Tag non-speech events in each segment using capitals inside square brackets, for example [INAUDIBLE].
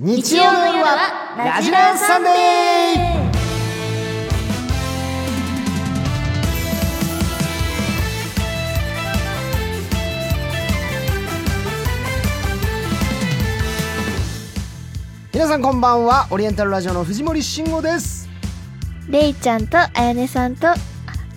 日曜の夜はラジランサンデー皆さんこんばんはオリエンタルラジオの藤森慎吾ですレイちゃんとあやねさんとあ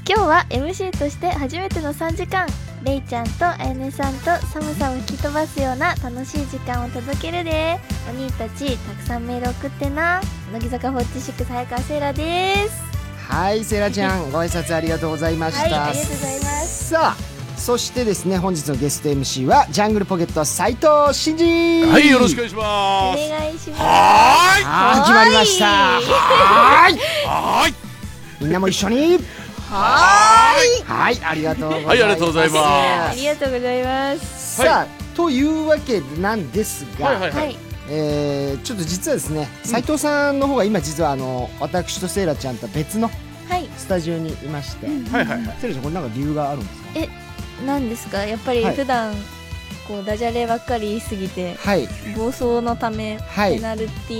今日は MC として初めての3時間レイちゃんとあやねさんと寒さを吹き飛ばすような楽しい時間を届けるでお兄たちたくさんメール送ってな乃木坂46早川セイラですはいセイラち [LAUGHS] ゃんご挨拶ありがとうございました、はいありがとうございますさあそしてですね本日のゲスト MC はジャングルポケット斉藤真二はい、よろしくおは願いしおます。願いしますはーい決まりましたはーはいいーい、はーい、みんなも一緒にはーい。はいありがとうございます、はいありがとうございあまりがとうございますすさあ、というわけなんですが、はい、はい、ははいい。えーちょっと実はですね斉藤さんの方が今実はあの私とセイラちゃんとは別のはいスタジオにいまして、はい、はい。セイラちゃんこれなんか理由があるんですか何ですかやっぱりはい普段こうダジャレばっかり言いすぎてはい暴走のためはいペナルティ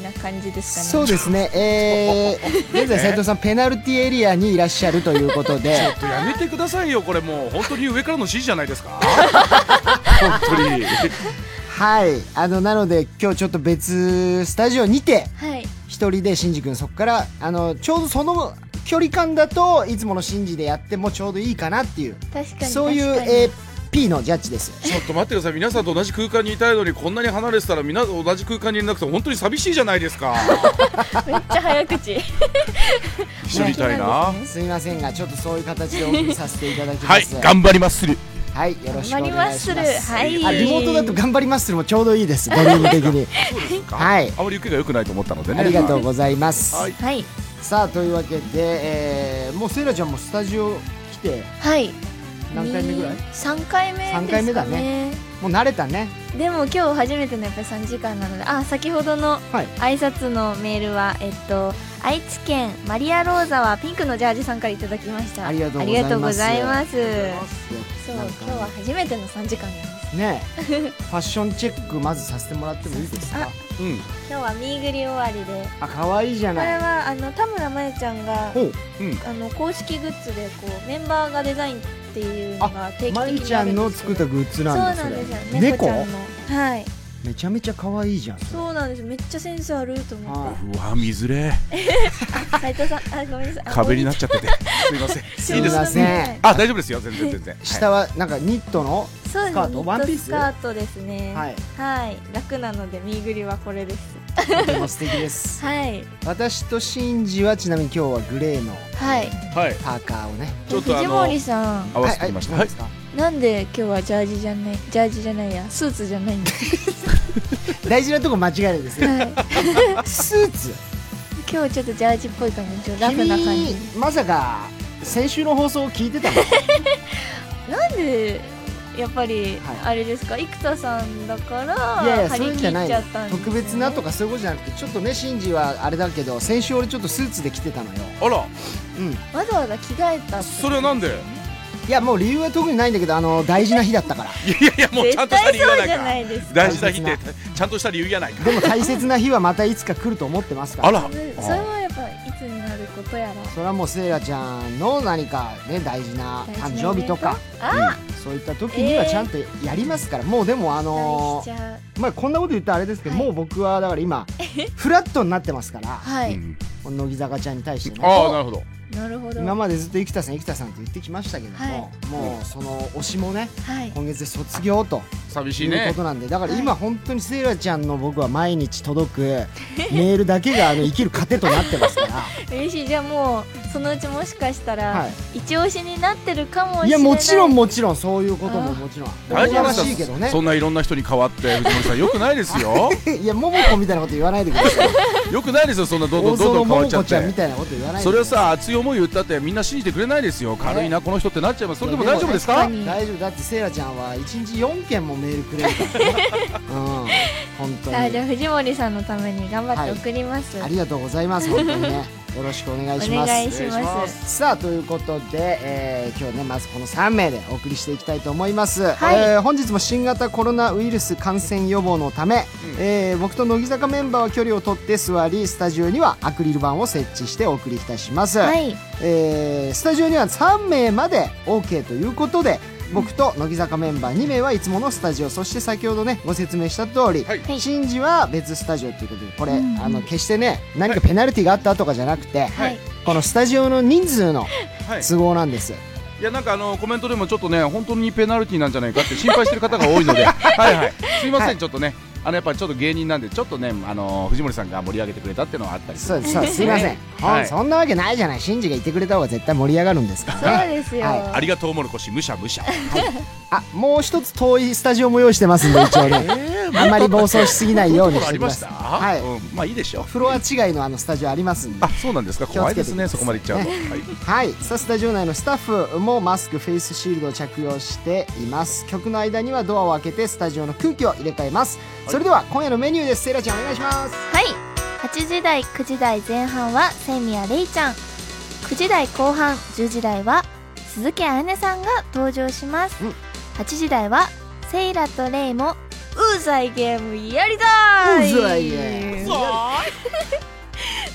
ーな感じですかねそうですね、え [LAUGHS] ー、現在斉藤さんペナルティエリアにいらっしゃるということ [LAUGHS] でちょっとやめてくださいよ、これもう、本当に上からの指示じゃないですか。本当に。はいあのなので今日ちょっと別スタジオにてはい一人でシンジ君そこからあのちょうどその距離感だといつものシンジでやってもちょうどいいかなっていう確かにそういう、確かにえー P のジャッジです [LAUGHS] ちょっと待ってください、皆さんと同じ空間にいたいのに、こんなに離れてたら、みんな同じ空間にいなくて、本当に寂しいじゃないです [LAUGHS] か。めっちゃ早口一緒にいたいな。すみませんがちょっとそういう形でお送りさせていただきまはいす、、頑張りますする。はいよろしくお願いします頑張りまするはいあリモートだと頑張りまするもちょうどいいですボリューム的 [LAUGHS] にそうですか。はいあまり受けが良くないと思ったのでね。ありがとうございます、はい。はいさあというわけで、えーもうセイラちゃんもスタジオ来てはい何回目ぐらい三回目ですか三ね回目だもう慣れたねでも今日初めてのやっぱり3時間なのであ先ほどのはい挨拶のメールはえっと愛知県マリアローザはピンクのジャージさんからいただきましたありがとうございますありがとうございますそうなん今か日は初めての3時間なんですね [LAUGHS] えファッションチェックまずさせてもらってもいいですかうん。今日はミーグリ終わりであ可愛いじゃこれないはあの田村真由ちゃんがおううん。あの公式グッズでこうメンバーがデザインっていうのが定期的にまゆちゃんの作ったググッズッなんだそうなんですよそれ猫猫ちゃんのはいめちゃめちゃ可愛いじゃんそうなんですめっちゃセンスあると思っはうわ、水れ。て斉藤さんあごめんなさいあ壁になっちゃってて。 [LAUGHS] すいませすん。いみいですま。せんはいあ、大丈夫ですよ、全然、全然。い下はなんかニットのそうでスすねカートニワンピッートススカートですねははいい、楽なのでミーグリはこれですとても素敵で [LAUGHS] すはい私とシンジはちなみに今日はグレーのはいはい。パーカーをねちょっとあ藤の森さん合わせてきました。はいははいい、何でなんで今日はジャージじゃないジャージじゃないやスーツじゃないん [LAUGHS] ですすか大事なとこ間違えないですか、ねはい、スーツ今日ちょっとジャージっぽい感じラフな感じ君まさか先週の放送を聞いてた [LAUGHS] のなんでやっぱりはいあれですか生田さんだからいやいや張そういりうん切じっゃないちのゃったんですね特別なとかそういうことじゃなくてちょっとねシンジはあれだけど先週俺ちょっとスーツで来てたのよあら。うんいわざわざ着替えたってことそれはなんでやもう理由は特にないんだけどあの大事な日だったからいやいやもうちゃん絶とした対理由やそうないじゃなかいですか大事な日ってちゃんとした理由やないかでも大切な日はまたいつか来ると思ってますかあららそれはやっぱいつになることやらそれはもうセイラちゃんの何かね大事な誕生日とか、あうんそういった時にはちゃんとやりますから、もうでもあの来ちゃうまあこんなこと言ったらあれですけど、はいもう僕はだから今フラットになってますからはうい、ん乃木坂ちゃんに対してねああなるほどなるほど今までずっと生田さん生田さんって言ってきましたけども、はもうその推しもねはい今月で卒業と寂しいいうこねとなんでだからは今本当にセイラちゃんの僕は毎日届くメールだけがあの生きる糧となってますから嬉しいじゃあもうそのうちもしかしたら、はい一押しになってるかもしれないいやもちろんももちろんそういうことももちろん大お丈こ夫がですしいけどねそんないろんな人に変わって藤森さんよくないです [LAUGHS] よいや、ももこみたいなこと言わないでください。よくないですよそんなどんど大んどんど園ん変もわもっちゃこっちゃんみてたいなこと言わないでそれはさ熱い思い言ったってみんな信じてくれないですよ軽いなこの人ってなっちゃいますそれでも大丈夫ですいやかでも大丈夫だってセイラちゃんは一日四件もメールくれるからね。うん、本当じゃあに。 [LAUGHS] 藤森さんのために頑張って送ります、ありがとうございます本当にね。よろしくお願おいします願いしお願いしまますすさあということで、えー今日ねまずこの3名でお送りしていきたいと思います、はいえー本日も新型コロナウイルス感染予防のため、うんえー僕と乃木坂メンバーは距離を取って座りスタジオにはアクリル板を設置してお送りいたします、はいえースタジオには3名まで OK ということで僕と乃木坂メンバー2名はいつものスタジオそして先ほどねご説明した通り、はいはいシンジは別スタジオということでこれ、うんあの決してね何かペナルティがあったとかじゃなくて、はいこのスタジオの人数のはい都合なんです、いやなんかあのコメントでもちょっとね本当にペナルティなんじゃないかって心配してる方が多い [LAUGHS] のではいはいすいません、はいちょっとねあのやっぱちょっと芸人なんでちょっとねあの藤森さんが盛り上げてくれたっていうのはあったりすそるうそうすいません、ほんはいそんなわけないじゃないシンジが言ってくれた方が絶対盛り上がるんですからそうですよ、はありがとうもろこしむしゃむしゃあもう一つ遠いスタジオも用意してますんで一応ねあんまり暴走しすぎないようにこしあてりくだました [LAUGHS] さいはい、うんまあいいでしょうフロア違いのあのスタジオありますんであそうなんですか気を怖ついけでてすねそこまでいっちゃうと、はいはいさあスタジオ内のスタッフもマスクフェイスシールドを着用しています曲の間にはドアを開けてスタジオの空気を入れ替えます、それでは今夜のメニューですセイラちゃんお願いしますはい8時台9時台前半はセミやレイちゃん9時台後半10時台は鈴木彩音さんが登場します、うん8時台はセイラとレイもうざいゲームやりたいうざいゲーム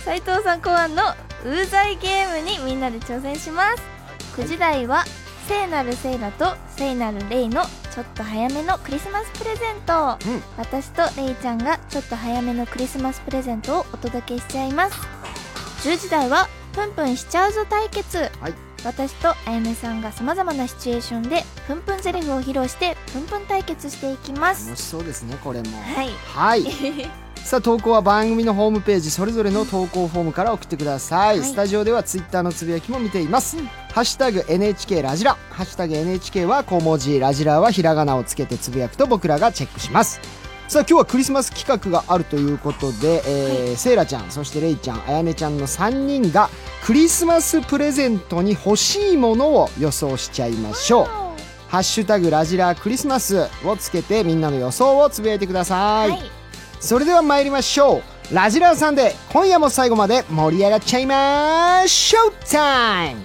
斉藤さん考案のうざいゲームにみんなで挑戦します9時台は聖なるセイラと聖なるレイのちょっと早めのクリスマスプレゼント、うん私とレイちゃんがちょっと早めのクリスマスプレゼントをお届けしちゃいます10時台はプンプンしちゃうぞ対決、はい私とあやめさんがさまざまなシチュエーションでプンプンセリフを披露してプンプン対決していきます楽しそうですねこれもはい [LAUGHS] はいさあ投稿は番組のホームページそれぞれの投稿フォームから送ってください、はいスタジオではツイッターのつぶやきも見ています、ハッシュタグ NHK ラジラ」「ハッシュタグ #NHK」は小文字ラジラはひらがなをつけてつぶやくと僕らがチェックしますさあ今日はクリスマス企画があるということで、えーセイラちゃんそしてレイちゃんあやねちゃんの3人がクリスマスプレゼントに欲しいものを予想しちゃいましょう「ハッシュタグラジラクリスマス」をつけてみんなの予想をつぶやいてください、それでは参りましょうラジラーさんで今夜も最後まで盛り上がっちゃいまーショータイム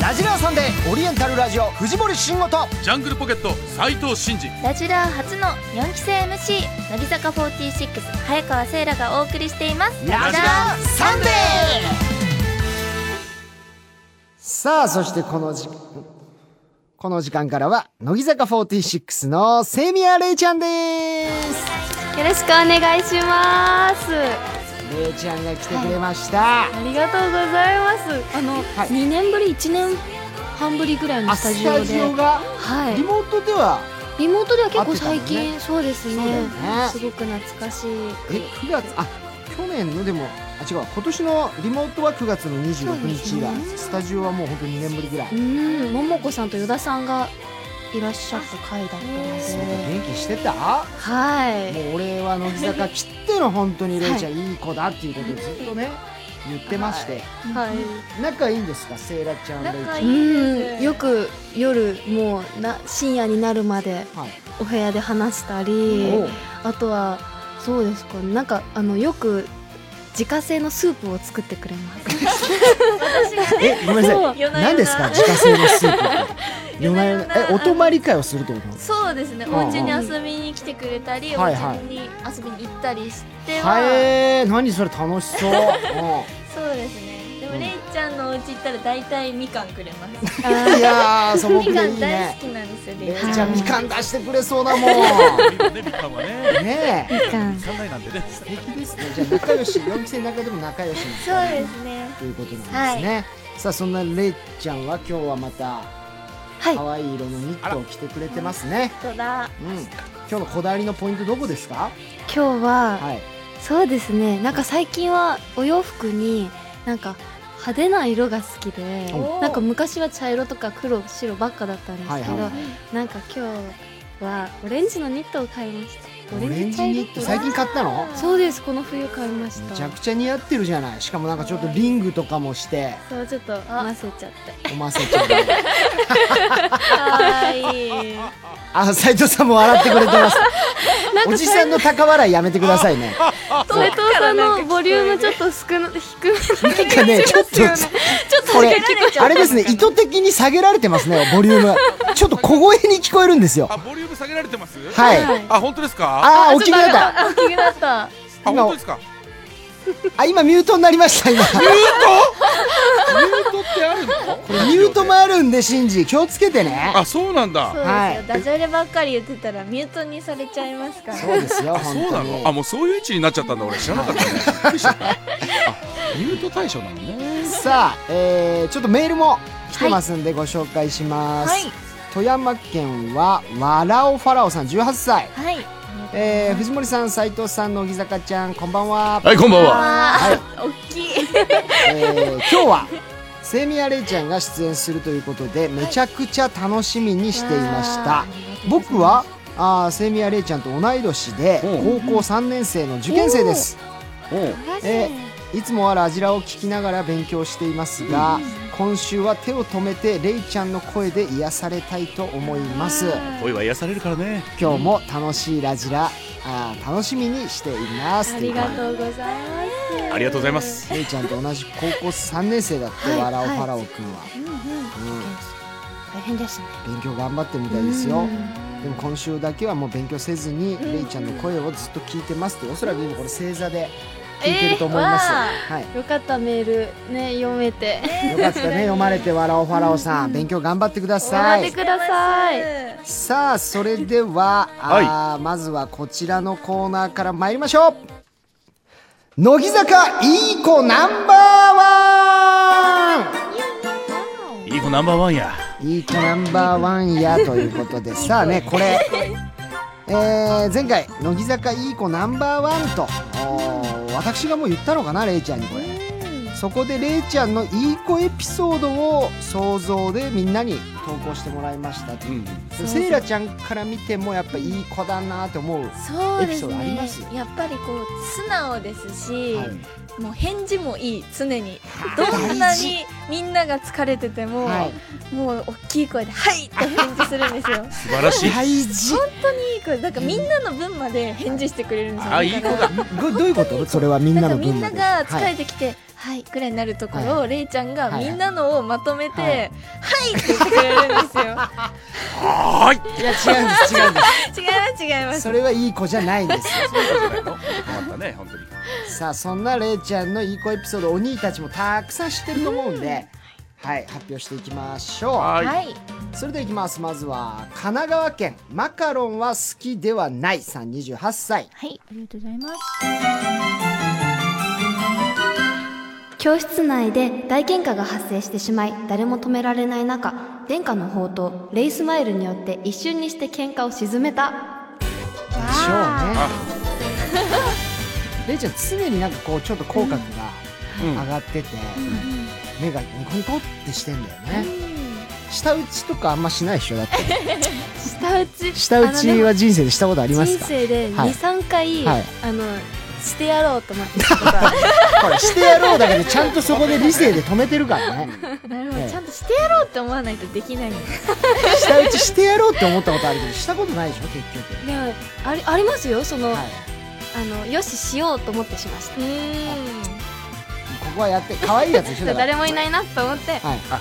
ラジラーさんでオリエンタルラジオ藤森慎吾とジャングルポケット斉藤真二ラジラー初の4期生 MC 乃木坂46早川せいらがお送りしていますラジラーサンデーさあそしてこの時この時間からは乃木坂46のセミアレイちゃんですよろしくお願いします。あレイちゃんが来てくれました、りがとうございます。あの、はい2年ぶり1年半ぶりぐらいのあスタスジオタで、ジオがはリい。モートではリモートでは結合っ構てたもん最ね近、そうですねそうだよねすごく懐かしい。え9月あ去年のでもあ違う今年のリモートは9月の26日以来、そうですねスタジオはもう本当2年ぶりぐらい、うん、ももこさんと依田さんがいらっしゃった回だったのそうだで、元気してたはい。もう俺は乃木坂きっての本当にレイちゃんいい子だっていうことをずっとね言ってまして、は仲いいんですかセイラちゃんレイちゃん仲い。うん、よく夜もうな深夜になるまではい、お部屋で話したり、おうあとはそうですかねなんかあのよく自家製のスープを作ってくれ [LAUGHS] ますえごめんなさいそう何ですか自家製のスープって夜な夜なえお泊まり会をするってことなんですか [LAUGHS] そうですねうんお家に遊びに来てくれたりおはい家はいに遊びに行ったりしては、はい何それ楽しそう、うんそうですねでも、うんれいちゃんのお家行ったら大体みかんくれます [LAUGHS] いやー、素朴 [LAUGHS] みかでいんい大ね好。きなんですよレれイいちゃん、みかん出してくれそうだもん。ねみかんはねねえ。みかんみかんないなんてね素敵ですね。じゃあ、仲良し、4期生の中でも仲良しにそうですねということなんですね。さあ、そんなレイちゃんは今日はまた、はい可愛い色のニットを着てくれてますね。とだうん。今日のこだわりのポイントどこですか今日は、はい。そうですねなんか最近はお洋服になんか派手な色が好きでおなんか昔は茶色とか黒白ばっかだったんですけど、はいはいなんか今日はオレンジのニットを買いましたオレンジ茶オレ色ンっジぽにい最近買ったのそうですこの冬買いましめちたゃくちゃ似合ってるじゃないしかもなんかちょっとリングとかもしてそうちょっとあ混ぜちゃっておませちゃう [LAUGHS] 可愛いいあ斉藤さんも笑ってくれてますなんおかじさんの高笑いやめてくださいね斉藤さんのボリュームちょっと少な低めなんかねちょっとこれあれですね意図的に下げられてますねボリュームちょっと小声に聞こえるんですよあボリューム下げられてますはいあ本当ですかああ大きくなった大きくなったあ今本当ですかあ今ミュートになりました今ミュートってあるのこれミュートもあるんでシンジ気をつけてねあそうなんそうだですよ、はいダジャレばっかり言ってたらミュートにされちゃいますからそうですよあそ本う当なにのあもうそういう位置になっちゃったんだ俺知らなかったねびっくりしたあミュート対象なのねさあ、えーちょっとメールも来てますんでご紹介します、はい富山県はわらおファラオさん18歳、はいえー藤森さん斉藤さん乃木坂ちゃんこんばんは、はいこんばんはあー大きいえー今日はセミアレイちゃんが出演するということでめちゃくちゃ楽しみにしていました、ありがとうございます僕はあーセミアレイちゃんと同い年でう高校3年生の受験生ですおうえーいつもはラジラを聞きながら勉強していますが、今週は手を止めてレイちゃんの声で癒されたいと思います恋は癒されるからね今日も楽しいラジラあー楽しみにしていますありがとううございますありがとうございますレイちゃんと同じ高校3年生だって、はいわらおはいパラオくんは、大変ですねうん、勉強頑張ってるみたいですよ、うんでも今週だけはもう勉強せずに、レイちゃんの声をずっと聞いてますっておそらく今これ正座で聞いてると思います、えーわはいよかったメールね読めてよかったね読まれてわらおファラオさん、勉強頑張ってください頑張ってくださいいさあそれでは、あーまずはこちらのコーナーから参りましょう乃木坂いい子ナンバーワいい子ナンバーワンやンいい子ナンバーワンやということでさあねこれ、えー前回乃木坂いい子ナンバーワンとおー私がもう言ったのかなれいちゃんにこれそこでれいちゃんのいい子エピソードを想像でみんなに投稿してもらいましたとうんでもセイラちゃんから見てもやっぱいい子だなって思う、そうですエピソードありますねやっぱりこう素直ですし、はいもう返事もいい常にどんな大事にみんなが疲れてても、はもう大きい声で「はい!」って返事するんですよ素晴らしい、い大事いい声なんかみんなの分まで返事してくれるんですよあいい子だどどういうことそれはみんななんかのみ分んまなでが疲はれいてきて「はい」ぐらいになるところはをれいちゃんはがいみんなのをまとめはいて「はい」って言ってくれるんですよはーいいや違うんです違うんで違います違いますす [LAUGHS] それはいい子じゃないんですよそういうことじゃないの困ったね本当にさあそんなれいちゃんのいい子エピソードお兄たちもたくさん知ってると思うんではい発表していきましょうはーいはいそれではいきますまずは神奈川県マカロンは好きではないさん28歳はいありがとうございます教室内で大喧嘩が発生してしまい誰も止められない中殿下の宝刀レイスマイルによって一瞬にして喧嘩を鎮めたでしょうねれいちゃん常になんかこうちょっと口角がうん上がってて、目がニコニコってしてんだよね、舌打ちとかあんましないでしょだって下打ち舌打ちは人生でしたことあります人か生ではい二三回、はいあのしてやろうと思って [LAUGHS] たことはほらしてやろうだけどちゃんとそこで理性で止めてるからねなるほど、ええちゃんとしてやろうって思わないとできないんです舌打ちしてやろうって思ったことあるけどしたことないでしょ結局でもありありますよその、はいあのよししようと思ってしましたうここはやって可愛いやつでしょだから誰もいないなと思ってはいあ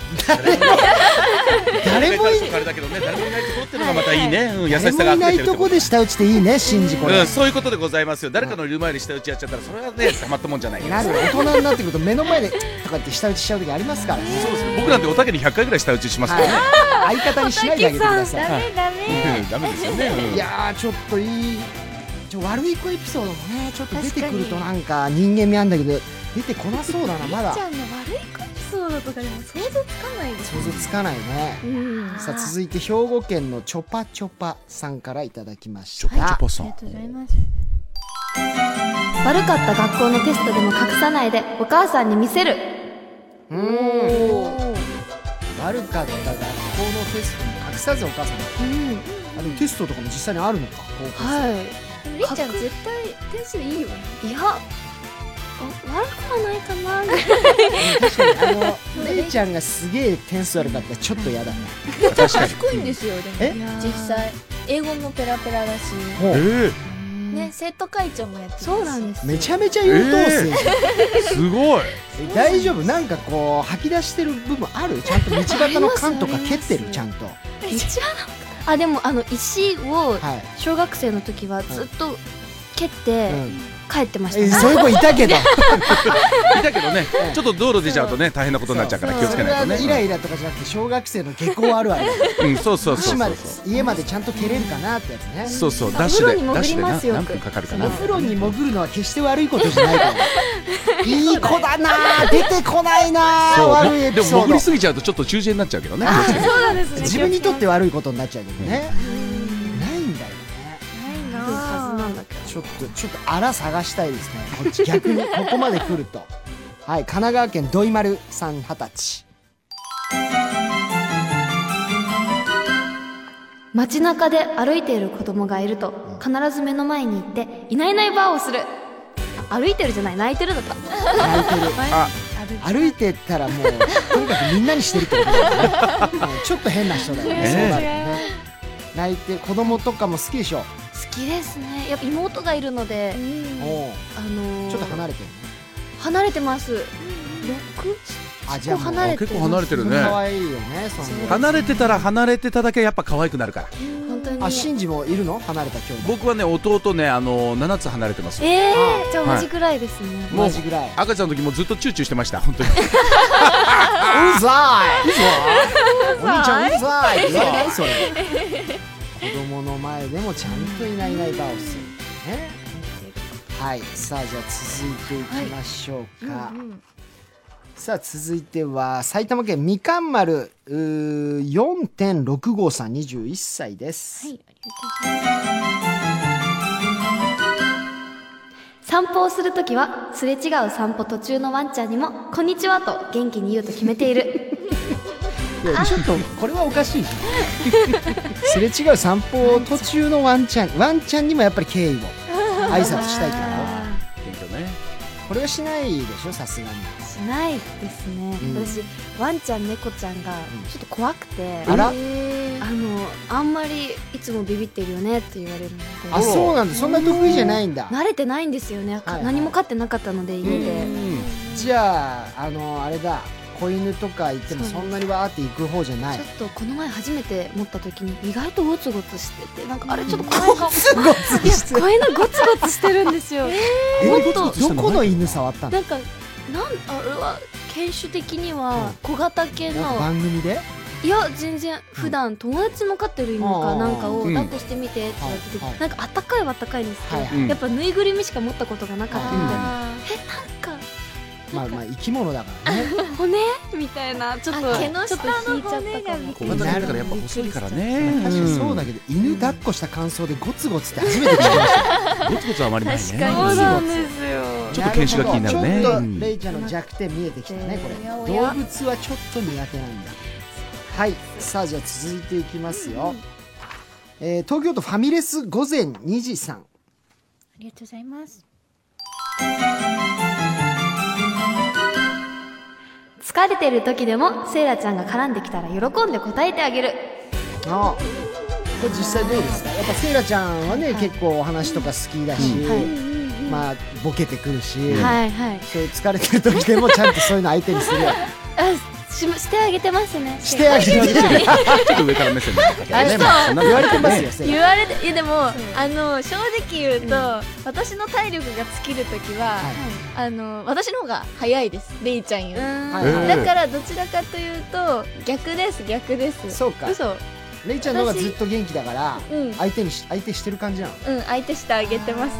誰もいあれだけどね誰もいないところってのがまたいいねうん優し誰さもがいな溢れいてるとこで舌打ちっていいね信じこうれん、そういうことでございますよ誰かのいる前に下打ちやっちゃったらそれはねたまったもんじゃないよなんで大人になってくると目の前でとかって舌打ちしちゃう時ありますからねそうですね僕なんておたけに100回ぐらい下打ちしますからね、はい、相方にしないであげてくださいダメダメ、うんダメですよね、うんいやーちょっといいちょ悪い子エピソードもねちょっと出てくるとなんか人間味あんだけど出てこなそうだなまだち想ゃんの悪いエピソードとかでも想像つかないです像つかないねうんあさあ続いて兵庫県のチョパチョパさんからいただきましたさりんがとうございます悪かった学校のテストでも隠さないでお母さんに見せるうーん悪かった学校のテストも隠さずお母さんが、あでもテストとかも実際にあるのか高校生はいりっちゃん絶対点数いいよねいやお悪くはないかな確かにあのレイちゃんがすげえ点数悪かったらちょっと嫌だね確かに賢いんですよでもえ実際英語もペラペラだしもうえね生徒会長もやってるしそうなんですめちゃめちゃ優等生じゃん、えすごいえ大丈夫なんかこう吐き出してる部分あるちゃんと道端の缶とか蹴ってるちゃんとは一応あでもあの石をい、小学生の時はずっと蹴ってうん帰ってましたね、えそういう子いたけどいたけどねちょっと道路出ちゃうとね大変なことになっちゃうから気をつけないとそれがイラねイラとかじゃなくて小学生の下校あるあるうんそうそうそ足うまそでう家までちゃんと蹴れるかなってやつねそうそうあダッシュお風呂でにダッ潜シりュでますよな何分かかるかなお風呂に潜るのは決して悪いことじゃないからいい子だな出てこないなそう悪いエでピもソー潜ドりすぎちゃうとちょっと中止になっちゃうけどねそうなんですね自分にとって悪いことになっちゃうけどねないんだよねないあるはずなんだけどちょっとちょっとあら探したいですねこっち逆にここまで来るとはい神奈川県土井丸さん二十歳街中で歩いている子供がいると必ず目の前に行っていないいないばあをするあ歩いてるじゃない泣いてるだった泣いてるあ歩いてったらもうとにかくみんなにしてるってことだよねうんちょっと変な人だよねねそうなるとね泣いて子供とかも好きでしょ好きですねやっぱ妹がいるので、おうあのーちょっと離れてるね離れてますあ結構離れて結構離れてるね可愛いよねその離れてたら離れてただけやっぱ可愛くなるから本当にあシンジもいるの離れた兄弟僕はね弟ねあの7つ離れてますええあー、じゃあ同じくらいですね、もう同じぐらいう赤ちゃんの時もずっとチューチューしてました本当にざいうざいお兄ちゃんうざいって言われないそれ子供の前でもちゃんといないいないばあをするねはいさあじゃあ続いていきましょうか、さあ続いては埼玉県みかん丸うー4.65さん21歳です、散歩をするときはすれ違う散歩途中のワンちゃんにも「こんにちは」と元気に言うと決めているいやちょっとこれはおかしいじゃん [LAUGHS] すれ違う散歩途中のワンちゃんワンちゃんにもやっぱり敬 [LAUGHS] 意を挨拶したいから勉強 [LAUGHS] ねこれはしないでしょさすがにしないですね、うん私ワンちゃん猫ちゃんがちょっと怖くて、あらあのあんまりいつもビビってるよねって言われるのであそうなんだそんな得意じゃないんだ慣れてないんですよね、かはいはい何も飼ってなかったので家で、じゃああのあれだ子犬とか行ってもそんなにわーって行く方じゃないちょっとこの前初めて持った時に意外とゴツゴツしててなんかあれちょっと怖いかもすごい [LAUGHS] いや子犬ゴツゴツしてるんですよえもっとどこの犬触ったの [LAUGHS] なんかなんあれは犬種的には小型犬なんかの番組でいや全然普段友達の飼ってる犬かうんなんかをうん抱っこしてみてって言われててはいはいなんかあったかいはあったかいんですけはいどはい、うんやっぱぬいぐるみしか持ったことがなかったのでなんかまあまあ生き物だからね骨みたいなちょっとあ毛の下のちょっと引いちゃったかも小型犬だからやっぱ細いからね確かにそうだけど、犬抱っこした感想でゴツゴツって初めて聞きましたゴツゴツはあまりないね確かにそうなんですよちょっと犬種が気になるねちょうっんとレイちゃんの弱点見えてきたねこれおやお動や物はちょっと苦手なんだはいさあじゃあ続いていきますよ、えー東京都ファミレス午前2時さんりがとうございます疲れている時でもセイラちゃんが絡んできたら喜んで答えてあげるああこれ実際どうですかやっぱセイラちゃんはね、結構お話とか好きだし、まあボケてくるし、はいはいそういう疲れてる時でもちゃんとそういうの相手にするよあししてあげてますねしてあげてねちょっと上から目線だったけどあねそうまあそんな言われてますよセイラ言われていやでもあの正直言うと、私の体力が尽きる時は、はいあの私の方が早いですレイちゃんより、はいはいうんだからどちらかというと逆です逆ですそうか嘘レイちゃんの方がずっと元気だからうん相手にし相手してる感じなのうん相手してあげてます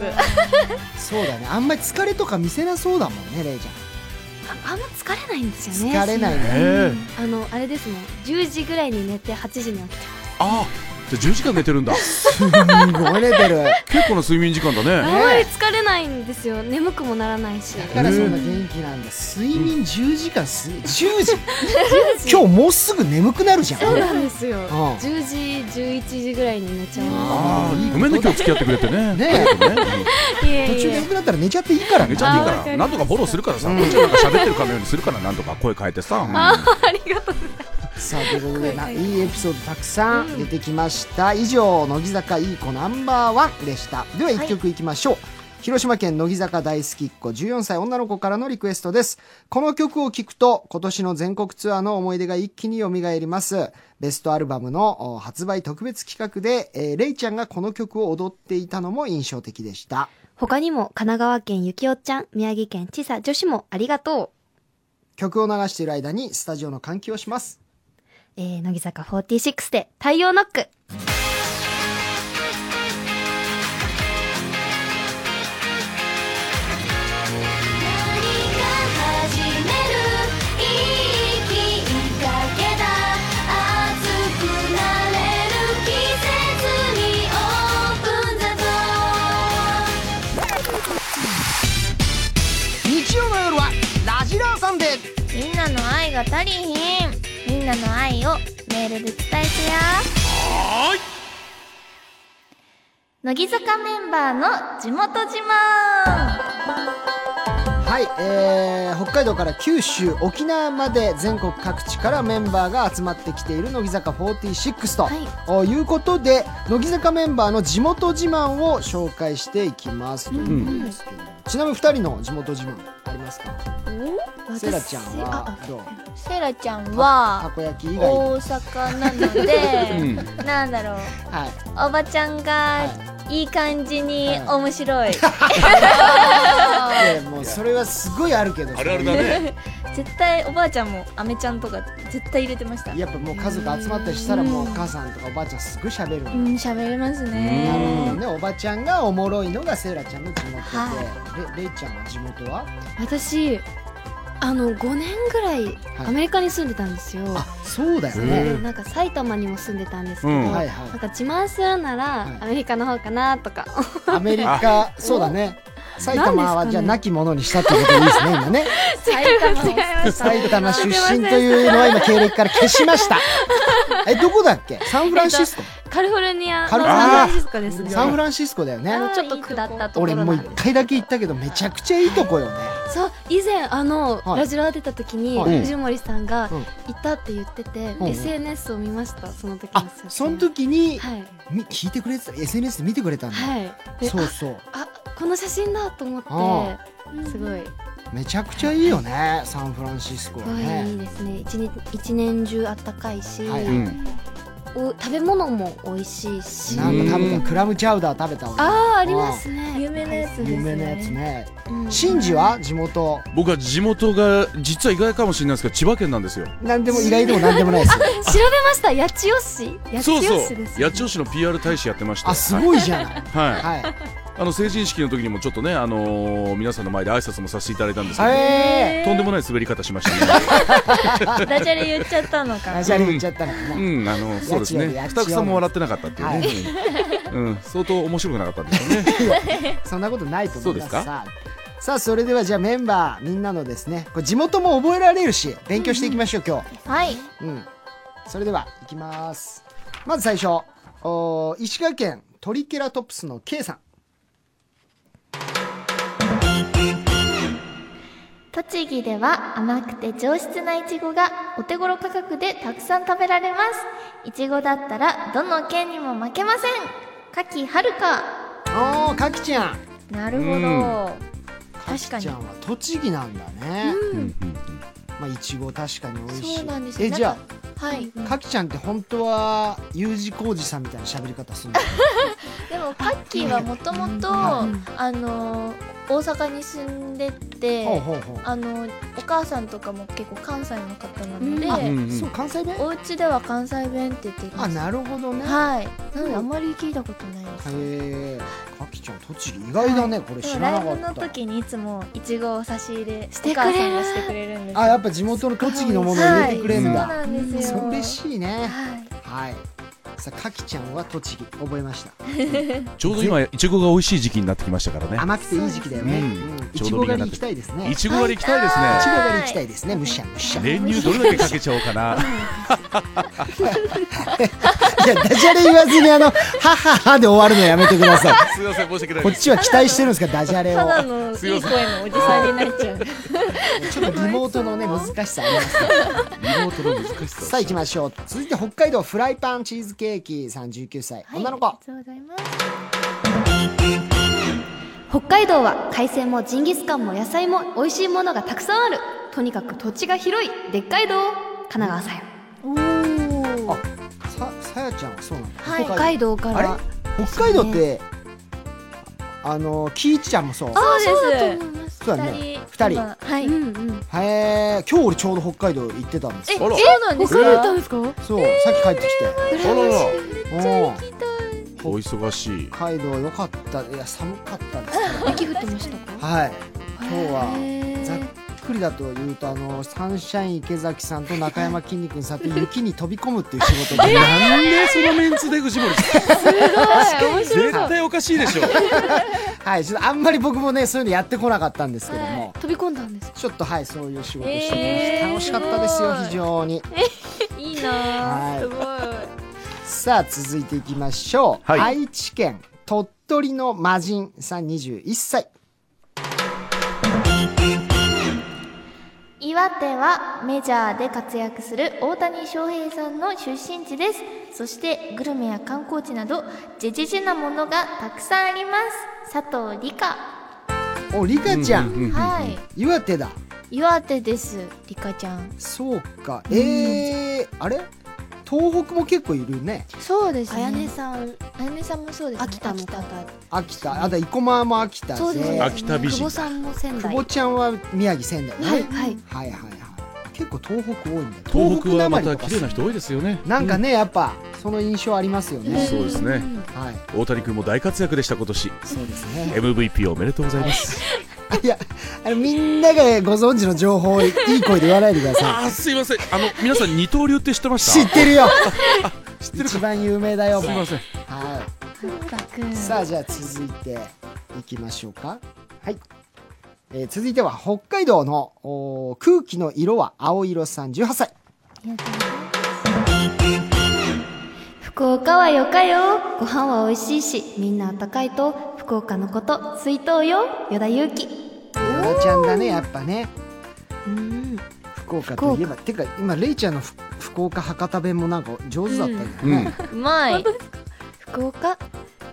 そうだねあんまり疲れとか見せなそうだもんねレイちゃああんま疲れないんですんよね疲れないねええあのあれですもん10時ぐらいに寝て8時に起きてあじゃあ10時間寝てるんだすごい寝てる結構な睡眠時間だねあんまり疲れないんですよ眠くもならないしだからそんな元気なんだ睡眠10時間す10時 [LAUGHS] 今日もうすぐ眠くなるじゃんそうなんです [LAUGHS] よん10時11時ぐらいに寝ちゃうああごめんね今日付き合ってくれてねねありがとうねいえ途中眠くなったら寝ちゃっていいからうん寝ねちゃっていいかあーわからりましたなんとかフォローするからさこっちはなんか喋ってるかのようにするからなんとか声変えてささあということでないいエピソードたくさん出てきました、以上乃木坂いい子ナンバーワンでしたでは一曲いきましょう、広島県乃木坂大好きっ子14歳女の子からのリクエストですこの曲を聴くと今年の全国ツアーの思い出が一気に蘇りますベストアルバムのお発売特別企画で、えー、レイちゃんがこの曲を踊っていたのも印象的でした他にも神奈川県ゆきおちゃん宮城県ちさ女子もありがとう曲を流している間にスタジオの換気をしますえー、乃木坂46で太陽ノック。日曜の夜はラジラーサンデーみんなの愛が足りひんみんなの愛をメールで伝えてや乃木坂メンバーの地元自慢はい、えー北海道から九州沖縄まで全国各地からメンバーが集まってきている乃木坂46と、おいうことで乃木坂メンバーの地元自慢を紹介していきますということですけど、ちなみに2人の地元自慢ありますかセラちゃんはどうセラちゃんたはこ焼き以外は大阪なのうでんなんだろういおばちゃんがいい感じに面白いいやもうそれはすごいあるけどあるあるだね [LAUGHS] 絶対おばあちゃんもアメちゃんとか絶対入れてましたやっぱもう家族集まったりしたらもうお母さんとかおばあちゃんすごい喋るの、うん喋れますなるねほどね、おばちゃんがおもろいのがセイラちゃんの地元で、はれれいちゃんの地元は私あの5年ぐらいはいアメリカに住んでたんですよ、そうだよねへえなんか埼玉にも住んでたんですけど、うんなはいんはいか自慢するならはいアメリカの方かなとか、アメリカそうだね埼玉は何ですかねじゃあ亡き者にしたってことでいいですね今ね埼玉を埼玉出身というのは今経歴から消しましたえどこだっけサンフランシスコ、 [LAUGHS] カリフォルニアのカサンリフフォルニアランシスコですねサンフランシスコだよあねのちょっと下ったとこ俺ろもうなん一で回だけ行ったけどめちゃくちゃいいとこよねそう以前あの、はいラジオ出た時に、はい藤森さんがうんいたって言ってて、ん SNS を見ましたその時のあ写真その時に、はいみ聞いてくれてた SNS で見てくれたんだ、はいでそうそうあこの写真だと思あってすごいめちゃくちゃいいよねサンフランシスコははいいいねですね一日一年中あったかいし、はいうんお食べ物も美味しいしなんか食べたクラムチャウダー食べたわあーありますね有名なやつです有よ名なやねつねうんシンジは地元僕は地元が実は意外かもしれないですけど千葉県なんですよなんでも意外でもなんでもないですよ調べました八千代市八そう千代そ市でうすね八千代市の PR 大使やってましてあすごいじゃないはい、はいはい。あの成人式の時にもちょっとね、あのー皆さんの前で挨拶もさせていただいたんですけど、えとんでもない滑り方しましたね。ダジャレ言っちゃったのかー。なダジャレ言っちゃったのかな。 [LAUGHS] うん、あのそうですね。やっちよやっちよスタッフさんも笑ってなかったっていうね。うんうん、相当面白くなかったんですよね。そんなことないと思います。そうですさあ、さあそれではじゃあメンバーみんなのですね、これ地元も覚えられるし勉強していきましょう、今はい日。うん。それではいきます。まず最初、おー石川県トリケラトプスの K さん。栃木では甘くて上質なイチゴがお手頃価格でたくさん食べられますイチゴだったらどの県にも負けません柿はるかおー、かきちゃん。なるうほんど確かきにちゃんは栃木なんだね。うんうんまあいちご確かに美味しい。そうなんですよえじゃはいあかきちゃんって本当は U 字工事さんみたいな喋り方するの。でもカッキーはもともとはあのー大阪に住んでほうてほうほう。あのーお母さんとかも結構関西の方なので、あうんうんそう関西弁。お家では関西弁って言ってあますなるほどね。はいなのであんまり聞いたことないですへえかきちゃん栃木意外だね、これで知もらラなイかブったの時にいつもいちごを差し入れしてお母くされんるがしてくれるんですあやっぱ地元の栃木のものを入れてくれんだ、はいそうなんですよそれ嬉しいねはいはいさあかきちゃんは栃木覚えましたちょうど今いちごが美味しい時期になってきましたからね甘くていい時期だよねうんうんいちょうちどご実が狩りなっ行てきたいですねいいちちご狩り行きたいですごね狩り行きたいですねむしゃむしゃい練乳どれだけかけちゃおうかな [LAUGHS] やダジャレ言わずにあの「ははは」で終わるのやめてくださいすいません申し訳ないこでっすちは期待してるんですかダジャレただをのいいすいま声せのおじさんになっちゃうちょっとリモートのね難しさありますからリモートの難しささあ行きましょう続いて北海道フライパンチーズケーキ39歳、女の子ありがとうございます北海道は海鮮もジンギスカンも野菜も美味しいものがたくさんあるとにかく土地が広いでっかい道神奈川さよささやちゃんはそうなん北だ、海道かあれら北海道ってあのキイチちゃんもそうそうで思いますそうだねす二人今はいうんうんへえ今日俺ちょうど北海道行ってたんですよあらそうなんです北海道行ったんですかそう、さっき帰ってきあららてうんお忙しい北海道良かったいや寒かったんです雪降ってましたけかどはい今日はざっくりだと言うとあのサンシャイン池崎さんと中山きんに君さんと雪に飛び込むっていう仕事でなんでそのメンツで藤森さん絶対おかしいでしょはいちょっとあんまり僕もねそういうのやってこなかったんですけども、飛び込んだんですちょっとはいそういう仕事してきました、楽しかったですよ非常にいいなはーいすごいさあ続いていきましょう、はい愛知県鳥取の魔人さん21歳岩手はメジャーで活躍する大谷翔平さんの出身地ですそしてグルメや観光地などジェジェジェなものがたくさんあります佐藤理香おリカちゃん,、うううはい岩手だ岩手です理香ちゃんそうかえーあれ東北も結構いるねそうですあやねさんあやねさんもそうですね秋田の方秋田あだ生駒も秋田そうですねあ秋田美久人保さんも仙久台保ちゃんは宮城仙台ね、はいはいはいはいはい結構東北多いんだよ東北はまなたまりと綺麗かな人多いですよねなんかねやっぱその印象ありますようんね、そうですねはい大谷君も大活躍でした今年そうですね MVP おめでとうござい [LAUGHS] ますいやあのみんながご存知の情報をいい声で言わないでくださあーすいませんあの皆さん二刀流って知ってま [LAUGHS] いし知たってるよ知ってる一か番有名だよすいませんはい、さあじゃあ続いていきましょうかはい、えー続いては北海道のおー空気の色は青色さん18歳福岡はよかよご飯は美味しいしみんな暖かいと福岡のこと水筒よ与田祐希ヨダちゃんだねやっぱねうん福岡といえばてか今レイちゃんのふ福岡博多弁もなんか上手だったよね、うまい福岡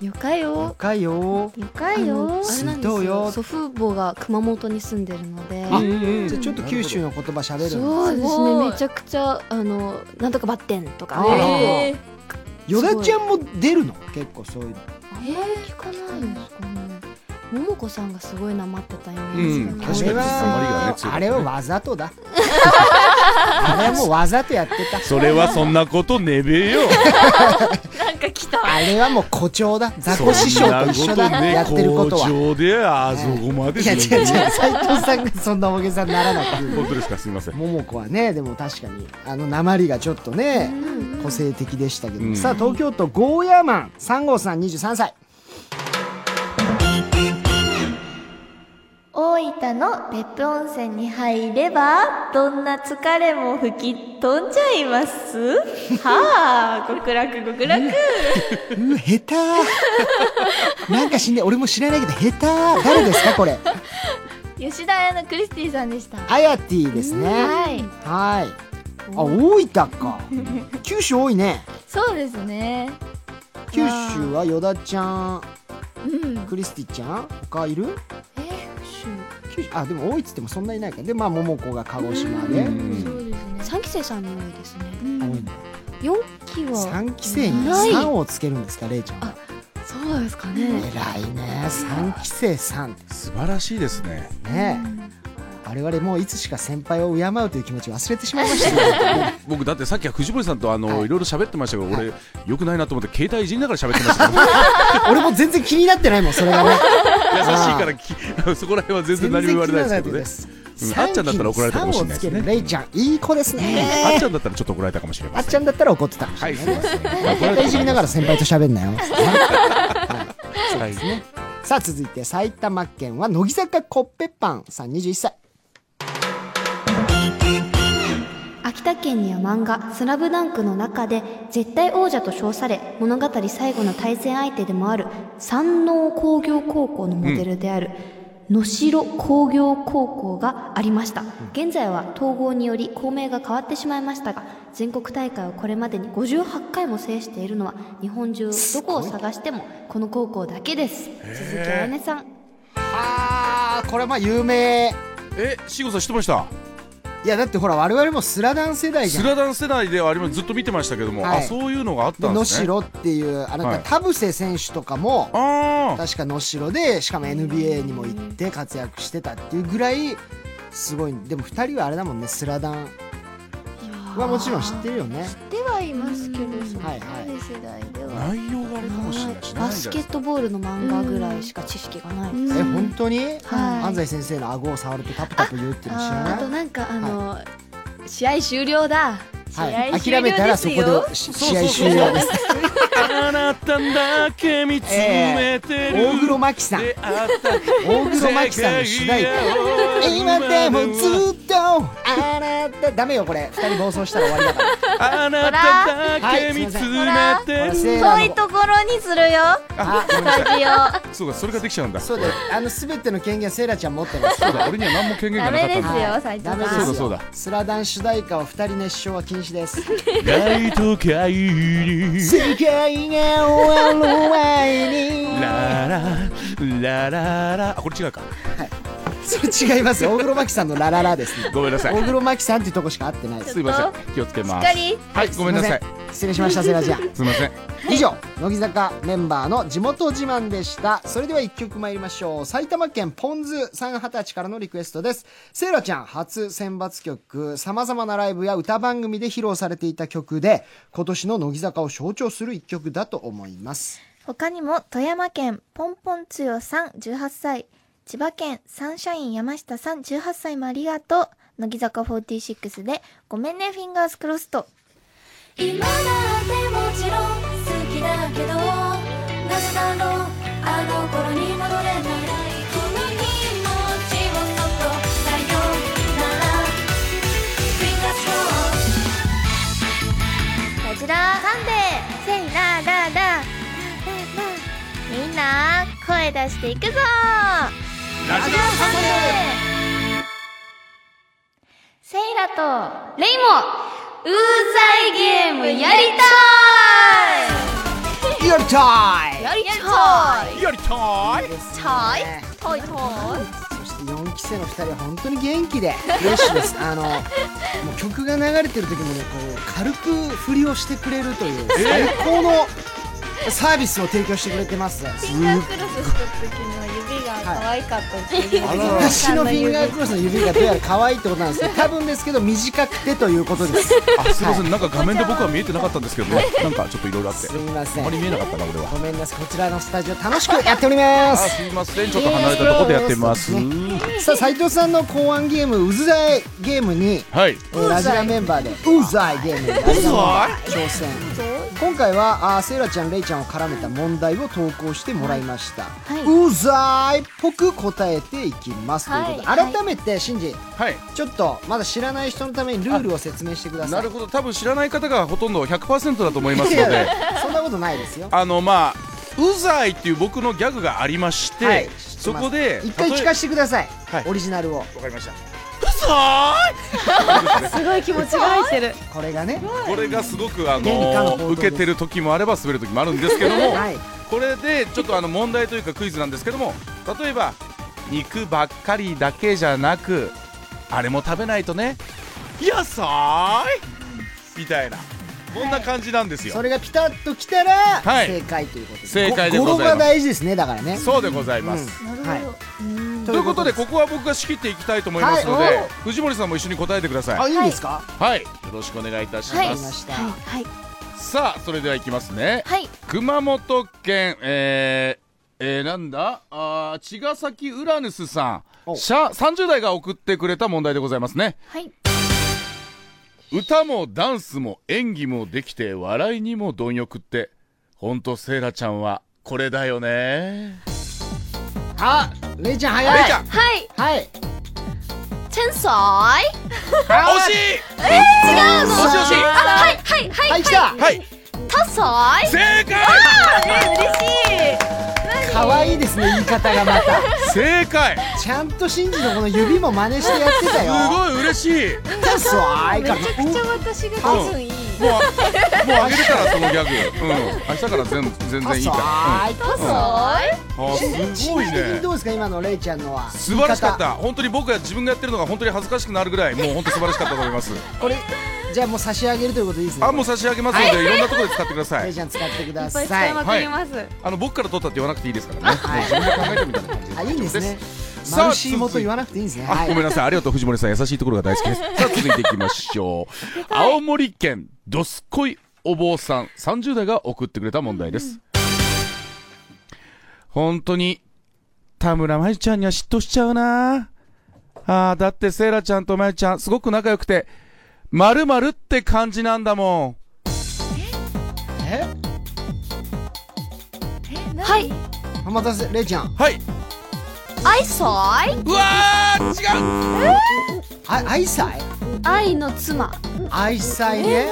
よかうよかよよかあのよあれなんでどうすよよ祖父母が熊本に住んでるのであうんじゃあちょっと九州の言葉喋るのそうですすごいねめちゃくちゃあのなんとかバッテンとかあーえーヨダちゃんも出るの結構そういうのあんまり聞かないんですかね桃子さんがすごいなまってたよううんな確あかにれは訛りがね強いからねあれはわざとだあれはもうわざとやってたそれはそんなことね [LAUGHS] べえよなんか来たあれはもう誇張だザコ師匠と一緒だ、そんなねやってることは好調であそこまでいや違うす違るう斎藤さんがそんな大げさにならなくて本当ですかすいません桃子はねでも確かにあの鉛がちょっとね個性的でしたけど、うんさあ東京都ゴーヤーマン3号さん23歳大分の別府温泉に入ればどんな疲れも吹き飛んじゃいますはあ極楽極楽う下手 [LAUGHS] なんか死んで俺も知らないけど下手誰ですかこれ吉田屋のクリスティさんでしたあやてぃですねはいはいあ大分か九州多いねそうですね九州はよだちゃんうんクリスティちゃん他いるえー九州あでも多いっつってもそんないないからでまあ桃子が鹿児島で、うんそうですね三期生さんに多いですね多いね四期は三期生にない三をつけるんですかレイちゃんはそうなんですか偉ねいね三期生さんで素晴らしいですねすね我々もういつしか先輩を敬うという気持ちを忘れてしまいましたね僕だってさっきは藤森さんとあの、はいい、ろいろ喋ってましたけど俺良くないなと思って携帯いじりながら喋ってまし [LAUGHS] たから俺も [LAUGHS] 全然気になってないもんそれがね優しいからきそこら辺は全然何も言われないですけ全然気にならどねないです3あっちゃんだったら怒られたかもしれないですねレイちゃんいい子ですねあっちゃんだったらちょっと怒られたかもしれあまっせんちゃんだったら怒ってたかもしはいれそうないでねすねまたいじりながら先輩と喋んなよ [LAUGHS] はいさあ続いて埼玉県は乃木坂コッペパンさん21歳秋田県には漫画「スラムダンクの中で絶対王者と称され物語最後の対戦相手でもある山王工業高校のモデルである、能代工業高校がありました現在は統合により校名が変わってしまいましたが全国大会をこれまでに58回も制しているのは日本中どこを探してもこの高校だけです鈴木彩音さんあーこれまあ有名え慎吾さん知ってましたいやだってほら我々もスラダン世代じゃスんでラダン世代ではありますずっと見てましたけども、はいあそういうのがあったんで能すね代っていうあなた、はい田臥選手とかもああ確か能代でしかも NBA にも行って活躍してたっていうぐらいすごいでも2人はあれだもんねスラダンはもちろん知ってるよねではいますけど、そんなはいに世代では。内容があれかもしれないしバスケットボールの漫画ぐらいしか知識がないです、え本当に、はい安西先生の顎を触るとタプタプ言うっていうの知らあなといなんかあの、試合終了だはい、試合諦めたらそこでし試合終了ですあなただけ見つめてる、大黒摩季さんであった大黒摩季さんの主題歌今でもずっとあなたダメよこれ二人暴走したら終わりだからあなただけ見つめほてらるセーラ遠ーいのところにするよあごめんなさいラジオそうかそれができちゃうんだそそうだよあの全ての権限はセイラちゃん持ってますうだ俺には何も権限ダがなかメっでたすんだよ斉藤ダさんメですよそうだそうだスラダン主題歌を二人熱唱は禁止です [LAUGHS] ライト界に世界が終わる前にラララララあこれ違うかそれ違いますよ大黒摩季さんのラララですねごめんなさ大い黒摩季さんっていうとこしか合ってないですすいません気をつけますしっはいごめんなさい失礼しましたセイラちゃんすいません以上乃木坂メンバーの地元自慢でしたそれでは1曲参りましょう埼玉県ポンズさん20歳からのリクエストですセイラちゃん初選抜曲さまざまなライブや歌番組で披露されていた曲で今年の乃木坂を象徴する1曲だと思います他にも富山県ポンポンつよさん18歳千葉県サンシャイン山下さん18歳もありがとう乃木坂46でごめんねフィンガースクロスと今だってもちろん好きだけどなぜだろうあの頃に戻れないこの気持ちをそっとさよなら Fingers crossed ラジラーサンデーセイラーラーラーラーラーみんな声出していくぞラジサンオデーセイラとレイもうざいゲームやりたいやりたいやりたいやりたいたいたいたいそして4期生の2人は本当に元気でフレッシュですあのもう曲が流れてる時もねこう軽く振りをしてくれるという最高のサービスを提供してくれてますフィンガークロスした時の指が可愛かったですよあらら私のフィンガークロスの指がどうやら可愛いってことなんですけど多分ですけど短くてということですあすいませんなんか画面で僕は見えてなかったんですけどなんかちょっといろいろあってすみませあんまり見えなかったな俺はごめんなさいこちらのスタジオ楽しくやっておりまあすすいませんちょっと離れたところでやってますさあ斉藤さんの考案ゲームうずらいゲームにはいえーラジラメンバーで「うざい」ゲームで挑戦今回はあーセイラちゃんレイちゃんを絡めた問題を投稿してもらいました「いうざい」っぽく答えていきます、ということはでい改めてシンジはいちょっとまだ知らない人のためにルールを説明してくださないるほど多分知らない方がほとんど100%だと思いますいのやでいや [LAUGHS] そんなことないですよあのまあうざいっていう僕のギャグがありまして、はいそこで一回聞わかせてください、はいオリジナルをかりましたうすごい気持ちが入ってるこれがねざいこれがすごくあ原理かのの報道です受けてる時もあれば滑る時もあるんですけども、はいこれでちょっとあの問題というかクイズなんですけども例えば肉ばっかりだけじゃなくあれも食べないとね野菜みたいなこんな感じなんですよ、それがピタッときたら、はい正解ということで正解でございます語呂が大事ですねだからねそうでございます、うんはいということでここは僕が仕切っていきたいと思いますので、はい藤森さんも一緒に答えてくださいあいいんですか、はいよろしくお願いいたしわかま、りますした、はいさあそれではいきますねはい熊本県えーえーー、なんだあー茅ヶ崎ウラヌスさおん社30代が送ってくれた問題でございますねはい歌もダンスも演技もできて笑いにも貪欲ってほんとセイラちゃんはこれだよねあレイちゃん早いレイちゃんはいはいチェンソーイあ惜しい違うの惜しい惜しいはいはいはいはい来たはいタソーイ正解可愛いですね言い方がまた正解ちゃんとシンジのこの指も真似してやってたすよごい嬉しいダンスはめちゃくちゃ私がリズンいいもうあもうあげてからそのギャグうん明日から全全然いいから、いうんうんあすごい的にねどうですか今のレイちゃんのは素晴らしかった本当に僕が自分がやってるのが本当に恥ずかしくなるぐらいもう本当素晴らしかったと思いますこれじゃあもう差し上げるということでいいですねあもう差し上げますので、い、ろんなところで使ってくださレイいちゃん使ってくだいっさぱい使いいまくります、あの僕から取ったって言わなくていいですからね、もう自分で考えてみたいな感じであいいんですねさあマルシーモと言わなくていいんですねあ、はいごめんなさい。ありがとう、藤森さん。優しいところが大 [LAUGHS] 好きです。さあ、続いていきましょう。青森県、どすこいお坊さん、30代が送ってくれた問題です。本当に、田村まゆちゃんには嫉妬しちゃうなああ、だって、セイラちゃんとまゆちゃん、すごく仲良くて、まるまるって感じなんだもえはいお待たせレイちゃんん。はい。愛ソーイうわー違うあ愛妻愛の妻愛妻ね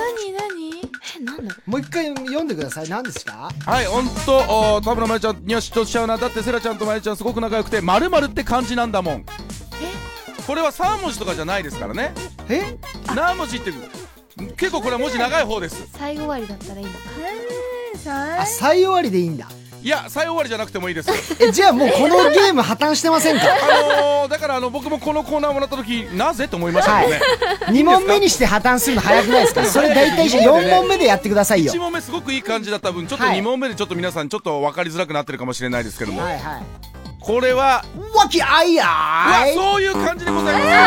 えなんだろもう一回読んでください何ですかはい、ほんと、お田村まゆちゃんには嫉妬しちゃうな。だって、セイラちゃんとまゆちゃん、すごく仲良くて、まるまるって感じなんだもん。これは3文字とかじゃないですからね。え何文字って結構これは文字長い方ですう最後終わりだったらいいのかあ再終わりでいいんだいや再終わりじゃなくてもいいですえじゃあもうこのゲーム破綻してませんか [LAUGHS] あのー、だからあの僕もこのコーナーもらった時なぜと思いましたけどね、 2問目にして破綻するの早くないですかそれ大体4問目でやってくださいよ1問目すごくいい感じだった分ちょっとはい2問目でちょっと皆さんちょっと分かりづらくなってるかもしれないですけども、はいはいこれはわきあいやうわそういう感じでございますけどね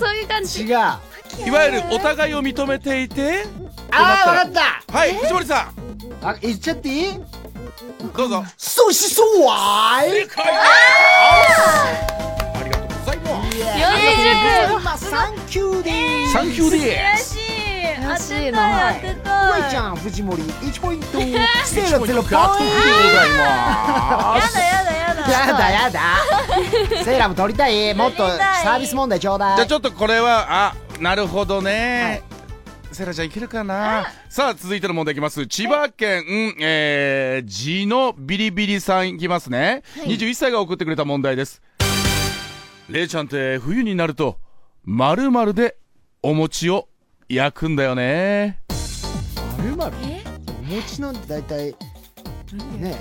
そういう感じーい違うあいわゆるお互いを認めていてあーわかっはい藤森さんたあ言っちゃっていいどうぞそうしそうわーい正解ですありがとうございます今サンキューでーすサンキューです悔しい当てなたい当てたいレイちゃん藤森1ポイント [LAUGHS] セイラ1ポイゼントロポ獲得インでございますやだやだやだトやだやだセイラも取りたいもっと取りたいサービス問題ちょうだいじゃあちょっとこれはあなるほどね、セラちゃんいけるかなさあ続いての問題いきます千葉県、えー、地のビリビリさんいきますね、21歳が送ってくれた問題ですレイちゃんって冬になるとまるまるでお餅を焼くんだよねまるまるお餅なんて大体ね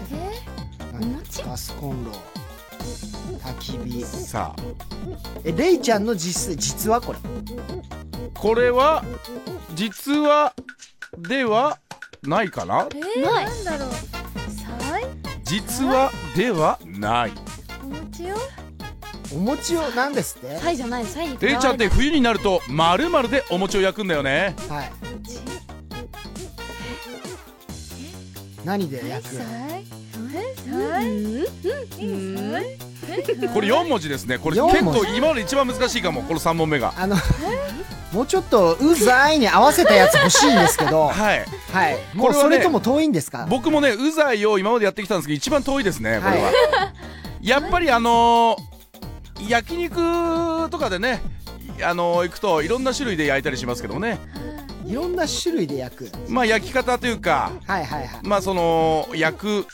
えガスコンロ焚き火さあえレイちゃんの実実はこれこれは実はではないかなえー、なんだろうさい実はではないお餅をお餅をなんですってサイじゃないサイにレイちゃんって冬になるとまるまるでお餅を焼くんだよねはい何で焼くさいこれ4文字ですねこれ四文字結構今まで一番難しいかもこの3問目があのもうちょっとうざいに合わせたやつ欲しいんですけどははいいもうこれはそねれとも遠いんですか僕もねうざいを今までやってきたんですけど一番遠いですねこれは、はやっぱりあのー、焼肉とかでねあのー、行くといろんな種類で焼いたりしますけどもねいろんな種類で焼くまあ焼き方というかはいはいはいまあその焼く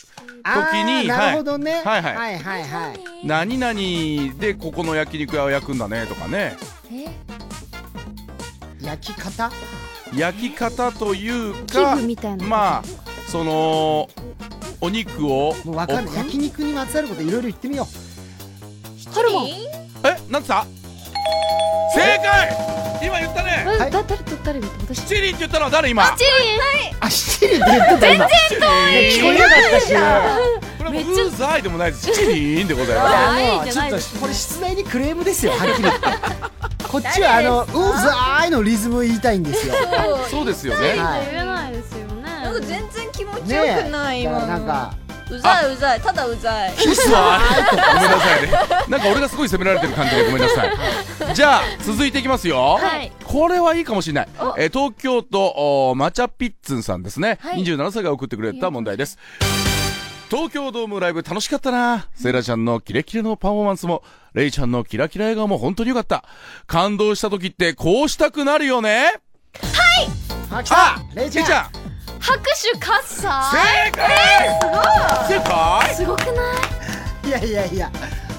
あー時になるほどねはいはいはいはいはい何々でここの焼肉屋を焼くんだねとかね焼き方焼き方という器か具みたいなまあそのお肉をもうわかる置く焼肉にまつわることいろいろ言ってみようホルモンえなんつった正解今言ったねえはいだ誰と誰だって私チリンって言ったのは誰今チあ七輪って言ってた今聞こえなかったしこれはもううざいでもな [LAUGHS] いですチリンでございまあのちょっとこれ室内にクレームですよはっきり言 [LAUGHS] ってこっちはあのうざーいのリズム言いたいんですよすそうですよねはい言えないですよねなんか全然気持ちねよえくない、だから今のなんかうざいうざいただうざいごめんなさいねなんか俺がすごい責められてる感じでごめんなさいじゃあ続いていきますよ、はいこれはいいかもしれない、えー東京都おマチャピッツンさんですね、はい27歳が送ってくれた問題です東京ドームライブ楽しかったなセイラちゃんのキレキレのパフォーマンスもレイちゃんのキラキラ笑顔も本当によかった感動した時ってこうしたくなるよねあ来たあレイちレゃんイちゃん拍手喝采正解正解すごくないいやいやいや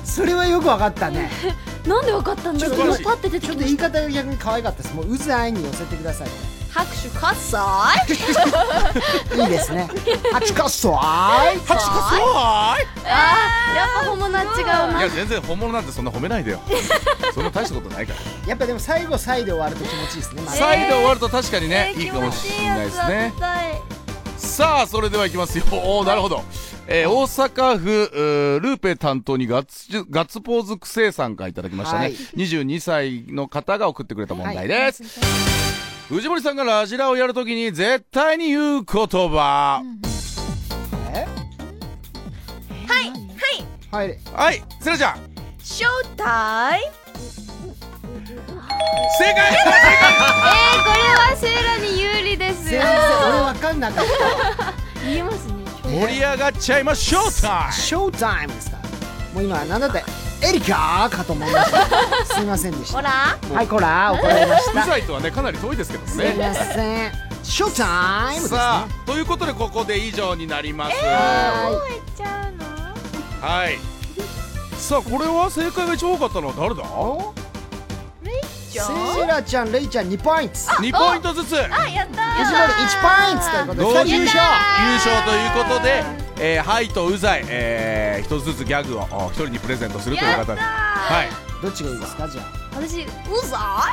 それはよくわかったねなんでわかったんだちょっとろうこれ今パッて出てちょきっとま言いした方が逆に可愛かったですもううざいに寄せてください拍手喝采 [LAUGHS] いいですねあちかっそーい拍手かすごいやっぱ本物は違ういなや全然本物なんてそんな褒めな [LAUGHS] いでよそんな大したことないからやっぱでも最後サイで終わると気持ちいいですね、まあ再度終わると確かにね、えーいいかもしれないです気持ちいいやねつだ絶さあそれではいきますよおーなるほど、えー大阪府うールーペ担当にガッツジュガッツポーズくせえさんからいただきましたね、はい22歳の方が送ってくれた問題です、藤森さんがラジラをやるときに絶対に言う言葉、えはいはいはいセラちゃんショータイム正解セイラに有利です全然俺わかんなかっ言えますね盛り上がっちゃいまし [LAUGHS] ょうたタイショータイムですからもう今なんだってエリカかと思いましたすいませんでしほたらはいこら怒られまし [LAUGHS] ムうたざいとはねかなり遠いですけどすねいませんショータイムですねさあということでここで以上になります、はちゃうのはいさあこれは正解が一番多かったのは誰だーいセイラちゃんレイちゃん2ポイント2ポイントずつ優勝やった藤森1ポイントということで同時優勝ということで「えー、はい」と「うざい」えー、一つずつギャグをお一人にプレゼントするという方にはいどっちがいいですかじゃ私うざあ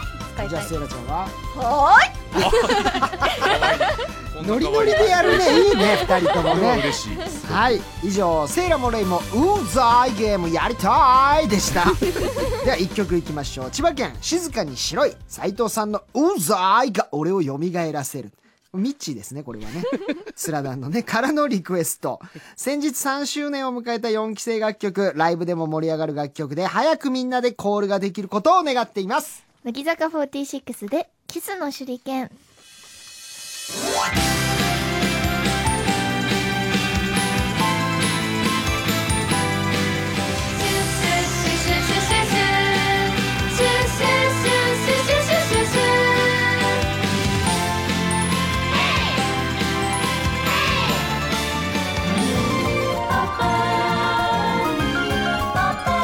いじ使ゃいあセイラちゃんはたいはーいノリノリでやるねいいね2人ともこれはね嬉しいですはい以上セイラもレイもうざいゲームやりたいでした [LAUGHS] では1曲いきましょう千葉県静かに白い斉藤さんのうざいが俺を蘇らせるミッチーですねこれは [LAUGHS] ねスラダンのねからのリクエスト先日3周年を迎えた4期生楽曲ライブでも盛り上がる楽曲で早くみんなでコールができることを願っています乃木坂46でキスの手裏剣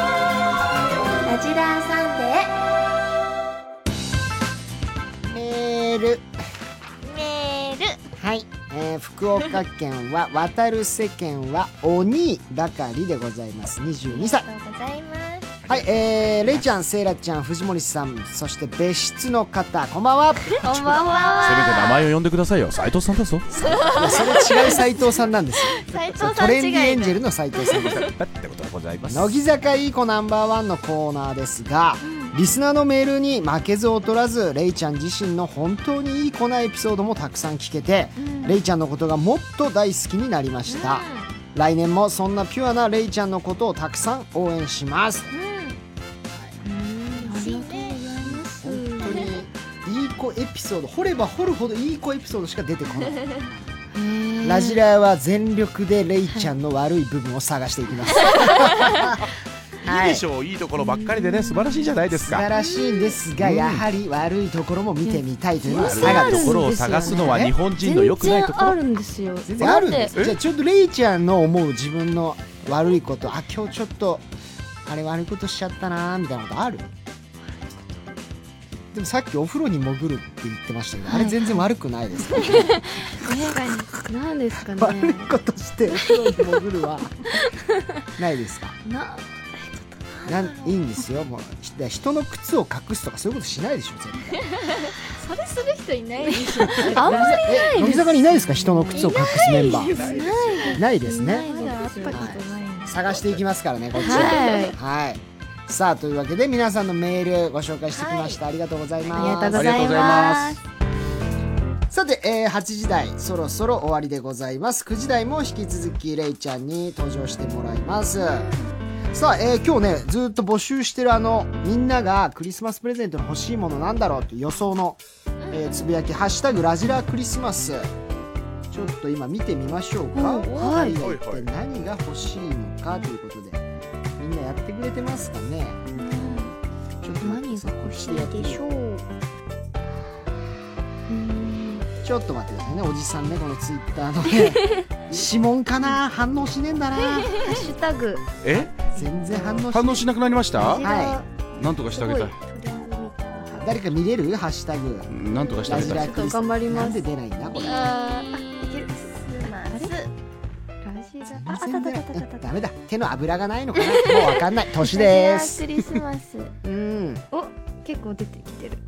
ラジラーサンデーメールメールはい、えー福岡県は [LAUGHS] 渡る世間は鬼ばかりでございます22歳ありがとうございますはいえー、れいちゃんせいらちゃん藤森さんそして別室の方こんばんはこんばんはせめて名前を呼んでくださいよ斉藤 [LAUGHS] さんだぞいやそれ違う斎藤さんなんです斉藤よさトんレ違ンいディだエンジェルの斎藤さんですってことでございます乃木坂いい子ナンバーワンのコーナーですが、リスナーのメールに負けず劣らずレイちゃん自身の本当にいい子なエピソードもたくさん聞けて、レイちゃんのことがもっと大好きになりました、来年もそんなピュアなレイちゃんのことをたくさん応援します、本当にいい子エピソード掘れば掘るほどいい子エピソードしか出てこないラジラーは全力でレイちゃんの悪い部分を探していきます、 [LAUGHS] はいいでしょういいところばっかりでね素晴らしいじゃないです素か晴らしいんですが、やはり悪いところも見てみたいというのが佐賀悪いでとすころを探すのは日本人の良くないところあるんですよ全然あるんですえじゃあちょっとレイちゃんの思う自分の悪いことあ今日ちょっとあれ悪いことしちゃったなみたいなことあるでもさっきお風呂に潜るって言ってましたけど、あれ全然悪くないですからなんですか [LAUGHS] ね悪いことしてお風呂に潜るはないですかななんいいんですよもうひ人の靴を隠すとかそういうことしないでしょ絶対それする人いないでしあんまり乃木坂にいないですか人の靴を隠すメンバーないですねないですよ探していきますからねこっちはいはいさあというわけで皆さんのメールご紹介してきました、ありがとうございますありがとうごありがざとういございまますすさて、えー8時台そろそろ終わりでございます9時台も引き続きレイちゃんに登場してもらいますさあ、えー今日ねずーっと募集してるあのみんながクリスマスプレゼントの欲しいものなんだろうっていう予想の、えーつぶやき「ハッシュタグラジラクリスマス」ちょっと今見てみましょうか、はい、一体何が欲しいのかということでみんなやってくれてますかねちょっと待ってさこれやってみようちょっと待ってくださいねおじさんねこのツイッターのね指紋かな反応しねえんだなハッシュタグえ全然反応しねえ反応しなくなりましたはなんとかしてあげたいい誰か見れるハッシュタグなんとかしてあラげジたラいクリスちょっと頑張りますなんで出ないんだこれあーあいけるまあ全然出ないうんダメだ手の油がないのかなもうわかんない年ですラジラクリスマスうん結構出てきてる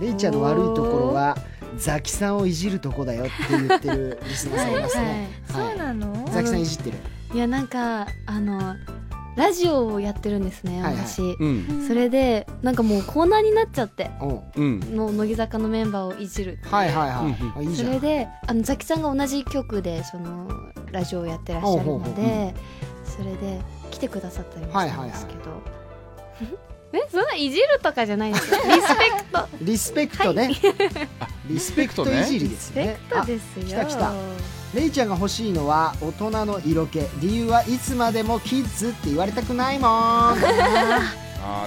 レイちゃんの悪いところはザキさんをいじるとこだよって言ってる [LAUGHS] リスナーさんいますねそうなのザキさんいじってるいやなんかあのラジオをやってるんですねはいはい私、うんそれでなんかもうコーナーになっちゃってうんうんもう乃木坂のメンバーをいじるはいはいはいあいいじそゃんれであのザキさんが同じ局でそのラジオをやってらっしゃほるうほうのほでうそれで来てくださったりもしたんですけど、 [LAUGHS] えそんないじるとかじゃないですよリスペクトリスペクトねリスペクトいじりですねあですよ来た来たレイちゃんが欲しいのは大人の色気理由はいつまでもキッズって言われたくない [LAUGHS] もんあ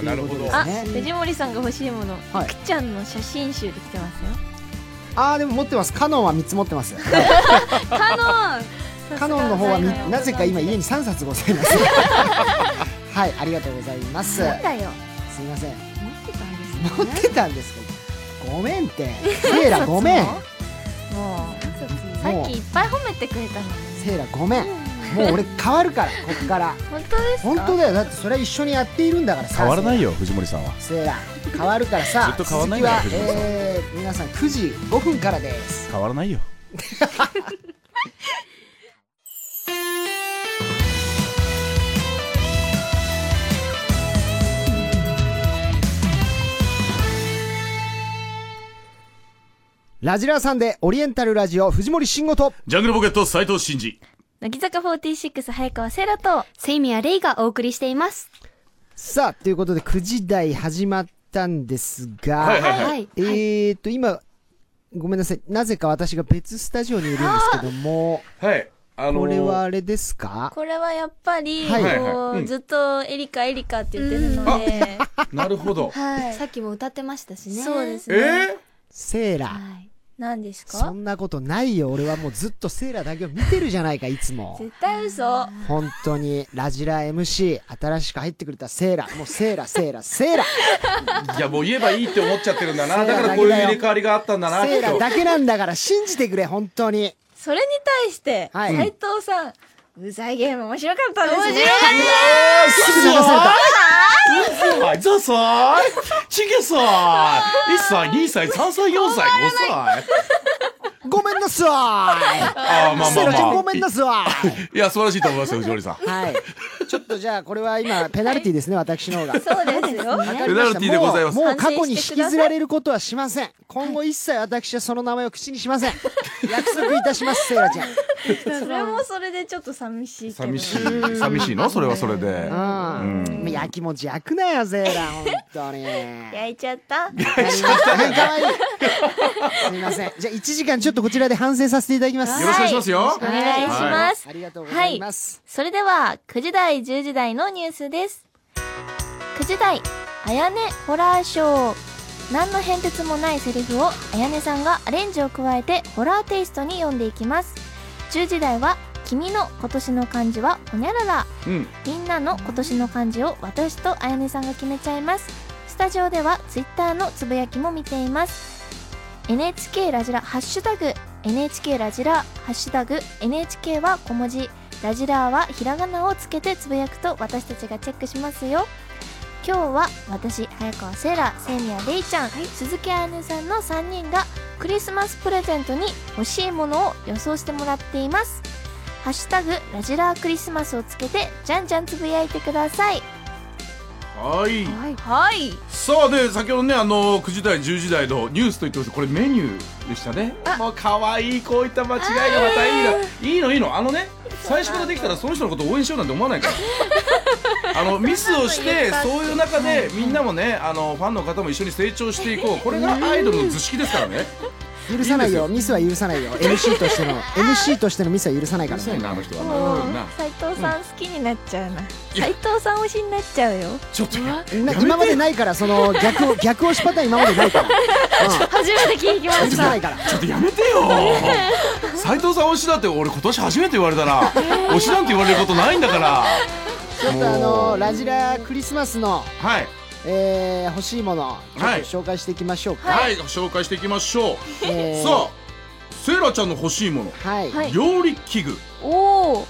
あなるほどああ、藤森さんが欲しいもの、はいくっちゃんの写真集できて [LAUGHS] ますよあーでも持ってますカノンは3つ持って [LAUGHS] ますカノンの方はみなぜか今家に3冊ございます [LAUGHS] はいありがとうございますなんだよすいません持持っっててたんですけどごめんってセイラごめんもうさもっうきいっぱい褒めてくれたのにセイラごめんもう俺変わるからこっから本当です本当だよだってそれは一緒にやっているんだからさ変わらないよよ藤森さんはセイラ変わるからさずっと変わらないんだよ続きは、藤森さんえー皆さん9時5分からです変わらないよラジラーさんでオリエンタルラジオ藤森慎吾とジャングルポケット斉藤真二乃木坂46早川セイラとセイミアレイがお送りしていますさあということで9時台始まったんですが、はいはいははいいえーっと今ごめんなさいなぜか私が別スタジオにいるんですけども、はいあこのーれはあれですかこれはやっぱり、はいはいはいこううんずっとエリカエリカって言ってるので、なるほどはいさっきも歌ってましたしねそうですえね、ーセーラはい何ですそかんなことないよ俺はもうずっとセーラだけを見てるじゃないかいつも [LAUGHS] 絶対嘘本当にラジラ MC 新しく入ってくれたセーラもうセーラセーラセーラいやもう言えばいいって思っちゃってるんだなだからそこううだいよう入れ替わりがあったんだなきセっーラとだけなんだから信じてくれ本当にそれに対して、は斉い藤さんうざいゲーム面白かったですねすぐ流されたはい、ザサイ、チゲサイ、一歳、二歳、三歳、四歳、五歳。ごめんな [LAUGHS] さいああ、まあセまイラちゃんごあまめんあな。さいいや、素晴らしいと思いますよ、藤森さん。はい。ちょっとじゃあ、これは今、ペナルティーですね、私の方が。そうですよわかりましたペナルティーでございますもうもう過去に引きずられることはしません。今後一切私はその名前を口にしません。約束いたします、セイラちゃん。それもそれでちょっと寂しいけど寂しい、寂しいの、それはそれで。うん。もうやきもち焼くなよ、セイラ、本当に。焼いちゃったはい、かわいい。すみません。じゃあ、1時間ちょっとこちらで反省させていただきます。よろしくお願いしますよ。お願いします、ありがとうございます。それでは9時台10時台のニュースです9時台あやねホラーショー何の変哲もないセリフをあやねさんがアレンジを加えてホラーテイストに読んでいきます10時台は君の今年の漢字はほにゃららうん、みんなの今年の漢字を私とあやねさんが決めちゃいますスタジオではツイッターのつぶやきも見ています NHK ラジラハッシュタグ NHK ラジラハッシュタグ NHK は小文字ラジラはひらがなをつけてつぶやくと私たちがチェックしますよ今日は私早川セイラセイミアレイちゃん、鈴木あやねさんの3人がクリスマスプレゼントに欲しいものを予想してもらっていますハッシュタグラジラークリスマスをつけてじゃんじゃんつぶやいてください。はいはいはいさあで先ほどねあの9時台10時台のニュースと言ってましたこれメニューでしたねもう可愛いこういった間違いがまたいいないいのいいのあのね最初からできたらその人のことを応援しようなんて思わないから [LAUGHS] あのミスをしてそういう中でみんなもねあのファンの方も一緒に成長していこうこれがアイドルの図式ですからね許さないよいミスは許さないよ MC としての MC としてのミスは許さないかうるらさいねなあの人はもうなな斉藤さん好きになっちゃうなや斉藤さん推しになっちゃうよちょっとやなやめ今まてでないからその逆を逆押しパターン今までないから、う初めて聞きまん、許しさたないからちょっとやめてよ斉藤さん推しだって俺今年初めて言われたな推しなんて言われることないんだからちょっとあのラジラクリスマスの、はいえー欲しいものちょっはとい紹介していきましょうか、はい、紹介していきましょう。えーさあ、セイラちゃんの欲しいもの、はい、はい料理器具。おー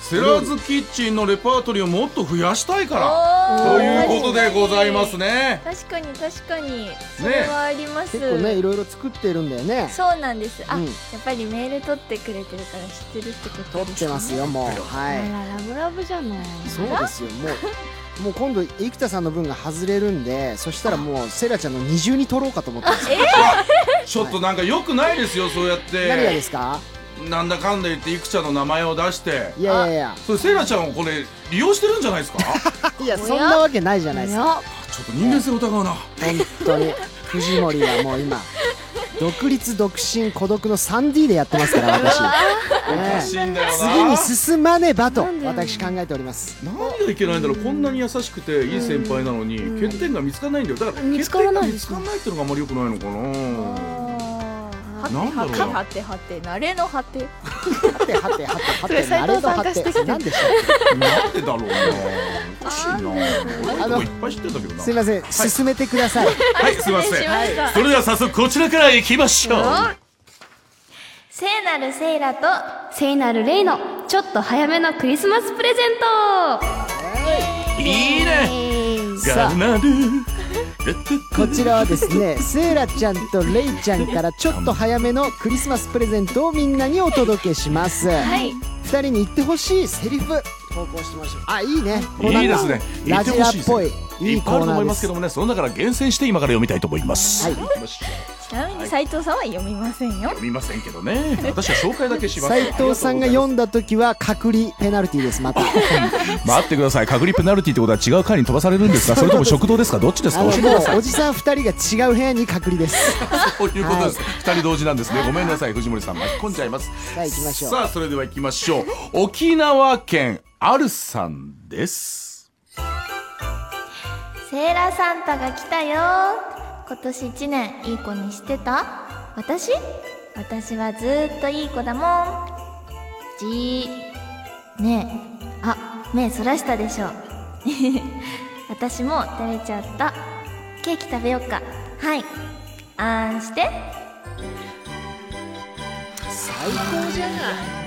セラーズキッチンのレパートリーをもっと増やしたいから。おとーいうことでございますね。確かに確かにそれはあります、結構ねいろいろ作ってるんだよねそうなんですあ、うんやっぱりメール取ってくれてるから知ってるってこと撮ってますよもうはあいらラブラブじゃないそうですよもうもう今度生田さんの分が外れるんでそしたらもうセイラちゃんの二重に撮ろうかと思ってますちょっとなんか良くないですよ、そうやっ何がでて。すかなんだかんだ言って、いくちゃんの名前を出して。いやいやいやそれセイラちゃんをこれ、利用してるんじゃないですかちいやそんなわけないじゃないですかよょっと人間性疑うな。本当 [LAUGHS] に藤森はもう今独立独身孤独の 3D でやってますから私、おかねしいんだよえな。次に進まねばとなんで私考えております何がいけないんだろうこんなに優しくていい先輩なのにうん欠点が見つからないんだよだから見欠つから点ながい見つからないっていうのがあんまり良くないのかななんだろはうてなはてはて慣れの果てはてはてはてはてそれなれどは斉藤さん化しててきて何でしょなんでだろうなおかしいな俺あとのこいっぱい知ってんだけどうなすいません進めてくださいはいすいませんはいそれでは早速こちらから行きましょう聖なるセイラと聖なるレイのちょっと早めのクリスマスプレゼントいいねがなるこちらはです [LAUGHS] ねセイラちゃんとレイちゃんからちょっと早めのクリスマスプレゼントをみんなにお届けします、はい、2人に言ってほしいセリフ投稿してみましょうあいいねこうなんかいいですね言ラってジほラっしいですぽいいいいっぱコいあるーとナ思ーでいますすけどもねその中から厳選して今から読みたいと思いますはい行きましょうちなみに斉藤さんは読みませんよ、読みませんけどね私は紹介だけします斉藤さんが読んだ時は隔離ペナルティーですま [LAUGHS] た待ってください隔離ペナルティってことは違う階に飛ばされるんですかそれとも食堂ですかどっちですあかの教えてくださもうおいじさん2人が違う部屋に隔離ですということです二人同時なんですねごめんなさい藤森さん巻き込んじゃいますさあ行きましょうさあそれでは行きましょう沖縄県あるさんですセーラサンタが来たよ今年一年いい子にしてた私私はずーっといい子だもんじーねえあ目そらしたでしょ [LAUGHS] 私も照れちゃったケーキ食べよっかはいあーんして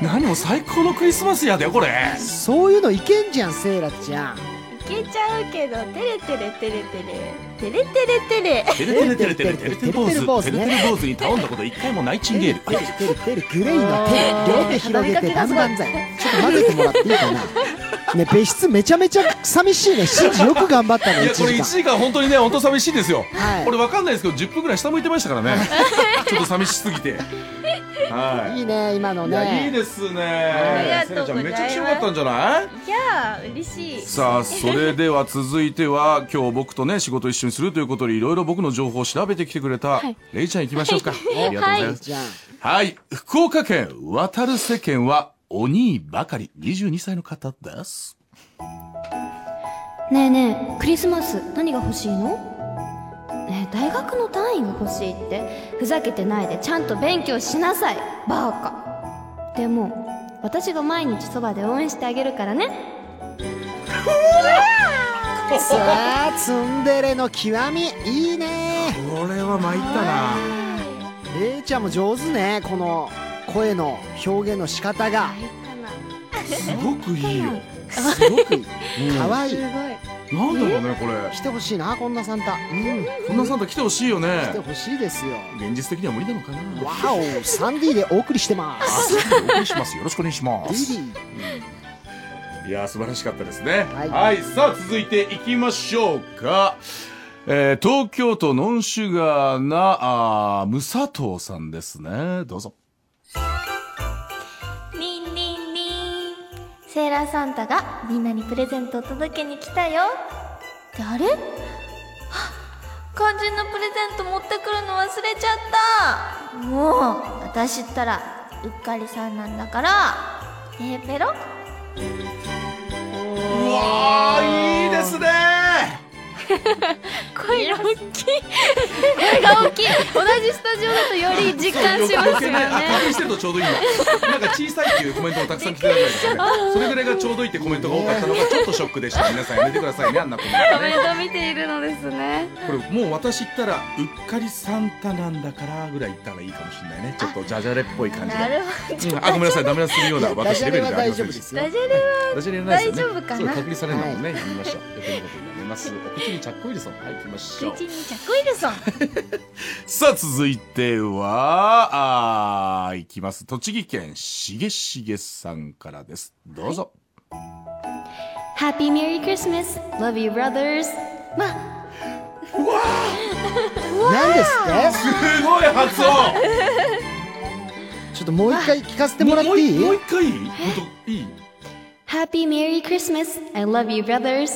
何も最高のクリスマスやでこれそういうのいけんじゃんセイラちゃんいけちゃうけどテレテレテレテレテレテレテレてれてれてれてれてれ坊主てれてれ坊主に頼んだこと一回もナイチンゲールてるてるてるグレイの手両手広げて万々歳ちょっと混ぜてもらっていいかなね別室めちゃめちゃ寂しいねシンジよく頑張ったね1いやこれ時1間時間本当にね本当寂しいですよ、はいこれわかんないですけど10分ぐらい下向いてましたからねちょっと寂しすぎてはいいいね今のいやいいねですねありせがなとちゃうんめござちいますゃくちゃ良かったんじゃないいやー嬉しいさあそれでは続いては今日僕とね仕事一緒にするということでいろいろ僕の情報を調べてきてくれたレイちゃん行きましょう [LAUGHS] か、ありがとうございますじゃんはい、福岡県渡る世間は鬼ばかり22歳の方ですねえねえクリスマス何が欲しいのねえ大学の単位が欲しいってふざけてないでちゃんと勉強しなさいバーカでも私が毎日そばで応援してあげるからねさあツンデレの極みいいねこれは参ったなレイちゃんも上手ねこの声の表現の仕方がすごくいいよすごくいい可愛いなんだろうねこれ来てほしいなこんなサンタうんこんなサンタ来てほしいよ来ねてほしいですよ現実的には無理なのかなわおサンディでお送りしてまあすそうお願いしますよろしくお願いしまビすビいやー素晴らしかったですねははいい、さあ続いていきましょうか、えー東京都ノンシュガーなあー無佐藤さんですねどうぞリンリンリンセーラーサンタがみんなにプレゼントを届けに来たよってあれはっ肝心のプレゼント持ってくるの忘れちゃったもう私ったらうっかりさんなんだからねえペロうわーいいですね声が大きい声が大きい同じスタジオだとより実感 [LAUGHS] しますよねあ確認してるとちょうどいいななんか小さいっていうコメントもたくさん来てくださいましたねそれぐらいがちょうどいいってコメントが多かったのがちょっとショックでした皆さんやめてくださいねあんなコメンコトメねント見ているのですねこれもう私言ったらうっかりサンタなんだからぐらい言ったらいいかもしれないねちょっとジャジャレっぽい感じがほどうんあごめんなさいダメ出しするようなダ私ジャレベレルはじゃあ大りま丈夫でせんでしすよたダジャレはないですよね大丈夫かなそう隔離されないもんね、言いましたということになりますお口にチャックイルソンはい行きましょうにジャックイルソンさあ続いてはあーいきます栃木県しげしげさんからですどうぞ、 Happy Merry Christmas! Love you, brothers! まあ、何ですっすごい発音てちょっともう一回聞かせてもらっていいもう一回本当いい Happy Merry Christmas! I love you, brothers!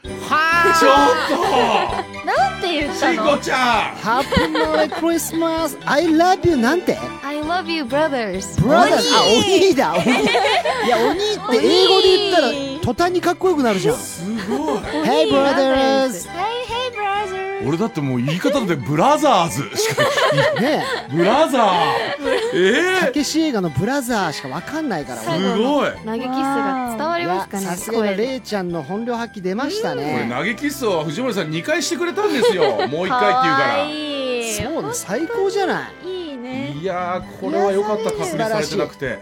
ちょっなんて言っとたしのこちゃんハッピーメリークリスマス I love you なんて I love you, brothers! ブラザーズあ鬼だ [LAUGHS] 鬼いや鬼って英語で言ったら途端にかっこよくなるじゃんすごい Hey brothers 俺だってもう言い方でブラザーズしかねブラザーえたえけし映画のブラザーしかわかんないからー、すごい投げキッスが伝わいりまやすかねさすが声のでレイちゃんの本領発揮出ましたこれね投げキッスを藤森さん2回してくれたんですよもう1回っていうからいいそうね最高じゃないいいねいやーこれは良かったい隔や離されてなくて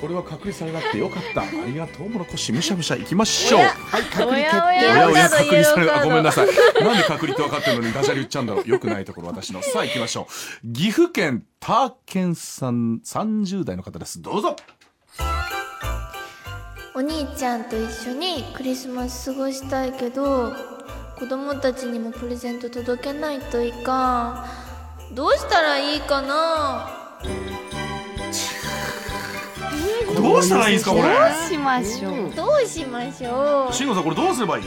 [LAUGHS] これは隔離されなくて良かったありがとうもろこしむしゃむしゃ行きましょうはい確認決お定やおやカ隔離ードされイエローるカーあドごめんなさいなんで隔離って分かってるのにダジャレ言っちゃうんだろうよくないところ私のさあ行きましょう岐阜県たーけんさん30代の方ですどうぞお兄ちゃんと一緒にクリスマス過ごしたいけど子供たちにもプレゼント届けないといかんどうしたらいいかなどうしたらいいんですかこれどうしましょうどうしましょ慎吾さんこれどうすればいい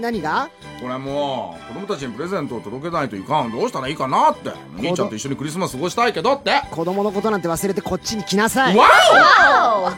何がこれもう子供たちにプレゼントを届けないといかんどうしたらいいかなってお兄ちゃんと一緒にクリスマス過ごしたいけどって子供のことなんて忘れてこっちに来なさいわうんおす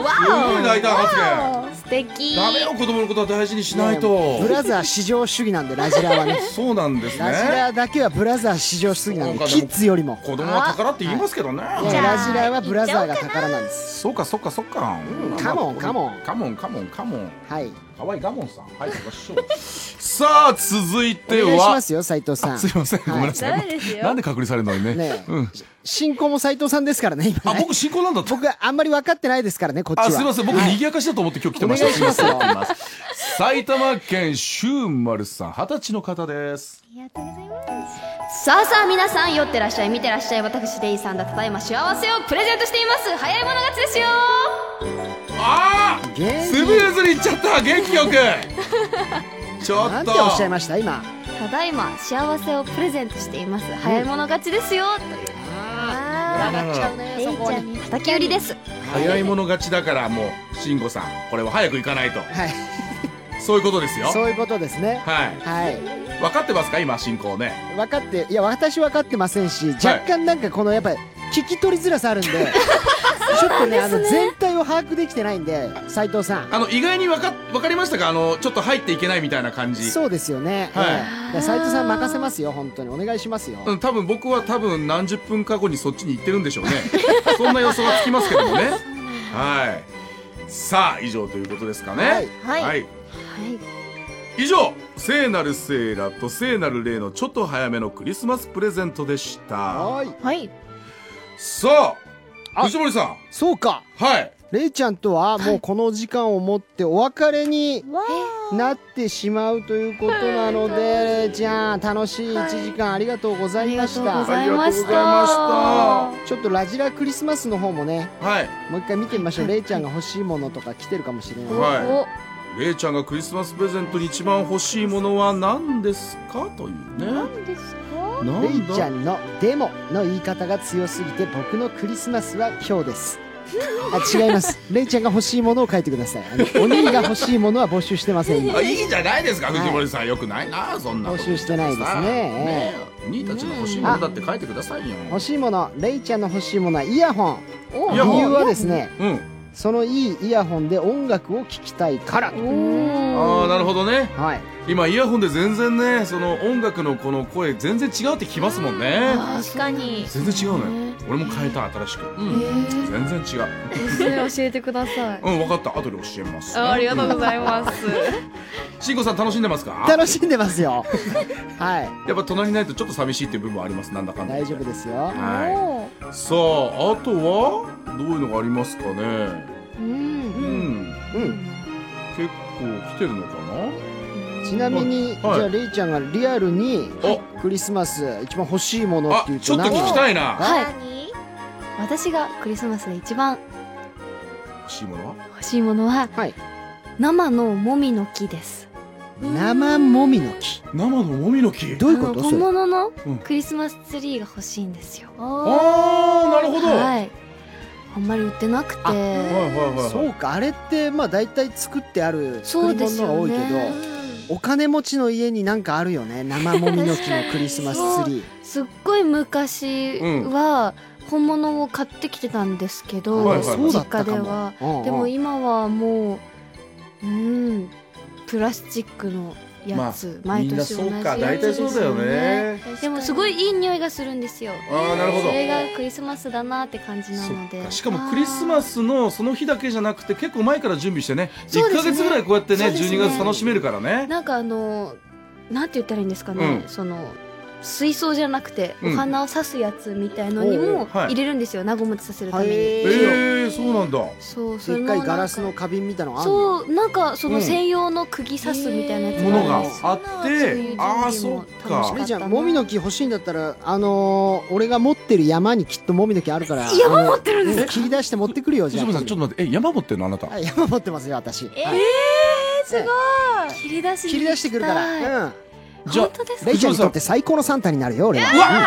ごい大胆発言素敵ダメよ子供のことは大事にしないとブラザー至上主義なんでラジラは [LAUGHS] ねそうなんですラジねラだけはブラザー至上主義なんでそうかキッズよりも子供は宝って言いますけどねねじゃあラジラはブラザーが宝なんですそうかそうかそうかんカモンカモンカモンカモンカモンはいかわいいガモンさんはい行きま [LAUGHS] しょうさあ続いおて願いしはますよ斉藤さあんすいませんごめんなさダメいですよなんで隔離されるのにねねえうん進行も斉藤さんですからね今あね僕進行なんだと僕あんまり分かってないですからねこっちはあすみません僕賑やかしだと思って今日来てましたお願いしますよすいせん行きます埼玉県シューマルさん二十歳の方ですさあさあ皆さん酔ってらっしゃい見てらっしゃい私レイさんだただいま幸せをプレゼントしています早い者勝ちですよああ元気スムーズにいっちゃった元気よ [LAUGHS] くちょっとなんておっしゃいました今ただいま幸せをプレゼントしています早い者勝ちですよというあがっちゃうレイちゃんに叩き売りです早い者勝ちだからもう慎吾さんこれは早く行かないとはいそういうことですよそういうことですねはいはい分かってますか今進行ね分かっていや私分かってませんし若干なんかこのやっぱり聞き取りづらさ [LAUGHS] あるんでちょっとねあの全体を把握できてないんで斉藤さんあの意外に分か分かりましたかあのちょっと入っていけないみたいな感じそうですよね、はいええいや斉藤さん任せますよ本当にお願いしますよ、うん、多分僕は多分何十分か後にそっちに行ってるんでしょうね [LAUGHS] そんな予想はつきますけどもねはいさあ以上ということですかねはいはい以上聖なるセーラと聖なる霊のちょっと早めのクリスマスプレゼントでしたはーいはいさああ藤森さんそうかはいレイちゃんとはもうこの時間をもってお別れにわなってしまうということなので、レイちゃん楽しい1時間ありがとうございましありがとうござたいましたあちょっとラジラクリスマスの方もねはいもう一回見てみましょうレイちゃんが欲しいものとか来てるかもしれないはれいちゃんがクリスマスプレゼントに一番欲しいものは何ですかというね何ですかなんレイちゃんの「でも」の言い方が強すぎて僕のクリスマスは今日 [LAUGHS] ですあ違いますレイちゃんが欲しいものを書いてくださいあ [LAUGHS] のお兄が欲しいものは募集してませんあ今いいじゃないですか藤森さん、よくないなそんな募集してないですねさあねえ兄たちの欲しいものだって書いてくださいよ、欲しいものレイちゃんの欲しいものはイヤホンい理由やもうはですねうんそのいいイヤホンで音楽を聴きたいからああなるほどねはい今イヤホンで全然ねその音楽のこの声全然違うってきますもんね確かに全然違うのよ俺も変えた新しく、うん全然違う教えてくださいうん分かった後で教えますあありがとうございますしんこさん楽しんでますか楽しんでますよはいやっぱ隣にないとちょっと寂しいっていう部分はありますなんだかんだ大丈夫ですよはいさああとはどういうのがありますかねうんうんうん結構来てるのかちなみに、はいじゃあレイちゃんがリアルになクリスマス一番欲しいものっあていうあちょっと聞きいたいなはい何私がクリスマスで一番欲しいものは欲しいものは、はい生のもみの木です生もみの木生のもみの木どういうことあその本れ物のうんクリスマスツリーが欲しいんですよ、ああなるほど、はい、はいあんまり売ってなくあはいてはいはいそうかあれってまあ大体作ってあるそ作うりで物すのがよ多いけねど、お金持ちの家になんかあるよね生もみの木のクリスマスツリーすっごい昔は本物を買ってきてたんですけど、はいはいはいそうだっ実た家でかはも、うんうんでも今はもううんプラスチックのやつ、毎みんな年そ同うじやつか大体そうだよねでもすごいいい匂いがするんですよああなるほどそれがクリスマスだなって感じなのそっでかしかもクリスマスのその日だけじゃなくて結構前から準備してねそう1でかすね月ぐらいこうやってねそうですね12月楽しめるからねなんかあのなんて言ったらいいんですかね、うんその水槽じゃなくてうおん花を刺すやつみたいのにおうもはい入れるんですよ、和むさせるために、へえーー、そうなんだそうそでれっもかなんいかガラスの花瓶みたいなのあるのそうなんかそうんの専用の釘刺すみたいなやつものがあるんですよあっそういてうああ準備そもっ楽しかみレイちゃんもみの木欲しいんだったらあのー俺が持ってる山にきっともみの木あるから山持ってるんです切り出して持ってくるよじ藤ゃあ本さんちょっと待ってえ山持ってるのあなたはい山持ってますよ私えすごい切り出し切り出してくるから、うん、じゃあ本当ですかレイちゃんにとって最高のサンタになるよ俺は、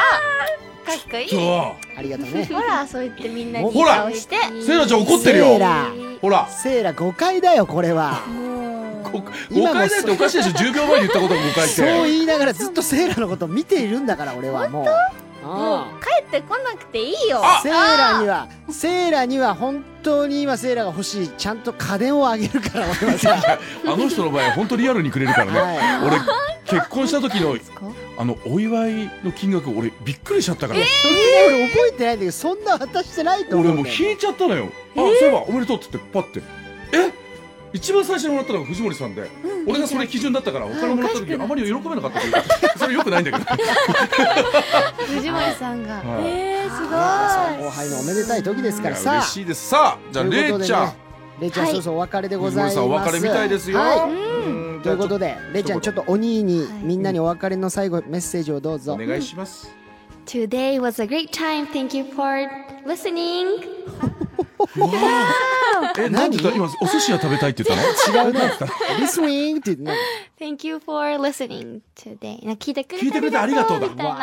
かっこいいそううんありがとうねほらそう言ってみんなにほら顔してセイラちゃん怒ってるセイよラほらセイラ誤解だよこれはもうこ誤今も解だっておかしいでしょ10秒前に言ったことが誤解っそうて言いながらずっとセイラのことを見ているんだから俺はもうもうあ帰ってこなくていいよあセイラにはセイラには本当に今セイラが欲しいちゃんと家電をあげるから俺はさ、あの人の場合は本当リアルにくれるから [LAUGHS] ね [LAUGHS] は俺結婚した時のあのお祝いの金額俺びっくりしちゃったから、い、それね俺覚えてないんだけどそんな渡してないと思俺うんもうだよ引いちゃったのよ、あそういえばおめでとうって言ってパッてえ一番最初にもらったのが藤森さんで、俺がそれ基準だったから他のもらった時あまり喜べなかったというかそれよくないんだけど、 [LAUGHS] 藤森さんがはい後輩のおめでたい時ですいかやらさ嬉しいですさあじゃあというれこといでちゃん、ねレイちゃん、はいそうそうお別れでご藤ざいま森すさんお別れみたいですよ、はいうんということででレイちゃんちょっとお兄にみんなにお別れの最後メッセージをどうぞ、お願いします、 Today was a great time thank you for listening えなんて言った今お寿司が食べたいって言ったの違うね [LAUGHS] リスウィンって言ってね thank you for listening today なんか聞いてくれて聞いてくれてありがとうだみたいなわ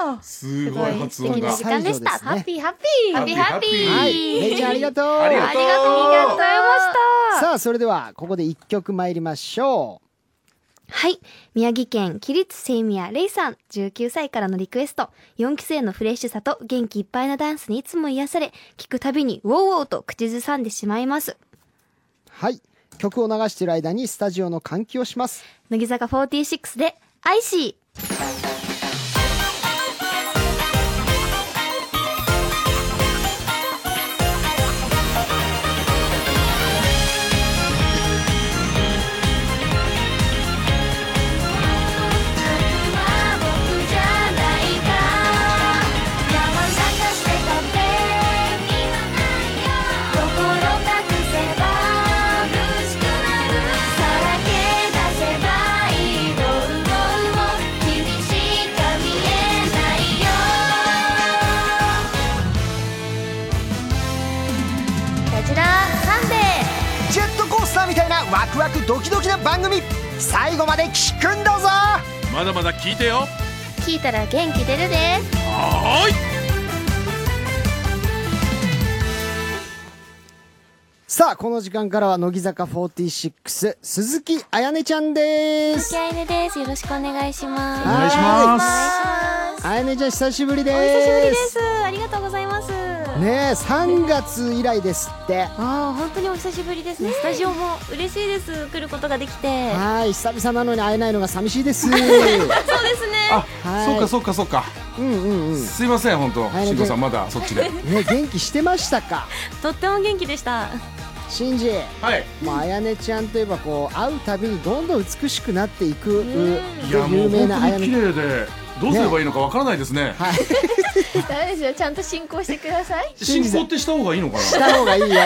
あすごい発音が素敵な時間でしたハッピーハッピーハッピーはいレイちゃんありがとうありがとうありがとうございましたさあそれではここで一曲参りましょはい。宮城県、起立セイミヤレイさん、19歳からのリクエスト。4期生のフレッシュさと元気いっぱいなダンスにいつも癒され、聞くたびにウォーウォーと口ずさんでしまいます。うはい曲を流している間にスタジオの換気をします乃木坂46で、アイシー。 「僕じゃないか」「まばたかしてたべた」「今ないよ」「心ワクワクドキドキな番組最後まで聞くんだぞまだまだ聞いてよ聞いたら元気出るではーいさあこの時間からは乃木坂46鈴木あやねちゃんです気合いねですよろしくお願いしますお願いしますあやねちゃん久しぶりです久しぶりですありがとうございますねえ3月以来ですってああ本当にお久しぶりですねスタジオも嬉しいです来ることができてはい久々なのに会えないのが寂しいです [LAUGHS] はそうですねあ、はいそうかそうかそうかいうんうんうんすいません本当はい慎吾さんまだそっ [LAUGHS] ちでね元気してましたかとっても元気でしたシンジはいもうあやねちゃんといえばこう会うたびにどんどん美しくなっていくでいやも有う名本なあや当にね綺ちゃん麗でどうすればいいのかわからないですねはいダメですよちゃんと進行してください進行ってした方がいい [LAUGHS] のかなした方がいいよ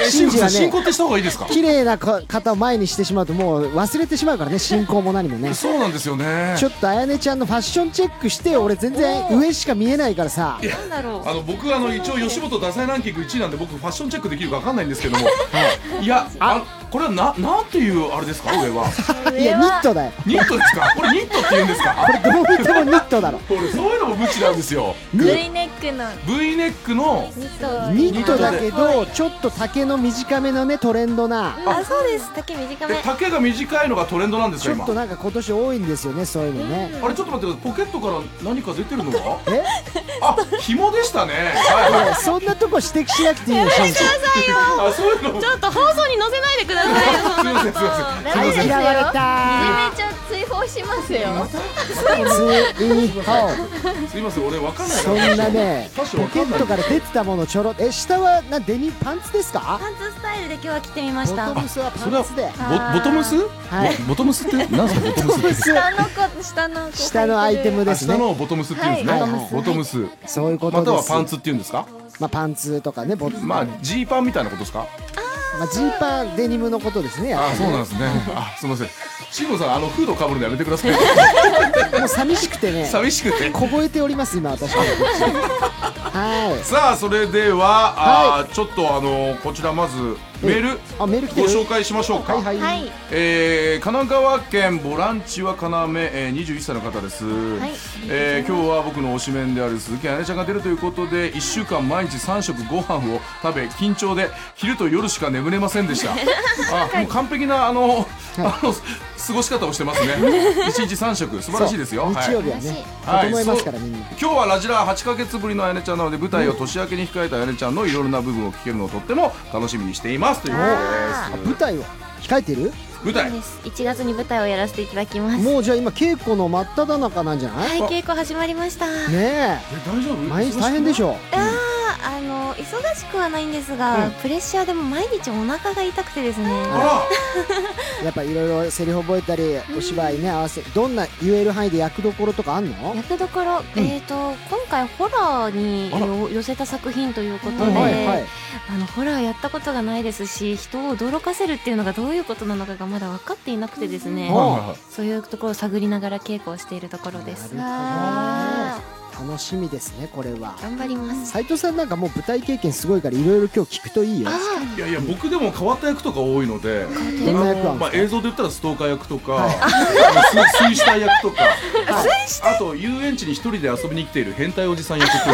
えシ慎ン吾ジさはん進ね行ってした方がいいですか綺麗なか方を前にしてしまうともう忘れてしまうからね進行も何もねそうなんですよねちょっとあやねちゃんのファッションチェックしてよ俺全然上しか見えないからさなんだろあの僕あの一応吉本ダサいランキング1位なんで僕ファッションチェックできるかわかんないんですけども、い、やあこれはななんていうあれですか上はいやニットだよニットですかこれニットって言うんですかこれどう見てもニットだろこれそういうのも無知なんですよ V ネックの V ネックのニットだけどちょっと丈の短めのねトレンドなあそうです丈短えめ丈が短いのがトレンドなんですちよょっ今となんか今年多いんですよねそういうのねあれちょっと待ってくださいポケットから何か出てるのがえあ紐でしたねはいはいそんなとこ指摘しなくていいよシンジあそういうのちょっと放送に載せないでくださいよすいませんすいませんすいません嫌われためちゃ追放しますよツイーホーすいません俺わかんないそんなねフポァッションわケかんなッいトから出てたものちょろえ下はなデニパンツですかパンツスタイルで今日は着てみまボしたトムスはパンツでボボトムス、はいボボトムスって何ですかボトムボトスっムてス下の子下の子下のアイテムで明す日ねのボトムスって言うんですね、はいはいボトムスそういうことまですたはパンツって言うんですかまあパンツとかねボトまあジーパンみたいなことですかまあジーパンデニムのことですねやっぱありそうなんですねあすみません慎吾さんあのフードかぶるのやめてくださいもう寂しくてね寂しくて凍えております今 [LAUGHS] 私ははいさあそれでは、あーちょっとあのこちらまずメールあメール来てごる紹介しましょうか、はいはい、はいえー神奈川県ボランチは要、えー、21歳の方です、えー今日は僕の推しメンである鈴木あやねちゃんが出るということで1週間毎日3食ご飯を食べ緊張で昼と夜しか眠れません [LAUGHS] でしたあもう完璧なあの、あの過ごし方をしてますね1日3 [LAUGHS] 食素晴らしいですよそうはい日曜日はね、はい整えますからそうみんな今日はラジラ8ヶ月ぶりのあやねちゃんなので舞台を年明けに控えたあやねちゃんのいろいろな部分を聞けるのをとっても楽しみにしていますというあことで舞台を控えてるす舞台です1月に舞台をやらせていただきますもうじゃあ今稽古の真っ只中なんじゃない、はい稽古始まりましたあねえ大丈夫え毎日大変でしょあの忙しくはないんですが、うんプレッシャーでも毎日お腹が痛くてですねあやっぱいろいろセリフ覚えたりお芝居ね合わせどんな言える範囲で役どころとかあんの役どころ、うんえっ、と今回ホラーにあらよ寄せた作品ということで、はいはいあのホラーやったことがないですし人を驚かせるっていうのがどういうことなのかがまだ分かっていなくてですね、うらんはいはいはいそういうところを探りながら稽古をしているところですなるほど楽しみですねこれは頑張ります斉藤さんなんかもう舞台経験すごいからいろいろ今日聞くといいよいやいや僕でも変わった役とか多いので、どんな役あのなんでますあか映像で言ったらストーカー役とか、あの水水死体役とか、あと遊園地に一人で遊びに来ている変態おじさん役とか、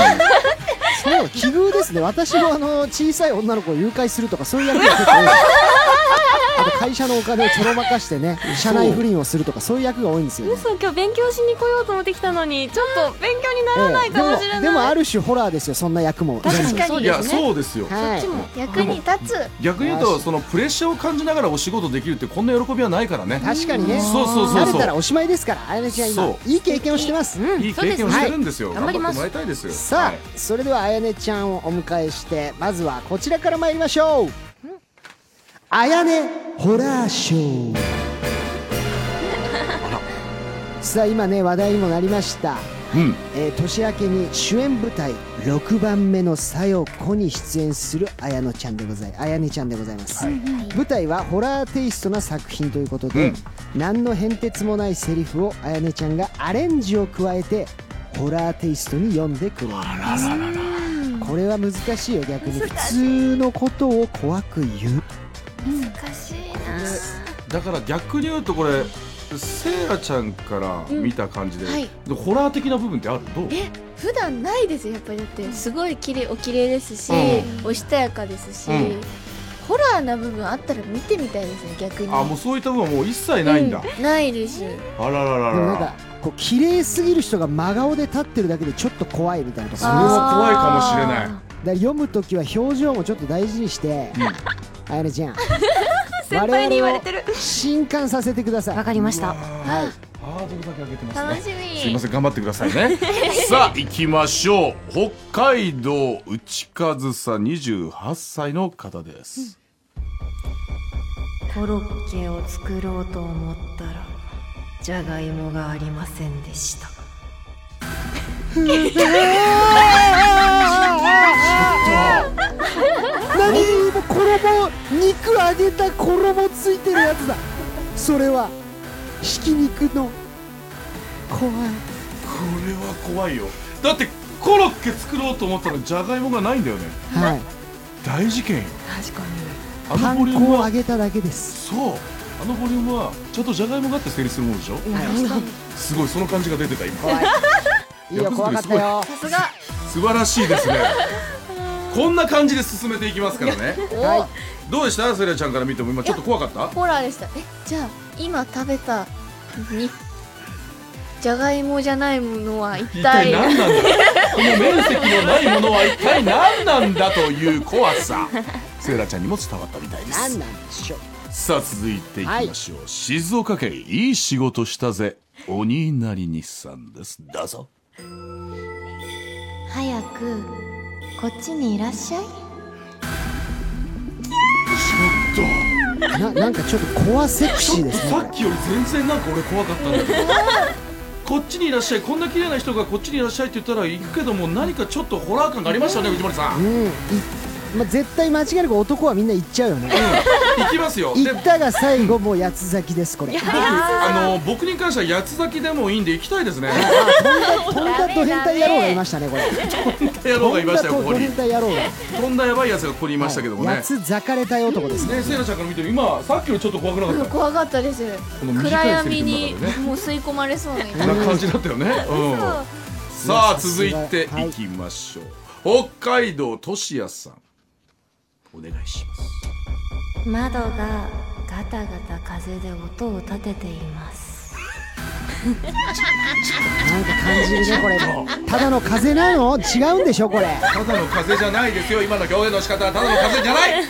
そう奇遇ですね私もあの小さい女の子を誘拐するとかそういう役が結構多いですあと会社のお金をちょろまかしてね社内不倫をするとかそういう役が多いんですよねそう今日勉強しに来ようと思ってきたのにちょっと勉強にならないかもしれない、でもでもある種ホラーですよそんな役も確かにいやそうですよ。はい役に立つ逆に言うとそのプレッシャーを感じながらお仕事できるってこんな喜びはないからね。確かにねそうそうそうそう慣れたらおしまいですからあやねちゃん今そいい経験をしてます、いい経験をしてるんですよ。そうですねは頑い張ってもらいたいですよ。さあ、はいそれではあやねちゃんをお迎えしてまずはこちらから参りましょうあやねホラーショー [LAUGHS] さあ今ね話題にもなりました、うんえー年明けに主演舞台6番目の「さよこ」に出演するあやのちゃんでございあやねちゃんでございます、舞台はホラーテイストな作品ということで、うん何の変哲もないセリフをあやねちゃんがアレンジを加えてホラーテイストに読んでくれるこれは難しいよ逆に普通のことを怖く言うしいだから逆に言うとこれセイラちゃんから見た感じで,、はいでホラー的な部分ってあるどうえ普段ないですよやっぱりだってすごい綺麗お綺麗ですし、うおしとやかですし、うんホラーな部分あったら見てみたいですね逆にあもうそういった部分はもう一切ないんだ、うないですあらららでもなんらかこう綺麗すぎる人が真顔で立ってるだけでちょっと怖いみたいなとこそれありますは怖いかもしれないだから読むときは表情もちょっと大事にして、あやねちゃん [LAUGHS] 先輩に言われてる震撼させてくださいわかりましたはいハードルだけ上げてます楽ねしみすいません頑張ってくださいねさあ行きましょう北海道内和さん28歳の方です、コロッケを作ろうと思ったらじゃがいもがありませんでした何も衣肉揚げた衣ついてるやつだそれはひき肉の怖いこれは怖いよだってコロッケ作ろうと思ったらじゃがいもがないんだよねはい大事件よ確かあパのボリューンム粉をは揚げただけですそうあのボリュームはちゃんとじゃがいもがあって成立するものでしょに確かにすごいその感じが出てた今いいよ怖かったよ素晴らしい [LAUGHS] ですねこんな感じで進めていきますからねはどうでしたセリアちゃんから見ても今ちょっと怖かったホラーでしたえじゃあ今食べたにじゃがいもじゃないものは一一体体何なんだこの面積のないものは一体何なんだという怖 [LAUGHS] さセイラちゃんにも伝わったみたいいで何すなんでしょう [LAUGHS] さあ続いていきましょう、静岡県いい仕事したぜ鬼なりにさんですどうぞ早くこっちにいらっしゃいちょなっなんかちょっと怖セクシーですねさこっきより全然なんか俺怖かったんだけどこっちにいらっしゃいこんな綺麗な人がこっちにいらっしゃいって言ったら行くけども何かちょっとホラー感がありましたね藤森されんうんいまあ、絶対間違いなく男はみんな行っちゃうよね行きますよで行ったが最後もう八つ咲きですこれ飛ん僕あの僕に関しては八つ咲きでもいいんで行きたいですねだ飛んだド変態野郎がいましたねこれ野郎がいましたよ飛こんだこドに変態野郎がとんだやばいやつがここにいましたけどもはいね八つ咲かれたい男ですねねセイラちゃんから見ても今さっきよりちょっと怖くなかった怖かったですこの短い暗セ闇リにフの中でねもう吸い込まれそうなこんな感じだったよねうんさあさす続がいていきましょう、北海道としやさんお願いし窓ますがガタガタ風で音を立てていますなんか感じるねこれただの風邪なの違うんでしょこれただの風じゃないですよ今の表現の仕方はただの風じゃない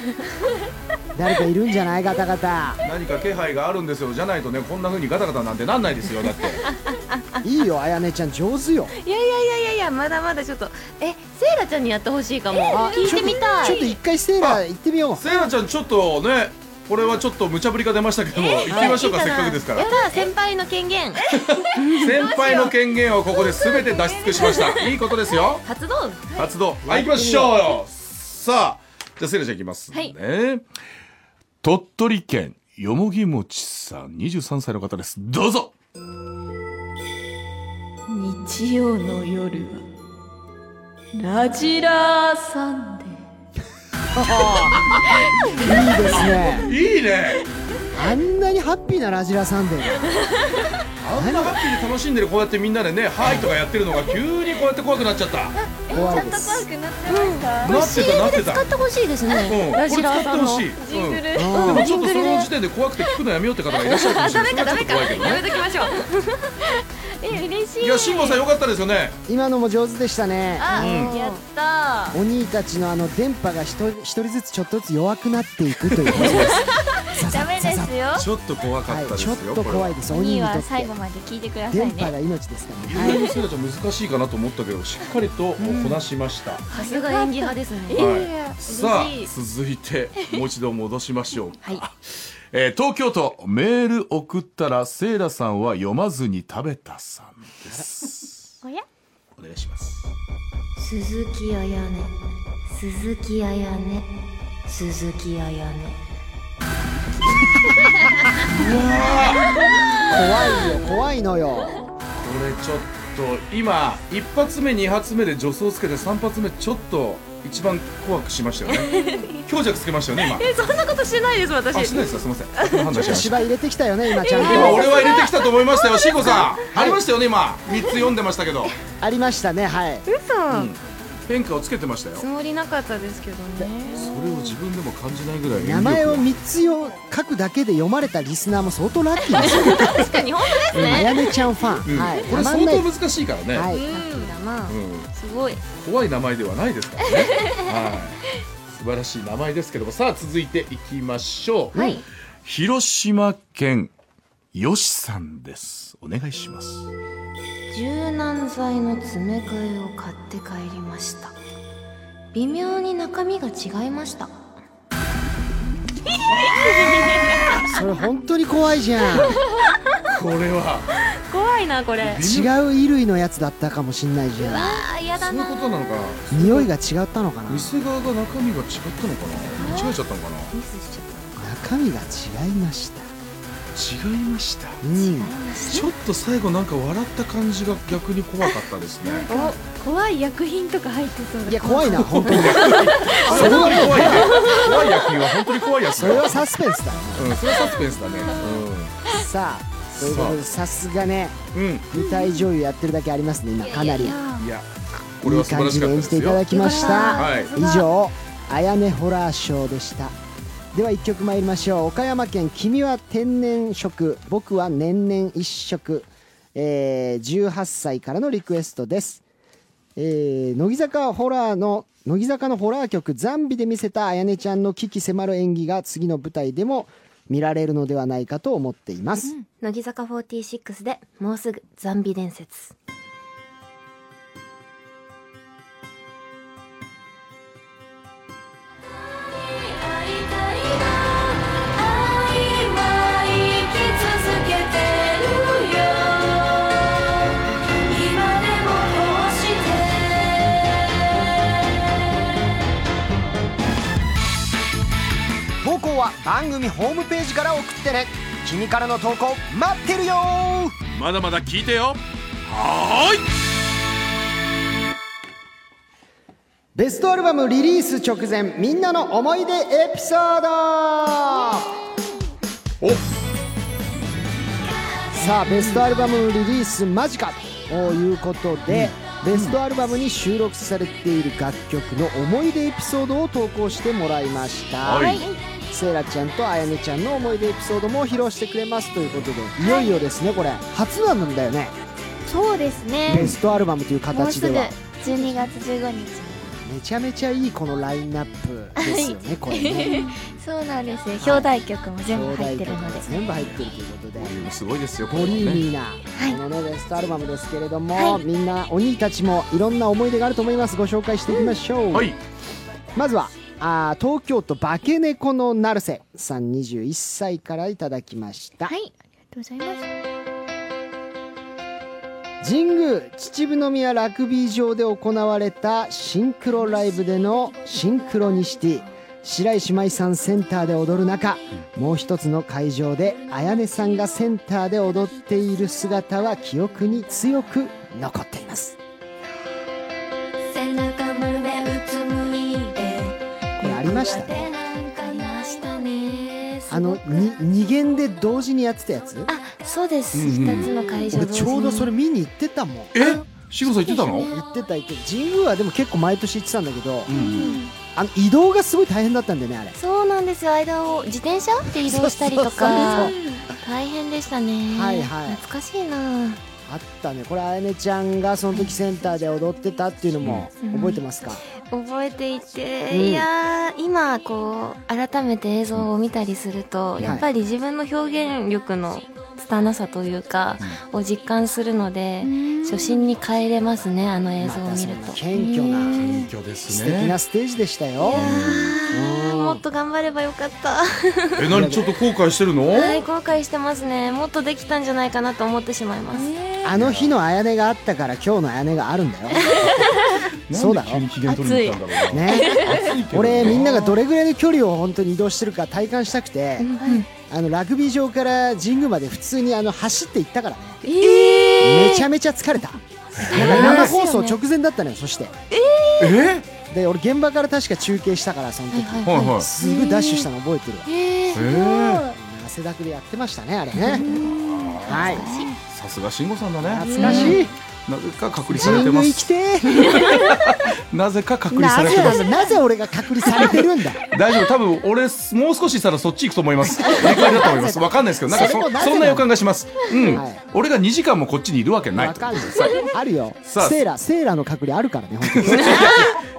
誰かいるんじゃないガタガタ何か気配があるんですよじゃないとねこんな風にガタガタなんてなんないですよだっていいよあやねちゃん上手よいやいやいやいやいやまだまだちょっとえセイラちゃんにやってほしいかもあ聞いてみたちょっとい一回セーラー行ってみようセイラちゃんちょっとねこれはちょっと無茶ぶりが出ましたけども行ってみましょうかせっかくですからやだ先輩の権限 [LAUGHS] 先輩の権限をここで全て出し尽くしましたいいことですよ発動活動はい行きましょうよさあじゃあセイラちゃん行きますね、はい鳥取県よもぎもちさん23歳の方ですどうぞ日曜の夜はラジラーサンデーいいですねいいねあんなにハッピーなラジラサンデーあんなハッピーで楽しんでるこうやってみんなでね「はい」とかやってるのが急にこうやって怖くなっちゃったな怖いですってたなってた使ってほしいですうん、ねこれラ使ジってラーさんほのしい、うん、でうんもちょっとその時点で怖くて聞くのやめようって方がいらっしゃるかもしれないダメかそれはちょっと怖いけどやねめときましょうえ嬉しいいや辛坊さんよかったですよね今のも上手でしたねうんやったお兄たちのあの電波が一人一人ずつちょっとずつ弱くなっていくということですダメですよちょっと怖かはっいたですちよ、ょっと怖いですお兄2にとはっ最て後まで聞いてくださ電い波ねが命ですからねこれは意外にセイラちゃん難しいかなと思ったけどしっかりとこなしました、さすが演技派ですねはい、さあ嬉続いてもう一度戻しましょうか、はいえー東京都メール送ったらセイラさんは読まずに食べたさんですおやお願いします鈴木あやね鈴木あやね鈴木あやね怖いよ怖いのよこれちょっと今一発目二発目で助走つけて三発目ちょっと一番怖くしましたよね [LAUGHS] 強弱つけましたよね今えそんなことしてないです私あしないですかすみま [LAUGHS] せん勝手な判断しました芝入れてきたよね今ちゃんと今俺は入れてきたと思いましたよシーコさんありましたよね今三つ読んでましたけどありましたねはい嘘変化をつけてましたよつもりなかったですけどねそれを自分でも感じないぐらい名前を3つよ書くだけで読まれたリスナーも相当ラッキーですよ確かに本当ですあねやねちゃんファン、うんはいこれたま相んない当難しいからね、はいうんだなうんすごい怖い名前ではないですからね、はい、素晴らしい名前ですけどもさあ続いていきましょう、はい広島県よしさんですお願いします柔軟剤の詰め替えを買って帰りました微妙に中身が違いましたそれ本当に怖いじゃんこれは怖いなこれ違う衣類のやつだったかもしんないじゃんあやだそういうなことなのか匂いが違ったのかな店側が中身が違ったのかな間違えちゃったのかなミスしちゃ中っ身が違いました違いましたうんちょっと最後なんか笑った感じが逆に怖かったですね怖い薬品とか入ってそうだいや怖い [LAUGHS] な本当にあ本当に怖いね怖い野球は本当に怖いやつそだよれはサスペンスだねうんそれはサスペンスだねさあということでさすがねうんうん舞台女優やってるだけありますね今かなりいいいやこれは素晴感らしじかでった演でじてすいただよきましはたい以上「あやねホラーショー」でしたでは1曲参りましょう岡山県「君は天然色僕は年々一色」えー、18歳からのリクエストですえー、乃木坂ホラーの乃木坂のホラー曲「ザンビ」で見せたあやねちゃんの危機迫る演技が次の舞台でも見られるのではないかと思っています、乃木坂46でもうすぐザンビ伝説会いたいな愛は生き続けてるよ今でもこう投稿は番組ホームページから送ってね君からの投稿待ってるよまだまだ聞いてよベストアルバムリリース直前みんなの思い出エピソードおさあベストアルバムのリリース間近ということで、ベストアルバムに収録されている楽曲の思い出エピソードを投稿してもらいました、はいセイラちゃんとあやねちゃんの思い出エピソードも披露してくれますということでいよいよですねこれ初なんだよねそうですベねストアルバムというもう形すでぐは12月15日めちゃめちゃいいこのラインナップですよねこれねそうなんですよ表題曲も全部入ってるので兄弟曲が全部入ってるということでボリュームすごいですよこボれリューねミーな、このねベストアルバムですけれども、みんなお兄たちもいろんな思い出があると思いますご紹介していきましょう、はいまずはあー東京都化け猫の成瀬さん21歳からいただきました、はいありがとうございます神宮秩父宮ラグビー場で行われたシンクロライブでのシンクロニシティ白石麻衣さんセンターで踊る中もう一つの会場で綾音さんがセンターで踊っている姿は記憶に強く残っています背中丸めうつむいてこれありましたねありましたねあのに二弦で同時にやってたやつそうですうんうん二つの会場俺ちょうどそれ見に行ってたもんえシーコさん言ってたの行ってた行ってた神宮はでも結構毎年行ってたんだけどうんあの移動がすごい大変だったんだよねあれそうなんですよ間を自転車で移動したりとそうか大変でしたねはいはい懐かしいなあったねこれあやねちゃんがその時センターで踊ってたっていうのも覚えてますか、覚えていて、うんいやー今こう改めて映像を見たりすると、はいやっぱり自分の表現力の拙さというか、を実感するので、初心に帰れますねあの映像を見るまたと、その謙虚な謙虚です素ね敵なステージでしたよ、あーもっと頑張ればよかったえ何ちょっと後悔してるのはい後悔してますねもっとできたんじゃないかなと思ってしまいます、あの日のあやねがあったから今日のあやねがあるんだよそうだろなんで急に機嫌取りに行ったんだろうなね暑いけどな俺みんながどれぐらいの距離を本当に移動してるか体感したくて、あのラグビー場から神宮まで普通にあの走って行ったからね、めちゃめちゃ疲れた、なんか生放送直前だったのよそしてえで俺現場から確か中継したからその時、はいはいはいすぐダッシュしたの覚えてるわ、ええー汗だくでやってましたねあれねはいさすが慎吾さんだね懐かしいなぜか隔離自されて分がま生きすてーなぜか隔離さなれてぜまなすのなぜ俺が隔離されてるんだ大丈夫多分俺もう少ししたらそっち行くと思 [LAUGHS] います正解だと思いますわかんないですけどなんかそれもそなぜなのそんな予感がしますうん、はい俺が2時間もこっちにいるわけないわかんないさあるよさあセーラセーラの隔離あるからね本当に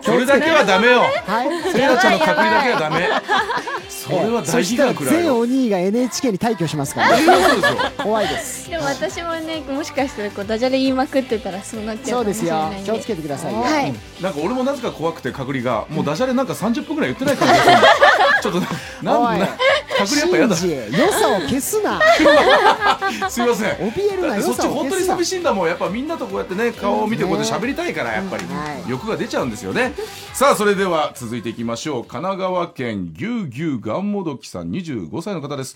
それだけはダメよはいセイラちゃんの隔離だけはダメそれはそ大し事たらだくらい全よお兄が NHK に退去しますから、 [LAUGHS] そね、うですよ怖いですでも私もねもしかしたらこうダジャレ言いまくってたらそうなっちゃそううかでもしすれよないんで気をつけてくださいよ、はいなんか俺もなぜか怖くて隔離がもうダジャレなんか30分ぐらい言ってない感じがするんだちょっとなおないんな隔離やっぱやだシンジ良さを消すな [LAUGHS] すいません怯えるだっなてそ良っちさを本消当にすな寂しいんだもんやっぱみんなとこうやってね顔を見てこうやって喋りたいからやっぱり、はい欲が出ちゃうんですよね [LAUGHS] さあそれでは続いていきましょう神奈川県ぎゅうぎゅうがんもどきさん25歳の方です、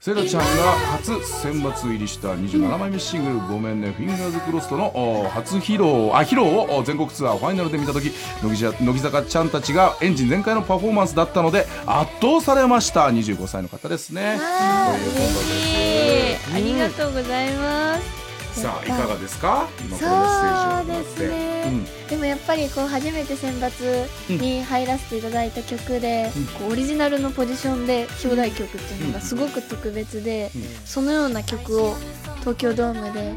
セイラちゃんが初選抜入りした27枚目シングル「ごめんねフィンガーズクロストの」お初披露あ披露をお全国ツアーファイナルで見た時乃木じゃ乃木坂ちゃんたちがエンジン全開のパフォーマンスだったので圧倒されました25歳の方ですねということでありがとうございますさあいかがですか今こそうれでですステージを回ってね、でもやっぱりこう初めて選抜に入らせていただいた曲で、こうオリジナルのポジションで表題曲っていうのがすごく特別で、そのような曲を東京ドームで、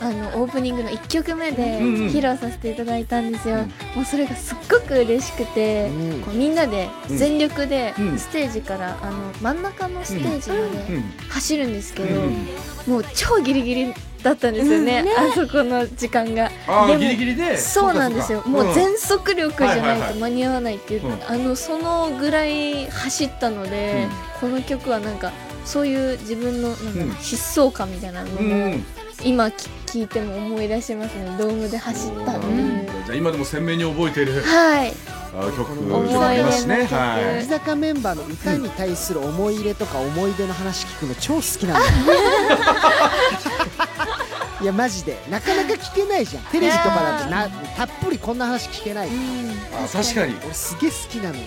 あのオープニングの1曲目でうんうん披露させていただいたんですよ、うんもうそれがすっごく嬉しくて、 [LAUGHS] うんこうみんなで全力でうんステージから、あの真ん中のステージまうんで走るんですけど、うんもう超ギリギリだったんですよね,、あそこの時間が。あーでもギリギリでそうなんですよ、もう全速力じゃはいはないはいいと間に合わないっていう、うんあのそのぐらい走ったので、この曲はなんかそういう自分のなんかうん疾走感みたいなのも、うんうん今聴いても思い出しますねドームで走ったっていう、じゃあ今でも鮮明に覚えているはいあー曲思い出の曲でもありますしねは乃木い坂メンバーの歌に対する思い入れとか思い出の話聞くの超好きなんだよ [LAUGHS] いやマジでなかなか聞けないじゃんテレビとかだとなたっぷりこんな話聞けないあ確かに俺すげえ好きなのよ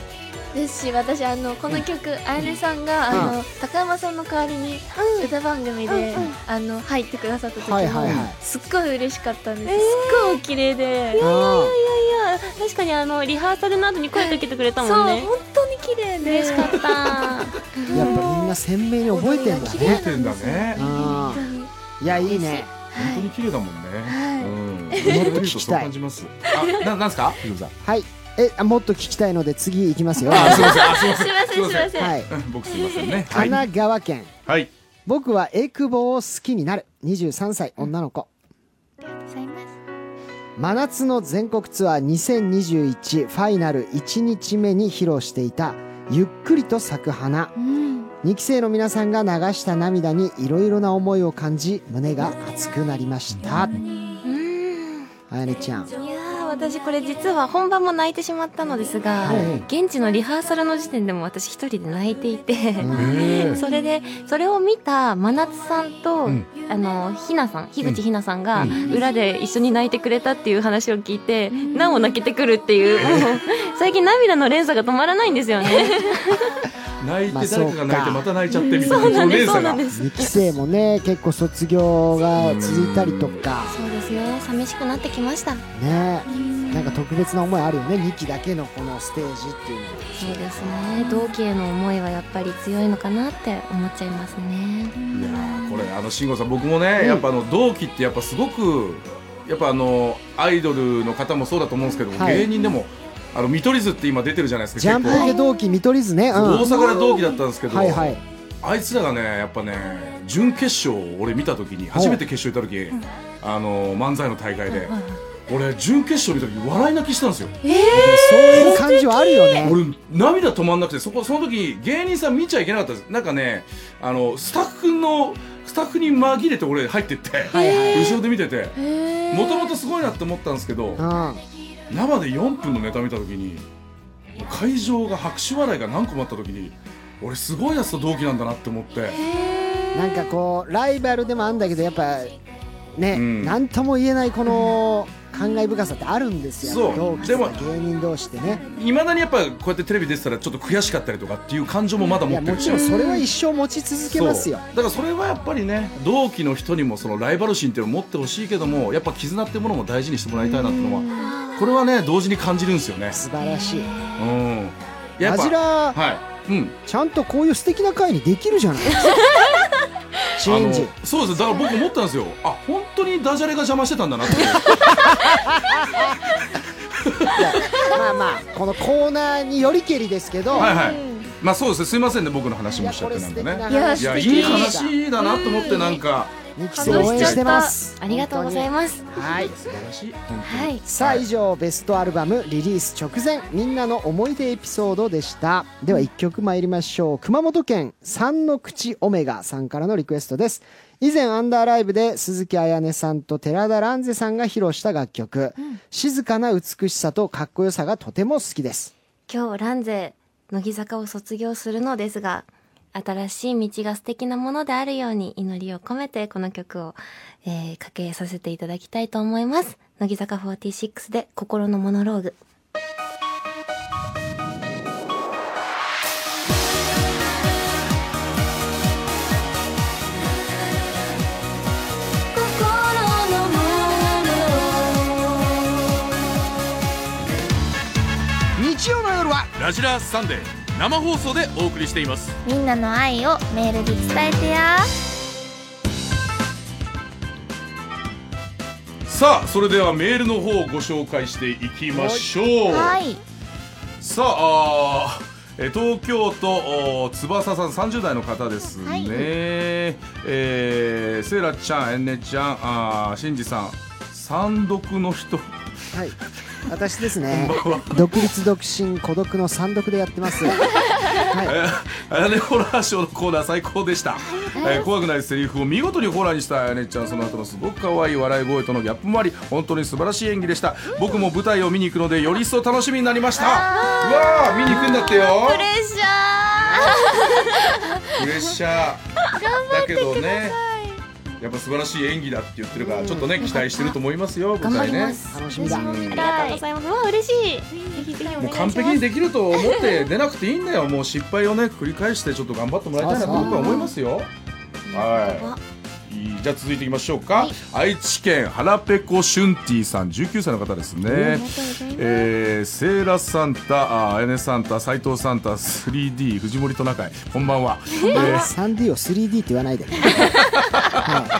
ですし私あのこの曲、あやねさんが、あの高山さんの代わりに歌番組で、あの入ってくださった時も、はいはいはいすっごい嬉しかったんです、すっごいお綺麗で、あいや確かにあのリハーサルの後に声かけてくれたそうもんね本当に綺麗で嬉しかったーやっぱみんな鮮明に覚えてんだ覚えねてんだねあーいやいいね本当に綺麗だもんねいうん見るとそう感じますあななんすか藤野さんはいえあもっと聞きたいので次行きますよあはすいませんあすいませんすいませんすいませんいうん僕すいませんね神はい奈川県はい僕はエクボを好きになる23歳女の子真夏の全国ツアー2021ファイナル1日目に披露していた「ゆっくりと咲く花」2期生の皆さんが流した涙にいろいろな思いを感じ胸が熱くなりましたあやねちゃ [LAUGHS] んいやー私これ実は本番も泣いてしまったのですが、現地のリハーサルの時点でも私一人で泣いていて、それでそれを見た真夏さんと、うんあのひなさん樋口ひなさんが裏で一緒に泣いてくれたっていう話を聞いて、なお泣けてくるっていう、もう最近涙の連鎖が止まらないんですよね泣いまあて誰かがそ泣いてうかまた泣いちゃってみたいそうなんです連そう鎖ながんです2期生もね結構卒業が続いたりとかそうですね寂しくなってきましたねなんか特別な思いあるよね2期だけのこのステージっていうのはそうですね同期への思いはやっぱり強いのかなって思っちゃいますねいやーこれあの慎吾さん僕もね、やっぱあの同期ってやっぱすごくやっぱあのアイドルの方もそうだと思うんですけど、はい芸人でもあの見取り図って今出てるじゃないですかジャンプ系同期見取り図ね、うん、大は阪で同期だったんですけど、いはいあいつらがねやっぱね準決勝を俺見た時に初めて決勝行った時、あの漫才の大会で、俺準決勝見た時笑い泣きしたんですよ、そういう感じはあるよね俺涙止まんなくてそこその時芸人さん見ちゃいけなかったんですなんかねあのスタッフのスタッフに紛れて俺入ってって、はいはい後ろで見ててもともとすごいなって思ったんですけどうん生で4分のネタ見た時にもう会場が拍手笑いが何個もあった時に俺すごいやつと同期なんだなって思ってなんかこうライバルでもあるんだけどやっぱね、うんなんとも言えないこの感慨深さってあるんですよそう同期でともか芸人同士ってねいまだにやっぱこうやってテレビ出てたらちょっと悔しかったりとかっていう感情もまだい持やってもるちろんそれは一生持ち続けますよそうだからそれはやっぱりね同期の人にもそのライバル心っていうのを持ってほしいけどもやっぱ絆っていうものも大事にしてもらいたいなっていうのはこれはね同時に感じるんですよね素晴らしいうんやラっぱジラはいうんちゃんとこういう素敵な会にできるじゃ [LAUGHS] ないですかチェンジあのそうですだから僕思ったんですよあ本当にダジャレが邪魔してたんだ [LAUGHS] なってまあまあこのコーナーによりけりですけど、はいはいまあそうですねすいませんね僕の話いもやしちゃこっれてな素んか敵なねいや話いやいい話だなと思ってなんか二期生応援してますありがとうございまます。すはい素晴らしいはい。さあ以上ベストアルバムリリース直前みんなの思い出エピソードでしたでは1曲参りましょう熊本県三の口オメガさんからのリクエストです以前アンダーライブで鈴木彩音さんと寺田蘭世さんが披露した楽曲、静かな美しさとかっこよさがとても好きです今日ランゼ乃木坂を卒業するのですが新しい道が素敵なものであるように祈りを込めてこの曲を、えー、かけさせていただきたいと思います乃木坂46で心のモノローグ心のも日曜の夜はラジラーサンデー生放送でお送りしていますみんなの愛をメールで伝えてやさあそれではメールの方をご紹介していきましょうはいさああーえー東京都おー翼さん30代の方ですね、はいえーセイラちゃんえんねちゃんあーシンジさん三読の人はい私ですね [LAUGHS] 独立独身孤独の三独でやってますあやねホラーショーのコーナー最高でした、えー怖くないセリフを見事にホラーにしたあやねちゃんその後のすごく可愛い笑い声とのギャップもあり本当に素晴らしい演技でした僕も舞台を見に行くのでより一層楽しみになりましたうわあ見に行くんだってよプレッシャプレッシャーだけどねやっぱ素晴らしい演技だって言ってるから、ちょっとね期待してると思いますよ頑舞台張りねます、楽しみだありがとうございますうわ嬉しいぜひぜひお願いしもうます完璧にできると思って出なくていいんだよもう失敗をね繰り返してちょっと頑張ってもらいたいなと僕は思いますよはいいいじゃあ続いていきましょうか、愛知県腹ペコシュンティさん19歳の方ですね、えー、セーラサンタあーあやねサンタ斎藤サンタ 3D 藤森トナカイこんばんは、えー 3D を 3D って言わないでねは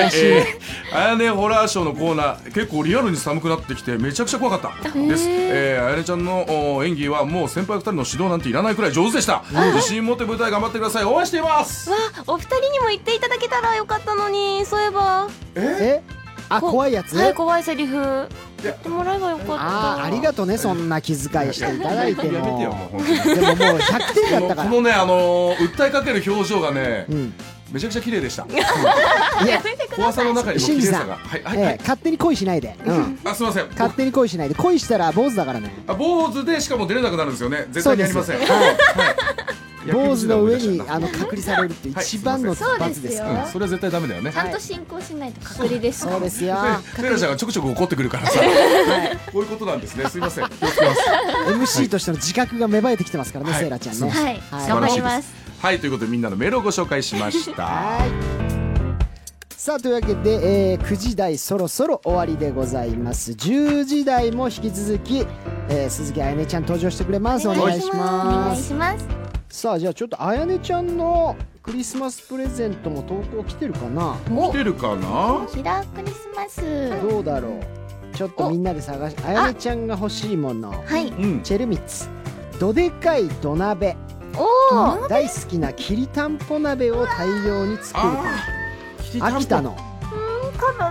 い、えー、あやねホラーショーのコーナー結構リアルに寒くなってきてめちゃくちゃ怖かったです、えー、あやねちゃんのお演技はもう先輩二人の指導なんていらないくらい上手でした自信持って舞台頑張ってください応援していますわお二人にも言っていただけたらよかったのにそういえばえあ怖いやつ、はい怖いセリフ言ってもらえばよかったああありがとうねそんな気遣いしていただいてやめてよももう本当にでももう100点だこったのかこらのねあのー訴えかける表情がね、うんめちゃくちゃ綺麗で [LAUGHS] したいや、怖さの中にも綺新麗次ささん、がはいはい、はええい、勝手に恋しないで、うん、あすいません勝手に恋しないで恋したら坊主だからねあ坊主でしかも出れなくなるんですよね絶対にやりませんそうですはいはい [LAUGHS] 坊主の上にやあの隔離されるって一番の罰ですかうら、んそれは絶対ダメだよねちゃんと進行しないと隔離ですそうですよ [LAUGHS] セラちゃんがちょくちょく怒ってくるからさ、こういうことなんですね。すいませ [LAUGHS] ん。気をつけます。 MC としての自覚が芽生えてきてますからね、はいセイラちゃんそうねでーはいはい頑張り素晴らましいすですはい、ということでみんなのメールをご紹介しました。はい。さあというわけで、えー9時台そろそろ終わりでございます10時台も引き続き、えー鈴木あやねちゃん登場してくれますお願いしおま願いすしますさあじゃあちょっとあやねちゃんのクリスマスプレゼントも投稿来てるかな来てるかな？キラークリスマスどうだろうちょっとみんなで探しあやねちゃんが欲しいものはいうん。チェルミツどでかい土鍋おお大好きなきりたんぽ鍋を大量に作るあー秋田。の食べ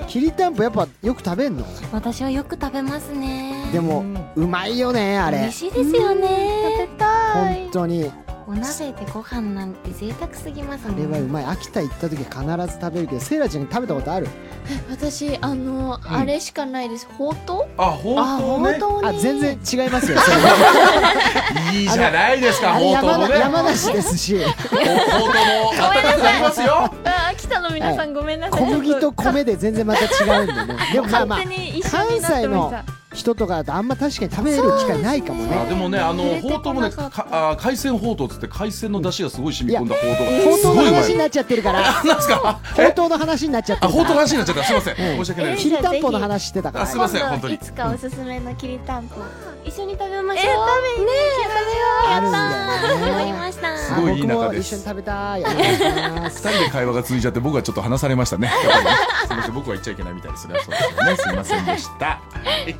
たきりたんぽやっぱよく食べんの私はよく食べますねでもうまいよねあ美れ味しいですよね食べたい本当にお鍋でご飯なんて贅沢すぎますあれはうねまい秋田行った時は必ず食べるけどセイラちゃんに食べたことある私あのあれしかないですほうとあ、ほうとあ全然違います [LAUGHS] よそれうね。いいじゃないですか、あれほうとう山なもね。 [LAUGHS] 山梨ですしほうとうも買ったくなりますよ。うあー秋秋田の皆さんごめんなさい小麦と米で全然また違うんでねでもまあまあ勝手に一緒になってました人とかだとあんま確かに食べれる機会ないかもあねでもねあの触れてほうとうもねこなかかったあ海鮮ほうとうっつって海鮮の出汁がすごい染み込んだほうとほうがうすとうごのいうま話にいなっちゃってるから [LAUGHS] あなんすかほうとうの話になっちゃってあるほうとうのから話になっちゃったすいません申し訳ないですきりたんぽの話してたからあすいません本当にいつかおすすめのきりたんぽ一緒に食べまえー、食べに行しきましょうょう。あるんだよわかりねました。すごいいあい中僕もで一緒にす食べたいお願いします二人で会話が通じちゃって僕はちょっと話されましたねやっぱりねすいません僕は言っちゃいけないみたいですねそうですよねすいませんでしたはい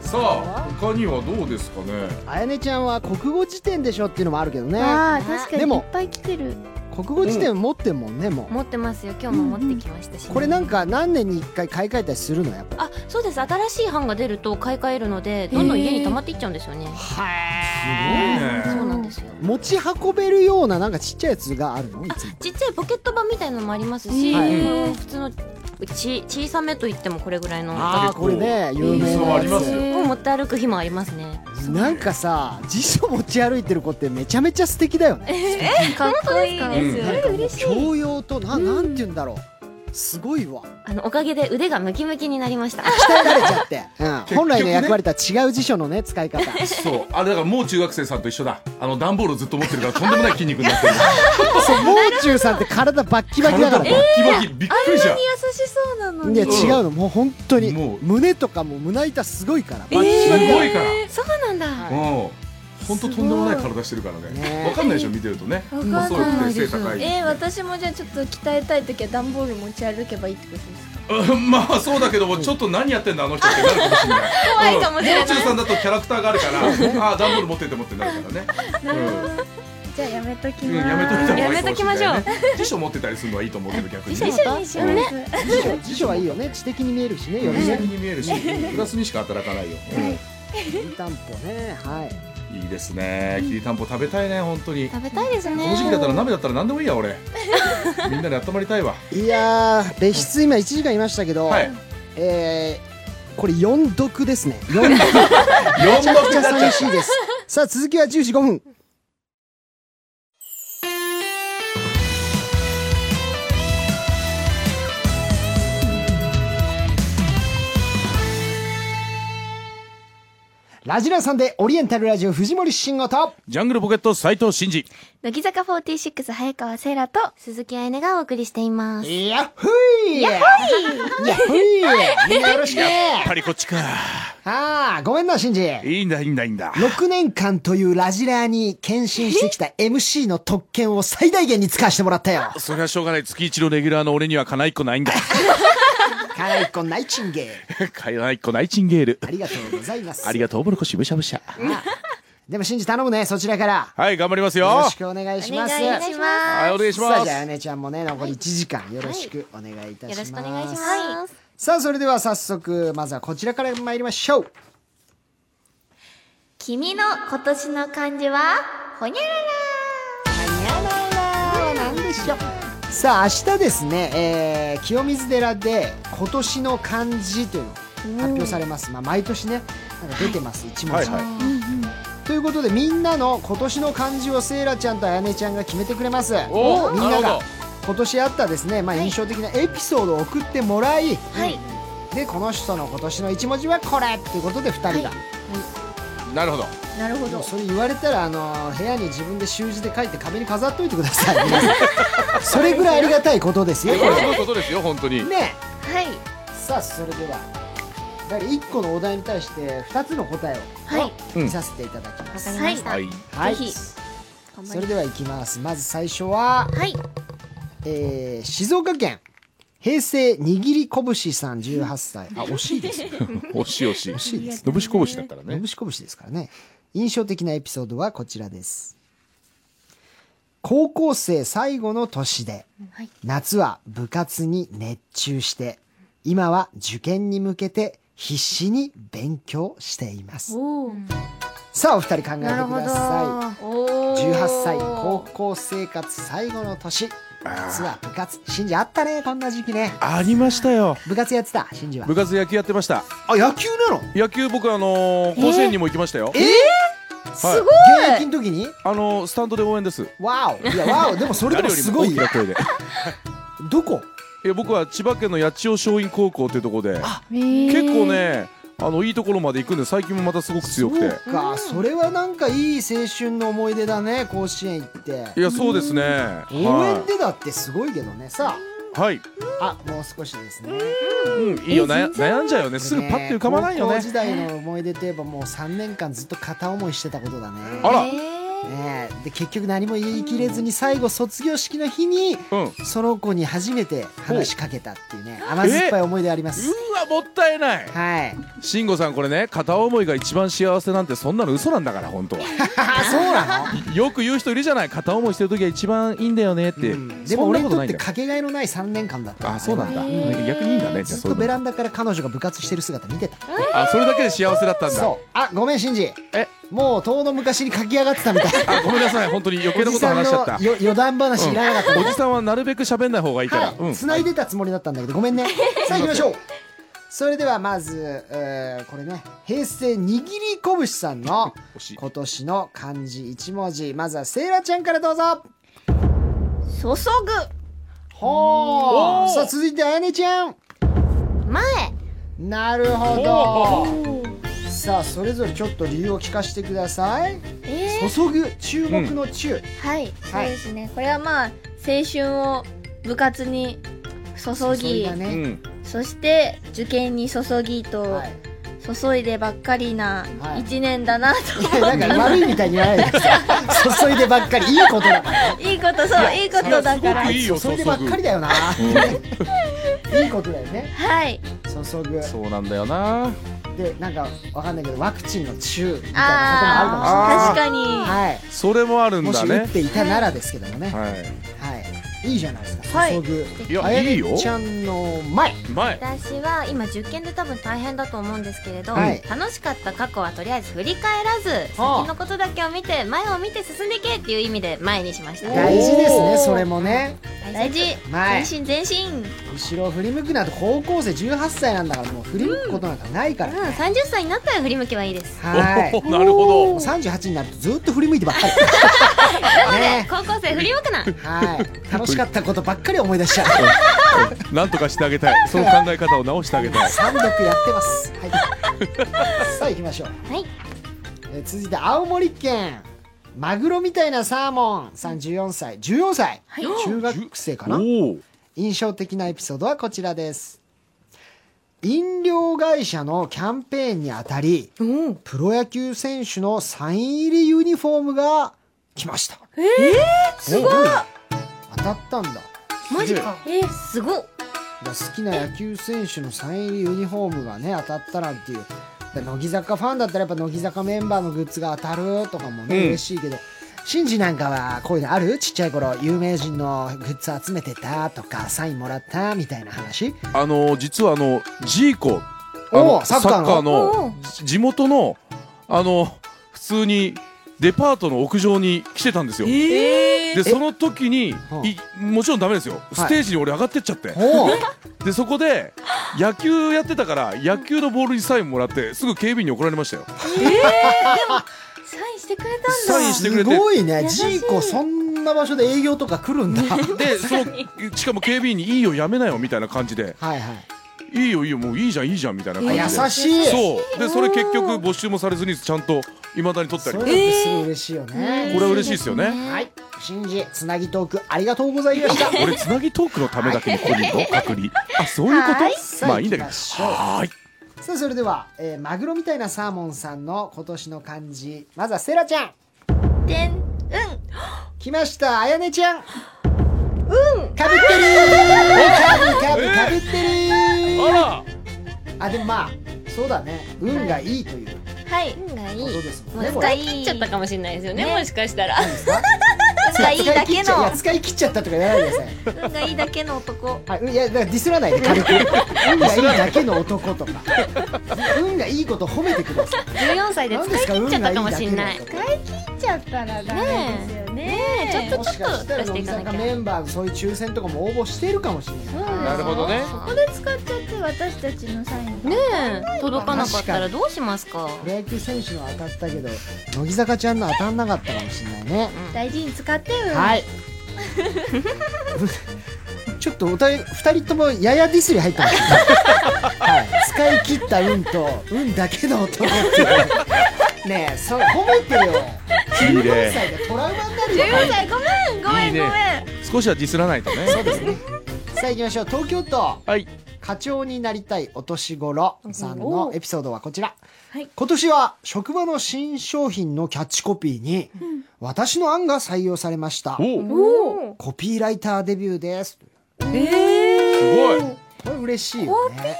さあ他にはどうですかねあやねちゃんは国語辞典でしょっていうのもあるけどねあー確かにでいもっぱい来てる国語辞典持ってんもんねも持ってますよ。今日も持ってきましたし、うこれなんか何年に一回買い替えたりするのやっぱあ、そうです。新しい版が出ると買い替えるので、どんどん家に溜まっていっちゃうんですよね。ねそうなんですよ。持ち運べるようななんかちっちゃいやつがあるのいつもちっちゃいポケット版みたいなのもありますし、はいうん普通のち小さめといってもこれぐらいのああこれね有名なそうありまやすよを持って歩く日もありますね。つなんかさ辞書持ち歩いてる子ってめちゃめちゃ素敵だよねかっこいいですうんなんかもう教養とななんて言うんだろうすごいわあのおかげで腕がムキムキになりました。鍛えられちゃって、うん、局ね本来の役割とは違う辞書のね使い方そうあれだからもう中学生さんと一緒だあの段ボールをずっと持ってるからとんでもない筋肉になってるそうもう中さんって体バッキバキだか体らバッねキバキびっくりじゃ優んしそうなのいや違うのもう本当にもう胸とかも胸板すごいからバッキバすキだからごいからそうなんだ。うん本当とんでもない体してるからねねわかんないでしょ見てるとねわかんない細くて背高いえー、私もじゃあちょっと鍛えたい時は段ボール持ち歩けばいいってことですかうんまあそうだけどもちょっと何やってんだあの人ってなるかもしれない怖いかもしれない、うん、中さんだとキャラクターがあるからああ段ボール持っててもってなるからねじゃあやめときうん、まうん、やめといすた方がいいかもしれない、ね、やめときましょう辞書持ってたりするのはいいと思うけど逆に辞ね書だ一緒にします辞書辞書はいいよね知的に見えるしねよよりりねに見えるしプラスにしか働かないよ、きりたんぽねはいうん、いいですねきりたんぽ食べたいね本当にこ食べたいですね。の時期だったら鍋だったら何でもいいや俺みんなで温まりたいわいやー別室今1時間いましたけど、はいえー、これ4読です [LAUGHS] ね4読4めちゃくちゃだ寂しいですさあ続きは10時5分ラジラさんでオリエンタルラジオ藤森慎吾とジャングルポケット斉藤真二乃木坂46早川せいらと鈴木あやねがお送りしています。ヤッホーヤッホーヤッホーみんなよろしくやっぱりこっちかああごめんなシンジいいんだいいんだいいんだ6年間というラジラーに献身してきた MC の特権を最大限に使わせてもらった [LAUGHS] よ。それはしょうがない月一のレギュラーの俺にはかないっこないんだカライコナイチンゲール。かないっこナイチンゲールありがとうございます。ありがとうぼるこしぶしゃぶしゃでも、シンジ頼むね、そちらから。はい頑張りますよよろはしくお願いします。お願いしまいお願いしさあ、まじゃあ、あすやねちゃんもね、残り1時間、よろしくお願いいたします。よろしくお願いします。さあ、それでは早速、まずはこちらから参りましょう。君の今年の漢字はほにゃらさあ、明日ですね、えー清水寺で今年の漢字というのが発表されます。まあ、毎年ね、なんか出てます、一文はい字。はいということでみんなの今年の漢字をセイラちゃんとあやねちゃんが決めてくれますおーみんななるがほど今年あったですね、まあ、印象的なエピソードを送ってもらい、はいでこの人の今年の一文字はこれっていうことで2人が、なるほどらなるほもうそれ言われたら、あのー部屋に自分で習字で書いて壁に飾っといてください皆さん [LAUGHS] それぐらいありがたいことですよここれれすごいことですよ本当にねはいさあそれではだから1個のお題に対して2つの答えはをい見させていただきます、はいはいはいぜひそれではいきますまず最初ははいえー静岡県平成握り拳さん18歳あ惜しいですねおしおしおしのぶしこぶしだったらのぶし拳ですからね印象的なエピソードはこちらです高校生最後の年で、夏は部活に熱中して今は受験に向けて必死に勉強していますさあお二人考えてください18歳高校生活最後の年実は部活新次あったねこんな時期ねありましたよ部活やってた新次は部活野球やってましたあ野球なの野球僕あのー甲子園にも行きましたよえーすごい現役の時にあのースタンドで応援ですわおいやわおでもそれでもすごい誰よよりも大きな声でどこえ僕は千葉県の八千代松陰高校っていうところで結結構ねあのいいところまで行くんで最近もまたすごく強くてそうかそれはなんかいい青春の思い出だね甲子園行っていやそうですね応は援でだってすごいけどねさい、はいああもう少しですねうん、いいよ悩悩んじゃうよねすぐパッて浮かばないよ高ね校時代の思い出といえばもう3年間ずっと片思いしてたことだねあら、ねえで結局何も言い切れずに最後卒業式の日にうん、うわその子に初めて話しかけたっていうね甘酸っぱい思い出ありますもったいないはい慎吾さんこれね片思いが一番幸せなんてそんなの嘘なんだから本当はあそうなのよく言う人いるじゃない片思いしてる時が一番いいんだよねって、うんでそもん俺なにこととなっいんてだかけがえのない3年間だったあそうなんだ、逆にいいんだねじゃあずっそういとうのベランダから彼女が部活してる姿見てたあそれだけで幸せだったんだそうあごめんシンジえもう遠の昔に駆け上がってたみたいあごめんなさい本当に余計なおこじとさんの話しちゃったよ余談話いらなかったおじさんはなるべく喋んない方がいいから、はうい、ん繋いでたつもりだったんだけどごめんね [LAUGHS] さあ行きましょうそれではまず、えーこれね平成握り拳さんの惜しい今年の漢字1文字まずはセイラちゃんからどうぞ注ほうおーさあ続いてあやねちゃんぐ前なるほどさあそれぞれちょっと理由を聞かせてくださいえー、注ぐ注目の注、はいそうですねこれはまあ青春を部活に注注ぎだうね、ん、そして受験に注ぎとはい注いでばっかりなはい一年だなと、いやなんか悪いみたいに言わないでください注いでばっかりいいことだからい、いことそういいことだすごからくいいよ注注いぐでばっかりだよないいことだよねはい注ぐそうなんだよなでなんかわかんないけどワクチンの中みたいなあこともあるかもしーれない確かにはいそれもあるんもだし打っねていたならですけどもねははいいいいじゃないですかは注いぐいあややいいよねちゃんの前前私は今受験で多分大変だと思うんですけれど、はい楽しかった過去はとりあえず振り返らずはあ先のことだけを見て前を見て進んでいけっていう意味で前にしました大事ですねそれもね大事前全身全身後ろを振り向くなんて高校生18歳なんだからもう振り向くことなんかないかうらん30歳になったら振り向きはいいですはいおなるほもう38になるとずっと振り向いてばっかり [LAUGHS] ね高校生振り向くなはい楽しかったことばっかり思い出しちゃうどなんとかしてあげたいその考え方を直してあげたい三読やってますはいさあ行きましょうはいえー続いて青森県マグロみたいなサーモンさん14歳14歳、中学生かなおお印象的なエピソードはこちらです飲料会社のキャンペーンにあたりプロ野球選手のサイン入りユニフォームが来ましたえすごい当たったんだマジかえすごだっ好きな野球選手のサイン入りユニフォームがね当たったなんていうだ乃木坂ファンだったらやっぱ乃木坂メンバーのグッズが当たるとかもね、うん嬉しいけどシンジなんかはこういうのあるちっちゃい頃有名人のグッズ集めてたとかサインもらったみたいな話あのー実はあのジーコあおのおサッカーのおのうじ地元のあの普通にデパートの屋上に来てたんですよ、でその時にはあいもちろんダメですよいステージに俺上がってっちゃって、おおでそこで野球やってたから野球のボールにサインもらってすぐ警備員に怒られましたよサインしてくれ [LAUGHS] サインしてくすれてごいねジーコそんな場所で営業とか来 [LAUGHS] るんだは [LAUGHS] でそのしかも警備員に「いいよやめなよ」みたいな感じでいはい「いいよいいよもういいじゃんいいじゃん」みたいな感じで、優しいそうでそれ結局募集もされずにちゃんといまだに取ったそれりだこってすごい嬉しいよね、れは嬉しいですよねはいシンジつなぎトークありがとうございました [LAUGHS] 俺つなぎトークのためだけにここにいるの隔離あそういうことまあいいんだけどさあ行きましょうはーいさあそれでは、えーマグロみたいなサーモンさんの今年の漢字まずはセラちゃんでんうん来ましたあやねちゃんうんかぶってるーかぶかぶかぶってるーああでもまあそうだね運がいいというはいがいこいとですもんね、こもう使れい切っちゃったかもしれないですよねもしかしたら運がいいだ使けい切っちゃいやの使い切っちゃったとか言わないでください運がいいだけの男はいうん、いやだからディスらないで軽く運がいいだけの男とか運がいいこと褒めてください14歳で何使ですいか切っ運ちゃっがたいいかもだしけれのない男切っちゃったらダメですよねねえちょっもとしちょかっとしたら出して乃い木かな坂きゃメンバーがそういう抽選とかも応募してるかもしれないあなるほどねそこで使っちゃって私たちのサインがねえ届かなかったらどうしますかプロ野球選手の当たったけど乃木坂ちゃんの当たんなかったかもしれないね、大事に使ってよ、はいちちょっとお互い2人ともややディスり入ったんですよ、はい、使い切った運と運だけの男っていうねえそれ褒めてよいい14ね歳がトラウマになるよ14歳ごめんごめんごめんいいね少しはディスらないとねそうですねさあ行きましょう東京都はい課長になりたいお年頃さんのエピソードはこちら、はい今年は職場の新商品のキャッチコピーに、私の案が採用されましたおおおおコピーライターデビューですええすごいこれ嬉しいよねラ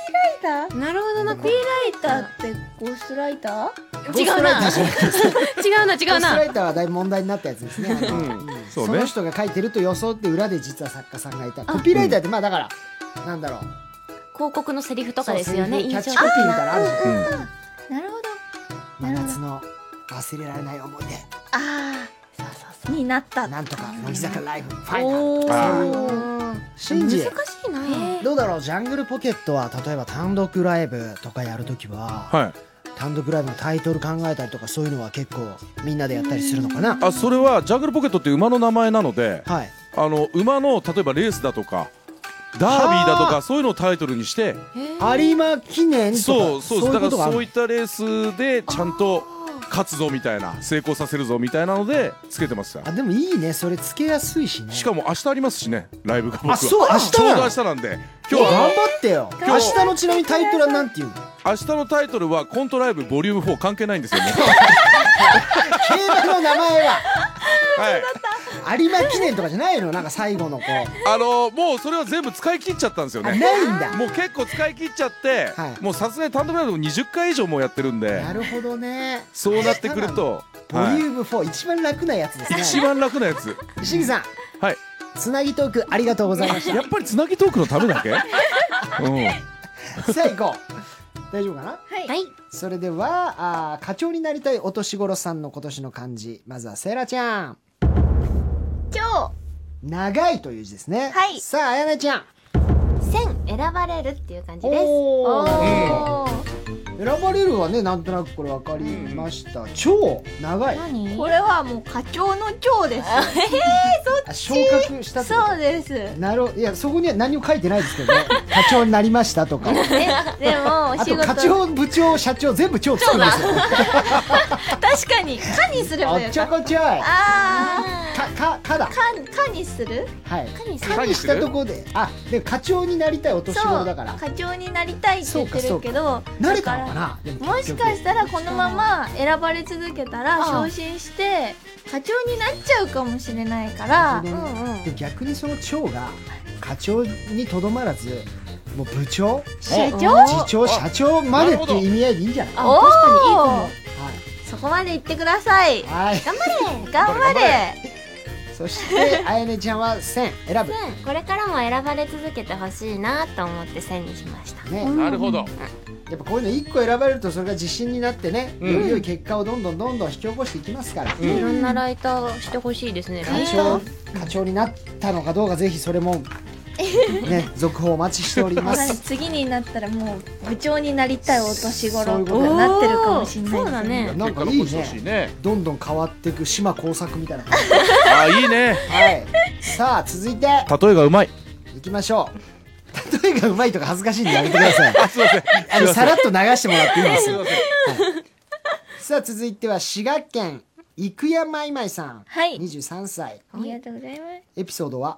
イタなるほどなコピーライターってゴーストライタゴーストライ [LAUGHS] ターじ違ゃないうな違ゴうーストなライターはだいぶ問題になったやつですね。あのうんそうそねの人が書いてると装って裏で実は作家さんがいた。コピーライターってまあだからなんだろう。広告のセリフとそかうですよそねういうキ印ャッ象チコピーみたいなのあるじゃん。ーなるほど真夏の忘れられない思いあそうそうあになった出。なんとか乃木坂ライブファイナル。おおシンジそう難しいなどうだろうジャングルポケットは例えば単独ライブとかやるときは、はい単独ライブのタイトル考えたりとかそういうのは結構みんなでやったりするのかな。あそれはジャングルポケットって馬の名前なのではい。あの馬の例えばレースだとかダービーだとはかそういうのをタイトルにして有馬記念とかそうそうそういうだかことがあるらそういったレースでちゃんと勝つぞみたいな成功させるぞみたいなのでつけてますよあでもいいねそれつけやすいしねしかも明日ありますしねライブが僕はあそう明日ちょうなどの明日なんで今今日日は頑張ってよ今明日日のちなみにタイトルはなんていうの明日のタイトルはコントライブボリューム4関係ないんで [LAUGHS] すよね競馬の名前ははい有馬記念とかじゃないのなんか最後のこ [LAUGHS] うあのもうそれは全部使い切っちゃったんですよあなねいんだもう結構使い切っちゃって、はいもうさすがに単独ライブも20回以上もうやってるんでなるほどねそうなってくると、ボリュはーム4、一番楽なやつですい、ね [LAUGHS] 一番楽なやつしぎさんはいつなぎトークありがとうございましやっぱりつなぎトークのためだけうん [LAUGHS] たさあ行こう大丈夫かなはいそれではあー課長になりたいお年頃さんの今年の漢字まずはセイラちゃん今長いという字ですねはいさああやねちゃん1000選ばれるっていう感じですおーお選ばれるはねなんとなくこれ分かりました、超長い何これはもう課長の長です。あ昇格したってこそうです。となるほどいやそこには何も書いてないですけどね [LAUGHS] 課長になりましたとかでもおあ仕と事課長部長社長全部超つくんですよ確かに課にすれあばっよちかょっこちょいかた。あかかだあー、課課にする？はいるかにしたとこであで課長になりたいお年そ頃うだから課長になりたいって言ってるけど、慣れたのかなでももしかしたらこのまま選ばれ続けたらああ昇進して課長になっちゃうかもしれないかたら、でもうんうん逆にその長が課長にとどまらずもう部長社次長長社長までっていう意味合いでいいんじゃないお確かにいいかもそこまで言ってください。はい、はい、頑張れ頑張れそしてあやねちゃんは千選ぶ1000これからも選ばれ続けてほしいなと思って1000にしましたね、なるほどやっぱこういうの一個選ばれるとそれが自信になってね、うんより良い結果をどんどんどんどん引き起こしていきますから、うんいろんなライターしてほしいですね課長課長になったのかどうかぜひそれも [LAUGHS] ね続報お待ちしておりままあす次になったらもう部長になりたいお年そうい頃うことだになってるかもしれないですねそうだねなんかい結果い残してほしねいねどんどん変わっていく島工作みたいな感じああいいねはいさあ続いて例えがうまいいきましょう例えがうまいとか恥ずかしいんでやめてください [LAUGHS] すいませんあのさらっと流してもらっていいですすいよませんさあ続いては滋賀県生山いまいさんはい23歳ありがとうございますエピソードは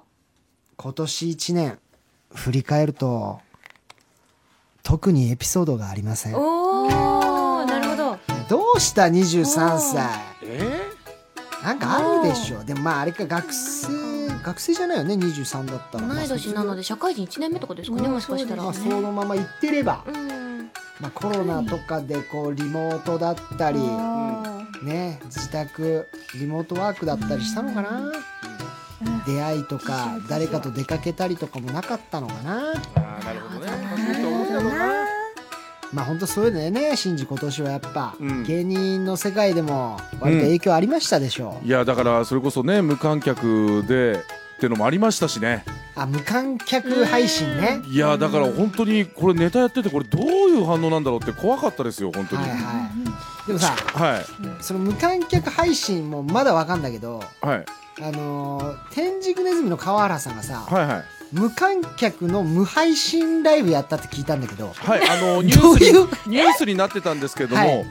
今年1年振り返ると特にエピソードがありませんどおおなるほどうした23歳えなんかあるでしょでもまああれか学生学生じゃないよね23だったら同い年なので社会人1年目とかですかねもしかしたらまあそのまま行ってれば、うんまあ、コロナとかでこうリモートだったり、ね、自宅リモートワークだったりしたのかな、出会いとか誰かと出かけたりとかもなかったのかなあーなるほどねまあ本当そういうのよね新次今年はやっぱ、うん芸人の世界でも割と影響ありましたでしょう、いやだからそれこそね無観客でってのもありましたしねあ無観客配信ねいやだから本当にこれネタやっててこれどういう反応なんだろうって怖かったですよ本当はに、いはでもさはいその無観客配信もまだわかんだけどはいあのー天竺ネズミの川原さんがさ、はいはい無観客の無配信ライブやったって聞いたんだけどはい、あ [LAUGHS] のニュどーうスいにうニュースになってたんですけれども、はい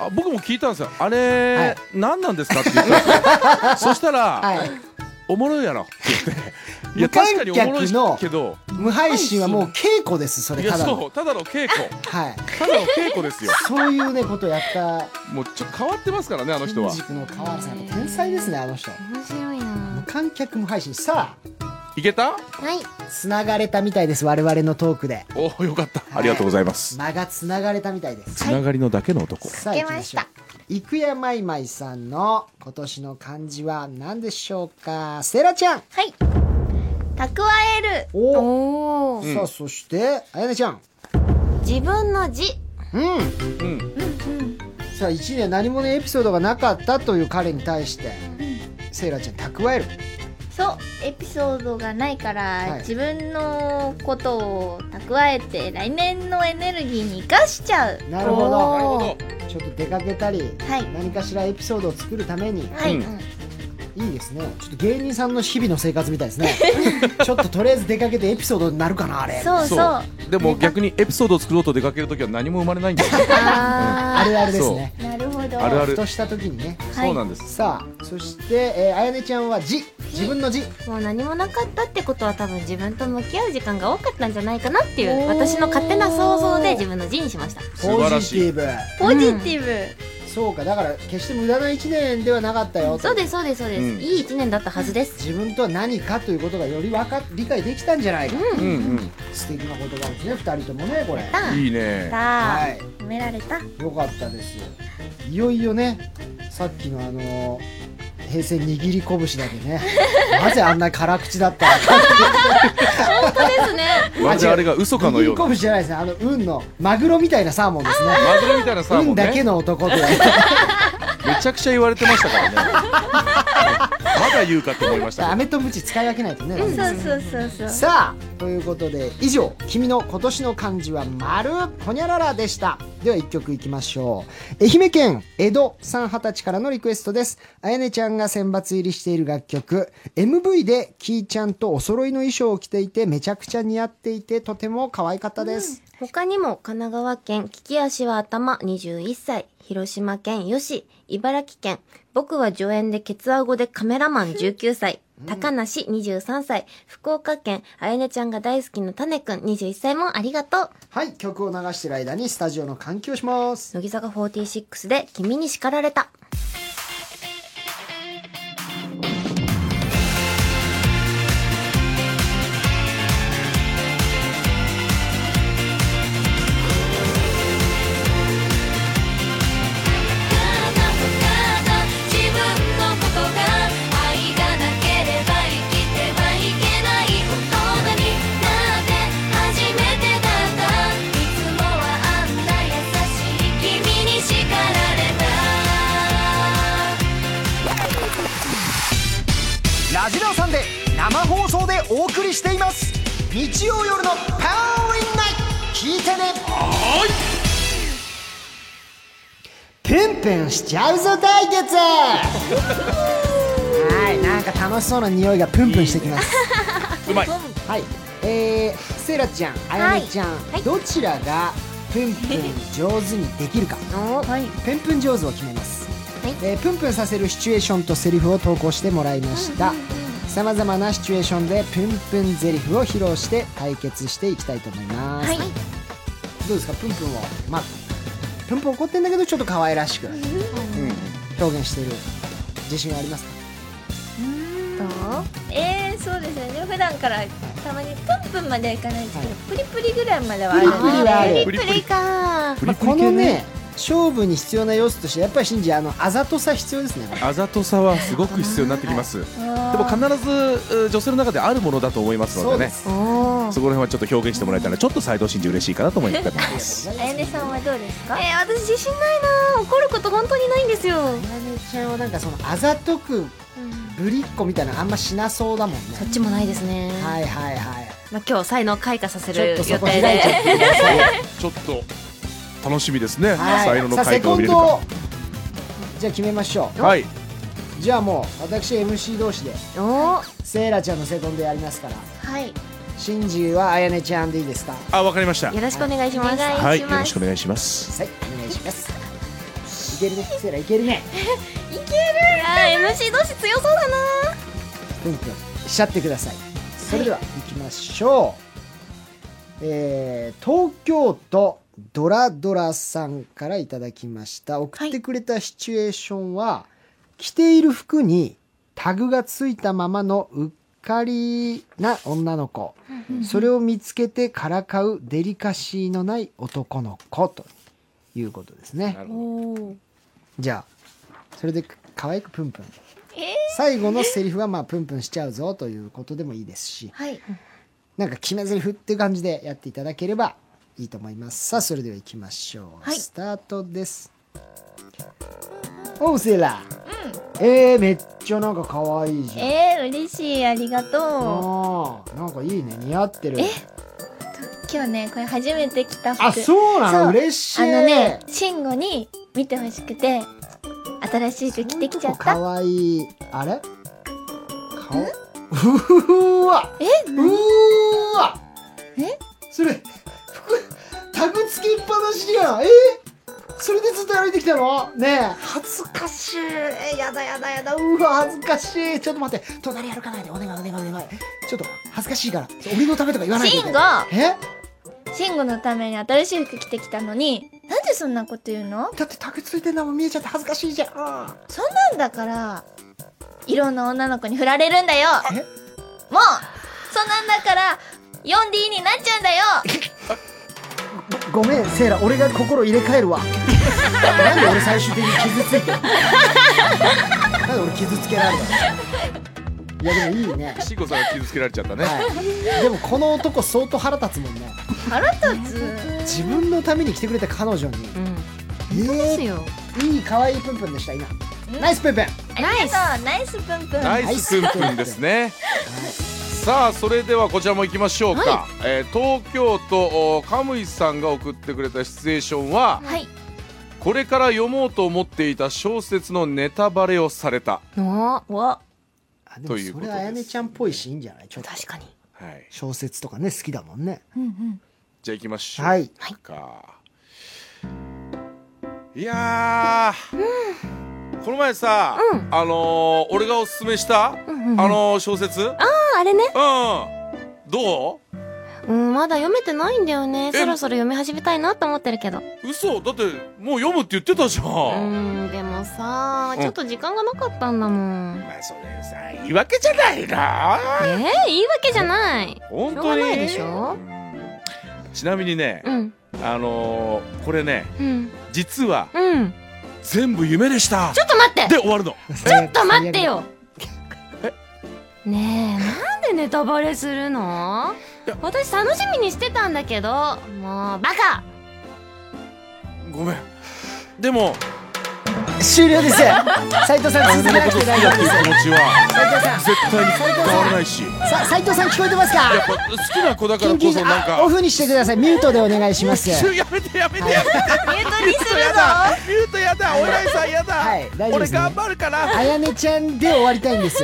あ僕も聞いたんですよ。あれ、はい何なんですかって言ったんですよ。 [LAUGHS] そしたら、はいおもろいやろっ [LAUGHS] て言って、いや確無観か客にのおもろいけど、無配信はもう稽古ですそれいたやだのそうただの稽古、はいただの稽古ですよ。そういうねことをやったもうちょっと変わってますからねあの人 [LAUGHS] 天は。竺の川原さんやっぱ天才ですねあの人面白いな無観客無配信さいけた？はいあつながれたみたいです我々のトークでおおよかった、ありがとうございます。間がつながれたみたいですつながりのだけの男。さあ行きましょう生山まいまいさんの今年の漢字は何でしょうかセラちゃんはい蓄えるおおおさあそしてあやねちゃん自分の字うん、さあ1年何もねエピソードがなかったという彼に対して、セイラちゃん蓄えるそうエピソードがないから、い自分のことを蓄えて来年のエネルギーに生かしちゃうなるほどなるほど。ちょっと出かけたりはい何かしらエピソードを作るためにはい、うんいいですねちょっと芸人さんの日々の生活みたいですね [LAUGHS] ちょっととりあえず出かけてエピソードになるかなあれそうそうでも逆にエピソードを作ろうと出かけるときは何も生まれないんだよねあるあるですねなるほどあるあふるとした時にねそうなんですさあそして、えー、あやねちゃんは字自分の字もう何もなかったってことは多分自分と向き合う時間が多かったんじゃないかなっていう私の勝手な想像で自分の字にしました素晴らしポジテいィポジティブ、ブそうかだから決して無駄な1年ではなかったよとそうですそうですそうです、うんいい一年だったはずです自分とは何かということがよりわか理解できたんじゃないか、うん素敵な言葉ですね2人ともねこれうんいいねさあ、は褒められたいよかったですよいよいよねさっきのあのー平成握り拳だけね [LAUGHS] なぜあんな辛口だったのかまるであれが嘘かの [LAUGHS] 握よりうな拳じゃないですねあの運のマグロみたいなサーモンですねマグロみたいなサーモ運ンだけねの男と [LAUGHS] はめちゃくちゃ言われてましたからねまだ言うかと思いましたけ飴とムチ使い分けないとね、そうそうそうそうさあということで以上「君の今年の漢字は丸ほにゃらら」でしたでは1曲いきましょう愛媛県江戸さん二十歳からのリクエストですあやねちゃんが選抜入りしている楽曲 MV でキーちゃんとお揃いの衣装を着ていてめちゃくちゃ似合っていてとても可愛かったです、他にも神奈川県利き足は頭21歳広島県吉茨城県僕は助演でケツアゴでカメラマン19歳高梨23歳福岡県あやねちゃんが大好きなタネくん21歳もありがとうはい曲を流している間にスタジオの換気をします乃木坂46で君に叱られたただただ自分のことが愛がなければ生きてはいけない大人になって初めてだったいつもはあんな優しい君に叱られたラジラさんで生放送でお送りしています日曜夜のパワーリンナイト聞いてねプンプンしちゃうぞ対決はいなんか楽しそうな匂いがプンプンしてきますうまい。はいえー、セイラちゃんあやねちゃん、どちらがプンプン上手にでき [LAUGHS] るかはいプンプン上手を決めます、えープンプンさせるシチュエーションとセリフを投稿してもらいましたさまざまなシチュエーションでプンプンゼリフを披露して対決していきたいと思います、はいどうですかプンプンをまあプンプン怒ってんだけどちょっと可愛らしく、表現している自信はありますかえー、そうですよね普段からたまにプンプンまではいかないですけど、プリプリぐらいまではあるプリプリはあるプリプリかまあこのね勝負に必要な要素としてやっぱりシンジあのあざとさ必要ですねこれあざとさはすごく必要になってきますでも必ずう女性の中であるものだと思いますのでねすそこら辺はちょっと表現してもらえたらちょっと斎藤真司嬉しいかなと思いますあやねさんはどうですか、えー、私自信ないな怒ること本当にないんですよあやねちゃんはなんかそのあざとくぶりっ子みたいなのあんましなそうだもんねそっちもないですね、はいはいはいまあ、今日才能開花させちょっると予そこ定開いちゃでってくださいちょっと楽しみですね、は最後い、のさあセ回答コを見ンれるドかをじゃあ決めましょはい、うじゃあもう私 MC 同士でおセイラちゃんのセコンドやりますからはいシンジはあやねちゃんでいいですかはあわかりましたよろしくお願いしおます。願いします、はいよろしくお願いしますいお願いしますいけるねセイラいけるねあー MC 同士強そうだな。プンプンしちゃってくださいそれでは行きましょう、えー東京都ドラドラさんからいただきました送ってくれたシチュエーションは、着ている服にタグがついたままのうっかりな女の子それを見つけてからかうデリカシーのない男の子ということですねじゃあそれで可愛くプンプン最後のセリフはまあプンプンしちゃうぞということでもいいですし、はいなんか決め台詞っていう感じでやっていただければいいと思いますさあそれでは行きましょう、はいスタートですおうセラ、えー、めっちゃなんか可愛いじゃんえー、嬉しいありがとあーなんかいいね似合ってるう今日ねこれ初めて着た服あそうなそうの嬉しいあのね慎吾に見てほしくて新しい服着てきちゃった可愛いあれ顔うーわえうーわえそれ服タグつきっぱなしやんえーそれでずっと歩いてきたのねえ恥ずかしいえやだやだやだうわ恥ずかしいちょっと待って隣歩かないでお願いお願いお願いちょっと恥ずかしいから俺のためとか言わないで慎吾え慎吾のために新しい服着てきたのになんでそんなこと言うのだってタグついてんのも見えちゃって恥ずかしいじゃんそんなんだからいろんな女の子に振られるんだよえもうそんなんだから 4D になっちゃうんだよごめんセイラ俺が心入れ替える [LAUGHS] わなんで俺最終的に傷ついてるなんで俺傷つけられたのいやでもいいね、シーコさんが傷つけられちゃったねはい、でもこの男相当腹立つもんね腹立つ自分のために来てくれた彼女に、えすよー、いい可愛いプンプンでした今ナイスプンプンナイスナイスプンプンナイイススプンプンですね。さあそれではこちらも行きましょうか、えー東京都おカムイさんが送ってくれたシチュエーションははいこれから読もうと思っていた小説のネタバレをされた、あでもというそこれとあですやねちゃんっぽいシーンじゃないちょっと確かに。はい、小説とかね好きだもんねじゃあ行きましょうはいか、い、やー、この前さ、あのー俺がおすすめした、あのー小説ああ、あれね。うんどううん、まだ読めてないんだよね。えそろそろ読み始めたいなと思ってるけど。う嘘だってもう読むって言ってたじゃん、ーん、でもさう、んちょっと時間がなかったんだもん。まあそれさ言い訳じゃないなえー、言い訳じゃない。本しょ当うにがないでしょちなみにね、うん、あのー、これねうん、実はうん。全部夢でしたちょっと待ってで終わるのちょっちょっと待ってよねえなんでネタバレするの私楽しみにしてたんだけどもうバカごめんでも終了です斉藤さん続俺けのなこくと好てき大丈だ夫でっていうす気持ちは斉藤さん絶対に変わらないしやっさ斉藤さん聞こえてますかぱ好きな子だから緊こ急そになんあオかフにしてくださいミュートでお願いします [LAUGHS] [LAUGHS] やめてやめてやめてミュートにするぞやだミュートやだお偉いさんやだ、はい大丈夫で俺すね頑張るからあやねちゃんで終わりたいんです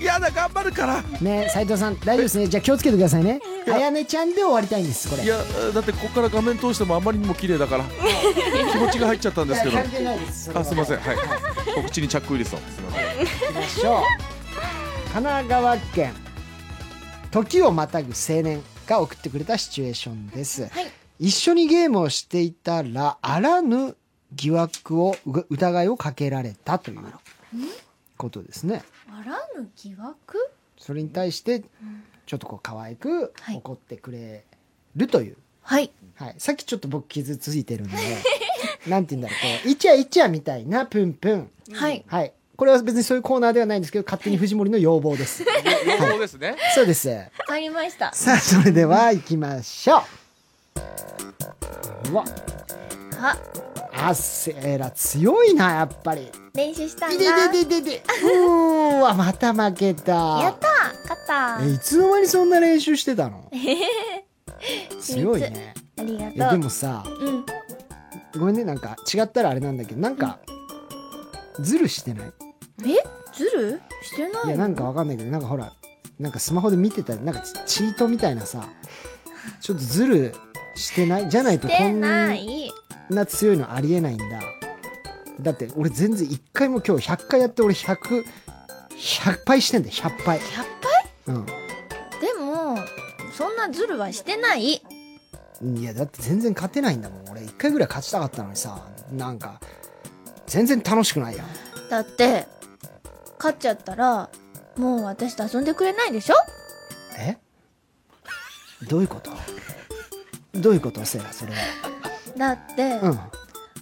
やだ頑張るからね斉藤さん大丈夫ですねじゃあ気をつけてくださいねあやねちゃんで終わりたいんですこれいやだってここから画面通してもあまりにも綺麗 [LAUGHS] だから気持ちが入っちゃったんですけど係ないですそれはあすいませんはい告知に着入れてたすいません行きましょう神奈川県時をまたぐ青年が送ってくれたシチュエーションです、一緒にゲームをしていたらあらぬ疑惑をうが疑いをかけられたということですねあらぬ疑惑それに対してちょっとこう可愛く怒ってくれるという、はいはい、さっきちょっと僕傷ついてるんで [LAUGHS] なんて言うんだろうこうイチャイチャみたいなプンプンはいはいこれは別にそういうコーナーではないんですけど勝手に藤森の [LAUGHS] 要望です予報ですねそうですわかりましたさあそれでは行きましょううわああセーラ強いなやっぱり練習したいんだでででででうーわまた負けたやった勝ったえいつの間にそんな練 [LAUGHS] 習してたの強いねありがえでとうもさうんごめんねなんか違ったらあれなんだけどなんか、ズルしてないズルしてないいやなんかわかんないけどなんかほらなんかスマホで見てたらなんかチチートみたいなさちょっとズルしてないじゃないとしてこんなない強いのありえないんだだって俺全然1回も今日100回やって俺100100敗してんだよ100敗100うでもそんなズルはしてないんいやだって全然勝てないんだもん俺1回ぐらい勝ちたかったのにさなんか全然楽しくないやんだって勝っちゃったらもう私と遊んでくれないでしょえどういうことどういうことせいやそれはだって、うん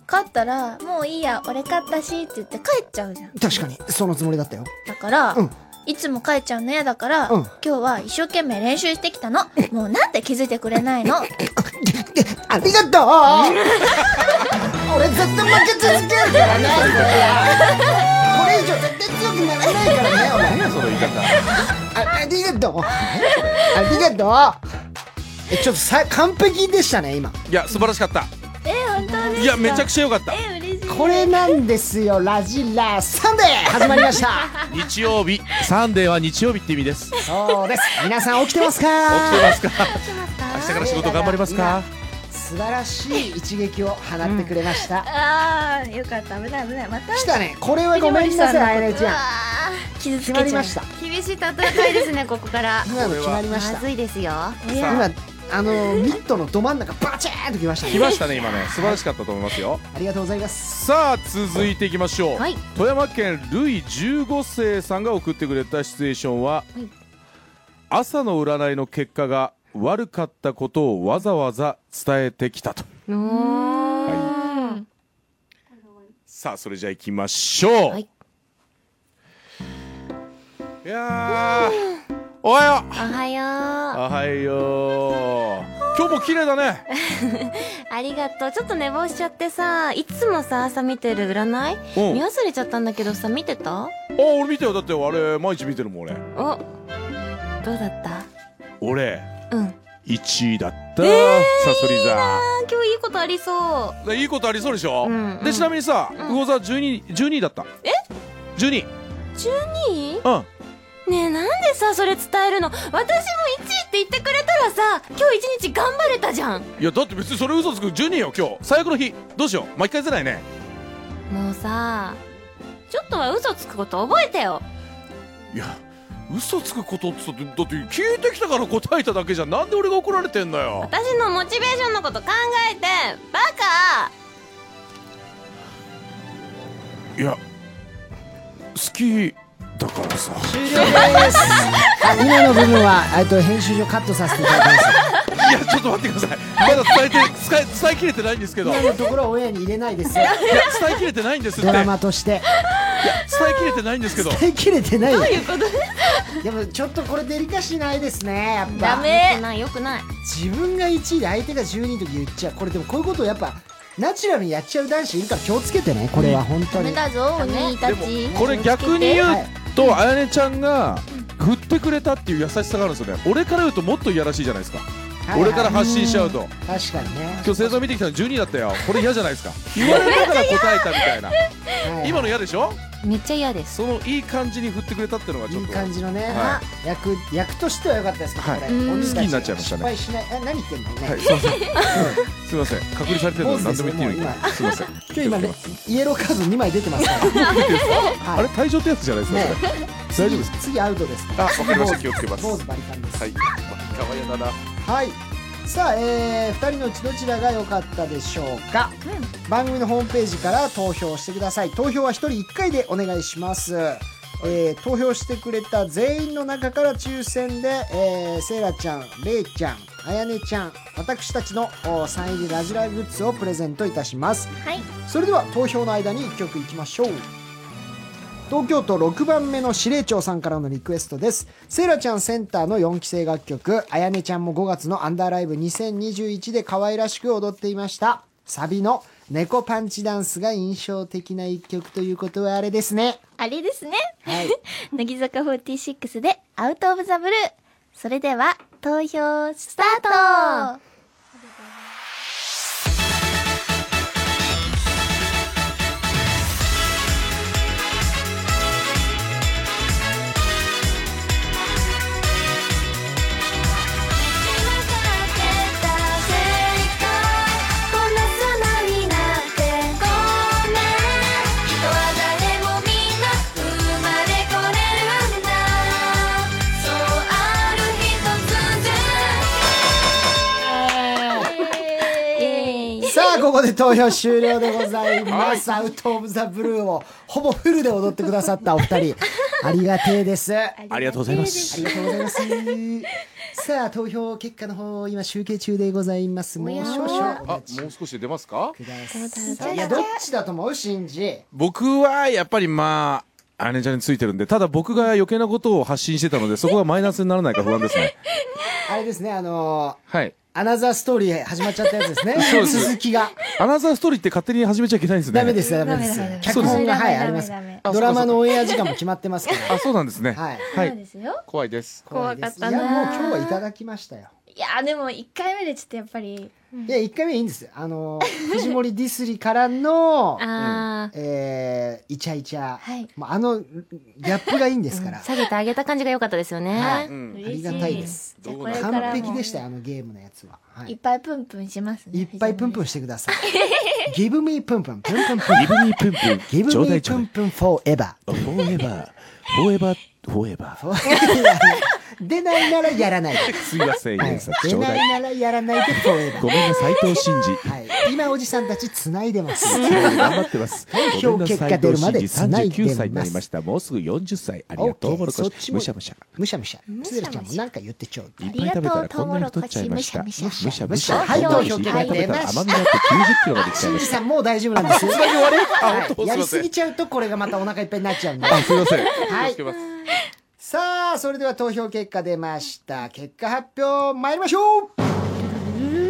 勝ったらもういいや俺勝ったしって言って帰っちゃうじゃん確かにそのつもりだったよだから、うんいつも帰っちゃうの嫌だから、うん今日は一生懸命練習してきたのもうなんで気づいてくれない [LAUGHS] のありがとう [LAUGHS] 俺絶対負け続けるからねこれ以上絶対強くならないからね何やその言い方俺あありがとうありがとうえちょっとさ完璧でしたね今いや素晴らしかったえ本当ですかいやめちゃくちゃ良かったえ嬉しいこれなんですよラジラサンデー始まりました日曜日サンデーは日曜日って意味です起きてそうです皆さん起きてますかますか明日から仕事頑張りますか素晴らしい一撃を放ってくれました、あーよかった危ない危ないまた来たねこれはごめんなさいあやねちゃん傷つ決けまりちゃまうした厳しい戦いです [LAUGHS] ねここから今の決まりまましたずいですよいや今あのミットのど真ん中バチーンときました来ねましたね今ね素晴らしかったと思いますよありがとうございますさあ続いていきましょう、はい富山県ルイ15世さんが送ってくれたシチュエーションは、朝の占いの結果が悪かったことをわざわざ伝えてきたとはいさあそれじゃあいきましょう、はいい、やーおはよおはうおよはよう今日も綺麗だねうありがとうちょっと寝坊しちゃってさいつもさ朝見てる占ういん見忘れちゃったんだけどさ見てたあ俺見てよだってあれ毎日見てるもん俺おどうだった俺うん1位だった、サソリ座あ今日いいことありそうでいいことありそうでしょ、うんうんでちなみにさん魚座12 12位だったえ12 12うんねえなんでさそれ伝えるの私も1位って言ってくれたらさ今日一日頑張れたじゃんいやだって別にそれ嘘つく12よ今日最悪の日どうしよう巻き返せないねもうさちょっとは嘘つくこと覚えてよいや嘘つくことってだって聞いてきたから答えただけじゃんなんで俺が怒られてんだよ私のモチベーションのこと考えてバカいや好きだからさ終了ですあ今の部分はえっと編集上カットさせていただきます [LAUGHS] いやちょっと待ってくださいまだ伝えて伝え伝えきれてないんですけどい今やのところはオンエアに入れないですよ伝えきれてないんですってド伝ラえマとしてきれてないんですけど伝えきれてないどういうことでもちょっとこれデリカシーないですねやっぱダメよくないよくない自分が1位で相手が12位の時言っちゃうこれでもこういうことをやっぱナチュラルにやっちゃう男子いるから気をつけてねこれは本当ダにメだぞお兄たでちもこれ逆に言うとあやねちゃんが振ってくれたっていう優しさがあるんですよね俺から言うともっといやらしいじゃないですかはい俺から発信しちゃうと確かにね今日星座見てきたの12だったよこれ嫌じゃないですか言われたから答えたみたいなはい今の嫌でしょめっちゃ嫌ですそのいい感じに振ってくれたっていうのがちょいっいと感じのね、は役役としては良かったですけど、はいこれうん本人た好きになっちゃいましたね失敗しないえ何言ってんのね、はいすいませんすいません隔離されてるのに何でも言っていいのにもうすいません今日今ねイエローカード2枚出て [LAUGHS] ますからあれ退場ってやつじゃないですかねそれ大丈夫ですか次次アウトですあわかりました気をつけます坊は主バリカンですいかわやだなはいさあ、え2人のうちどちらが良かったでしょうか、番組のホームページから投票してください投票は1人1回でお願いします、えー投票してくれた全員の中から抽選で、えーセイラちゃんレイちゃんあやねちゃん私たちのおサイン入りラジラグッズをプレゼントいたしますはいそれでは投票の間に1曲いきましょう東京都6番目の指令長さんからのリクエストですセイラちゃんセンターの4期生楽曲あやねちゃんも5月のアンダーライブ2021で可愛らしく踊っていましたサビの猫パンチダンスが印象的な一曲ということはあれですねあれですねはい [LAUGHS] 乃木坂46でアウトオブザブルーそれでは投票スタートここで投票終了でございます。アウト・オブ・ザ・ブルーをほぼフルで踊ってくださったお二人、ありがてえです。あありがとうございますりがとうございます。さあ、投票結果の方、今集計中でございます。もう少々おあ待ちもう少しで出ますかください。いや、どっちだと思うシンジ。僕はやっぱりまあ、姉ちゃんについてるんで、ただ僕が余計なことを発信してたので、そこがマイナスにならないか不安ですね。あれですね、あのはい。ーアナザーストーリー始まっちゃったやつですね。そうです続きが。アナザーストーリーって勝手に始めちゃいけないんですね。ダメです、ダメですダメダメ。脚本が、そうですはい、ありますダメダメ。ダメドラマのオンエア時間も決まってますかあ、そうなんですね。ら。はい。はそうい。ですよ [LAUGHS] 怖いです怖いです怖かったいや、もうな今日はいただきましたよ。いやーでも1回目でちょっとやっぱりいや、1回目いいんです。あのー、藤森ディスリからの、あーえー、イチャイチャはい。もうあの、ギャップがいいんですから。あ下げてあげた感じが良かったですよは [LAUGHS] いねう。ん嬉しりいがたいです。じゃあこれからも完璧でしたよ、あのゲームのやつは。はいっい。ぱいプンプンしますねいっぱいプンプンしてください。Give me プンプン、プンプンプン。ギブミープンプン、 Give ちょうだ me いちょプうだンい。プン forever. フォーエバー、フォーエバー、フォーエバー。出ないならやらない。すいません、はイエいンさん、ち出ょうなだいい。ならやらないで forever。ごめんなさい、斎藤真二。はい、今おじさんたちつないでます。頑張ってます。投票結果出るまで繋いでます39歳になりました。もうすぐ40歳。ありがとう、もろこし。むしゃむしゃ。むしゃむしゃ。つらちゃんもなんか言ってちょうだあい。りがとうトウモロコシむしゃむしゃむしゃむしゃ。はいトウモロコシ投票いっぱい結果食べ出たまらした甘みがあって90キロができちゃい新まし次さた。んもう大丈夫なん [LAUGHS] ですよ。はい本当すいませんやりすぎちゃうとこれがまたお腹いっぱいになっちゃうんで。あすいませんはい気をつけますさあ、それでは投票結果出ました。結果発表参りましょう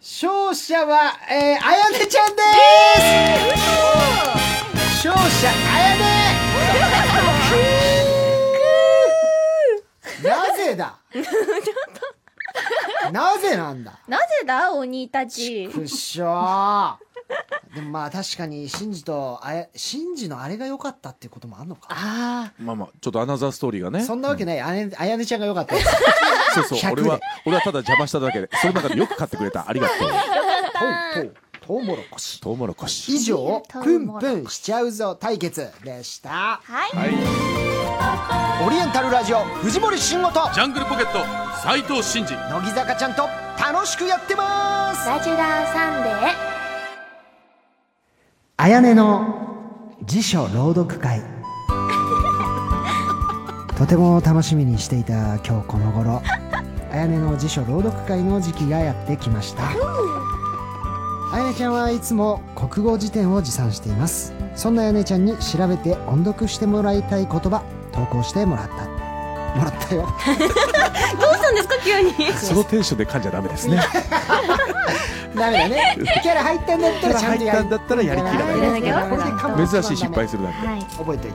勝者は、えー、あやねちゃんです、勝者、あやねなぜ [LAUGHS] だなぜなんだなぜだ鬼たちくっしょーでもまあ確かにシンジとあやシンジのあれが良かったっていうこともあるのかあまあまあ、ちょっとアナザーストーリーがね。そんなわけない、あやあやねちゃんが良かった [LAUGHS] ですそうそ100う、俺は、俺はただ邪魔しただけで、その中でよく買ってくれた。ありがとう。とうとうとうもろこしトウモロコシ。以上プンプンしちゃうぞ対決でしたはいオリエンタルラジオ藤森慎吾とジャングルポケット斉藤真二乃木坂ちゃんと楽しくやってますラジラーサンデーあやねの辞書朗 [LAUGHS] 読会とても楽しみにしていた今日この頃あやねの辞書朗読会の時期がやってきましたあやねちゃんはいつも国語辞典を持参していますそんなあやねちゃんに調べて音読してもらいたい言葉投稿してもらったもらった [LAUGHS] よそのテンションで噛んじゃダメですね。ダメだねキャラ入ったんだったらちゃんとやキャラ入ったんだったらやりきらないやりきらやらなきゃこれで珍しい失敗するなんて。はい覚えとい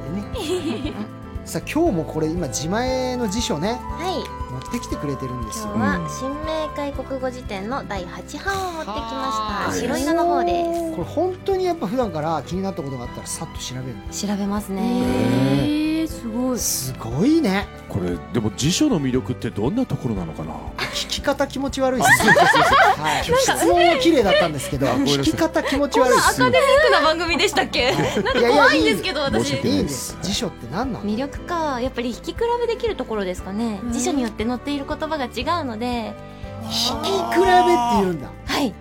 てね [LAUGHS] さあ今日もこれ今自前の辞書ねはい。持ってきてくれてるんです今よ日は新明解国語辞典の第8版を持ってきまはしいた。白色の方でこれ本当にやっぱ普段から気になったことがあったらさっと調べるす。調べますね。えー、すごいすごいねこれでも辞書の魅力ってどんなところなのかな聞き方気持ち悪いです、はい、質問は綺麗だったんですけどごめんなさ聞いき方気持ち悪いですックな番組でしたっけいやいや怖いんですけど申私し訳いないいいんでですす辞書って何なの魅力か、やっぱり引き比べできるところですかね。辞書によって載っている言葉が違うので、引き比べって言うんだはい。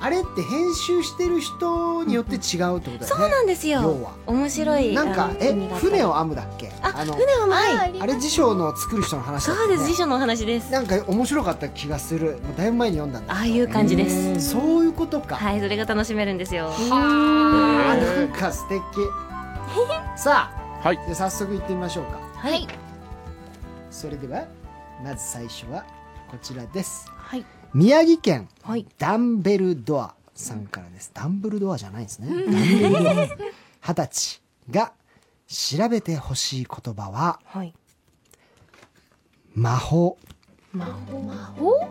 あれって編集してる人によって違うってことだよねそうなんです要よ。は面白い。なんあかのえ意味があったり船を編むだっけあの船をはい。あれ辞書の作る人の話だったそうよねです。辞書のお話です。なんか面白かった気がするもうだいぶ前に読んだんだああいう感じです。そういうことかはい、それが楽しめるんですよ。あなんか素 [LAUGHS] 敵さあ、はいじゃあ早速行ってみましょうかはい。それではまず最初はこちらです、はい宮城県、はいダンベルドアさんからですダンブルドアじゃないですねダンベルドア二十歳が調べてほしい言葉ははい。魔法魔法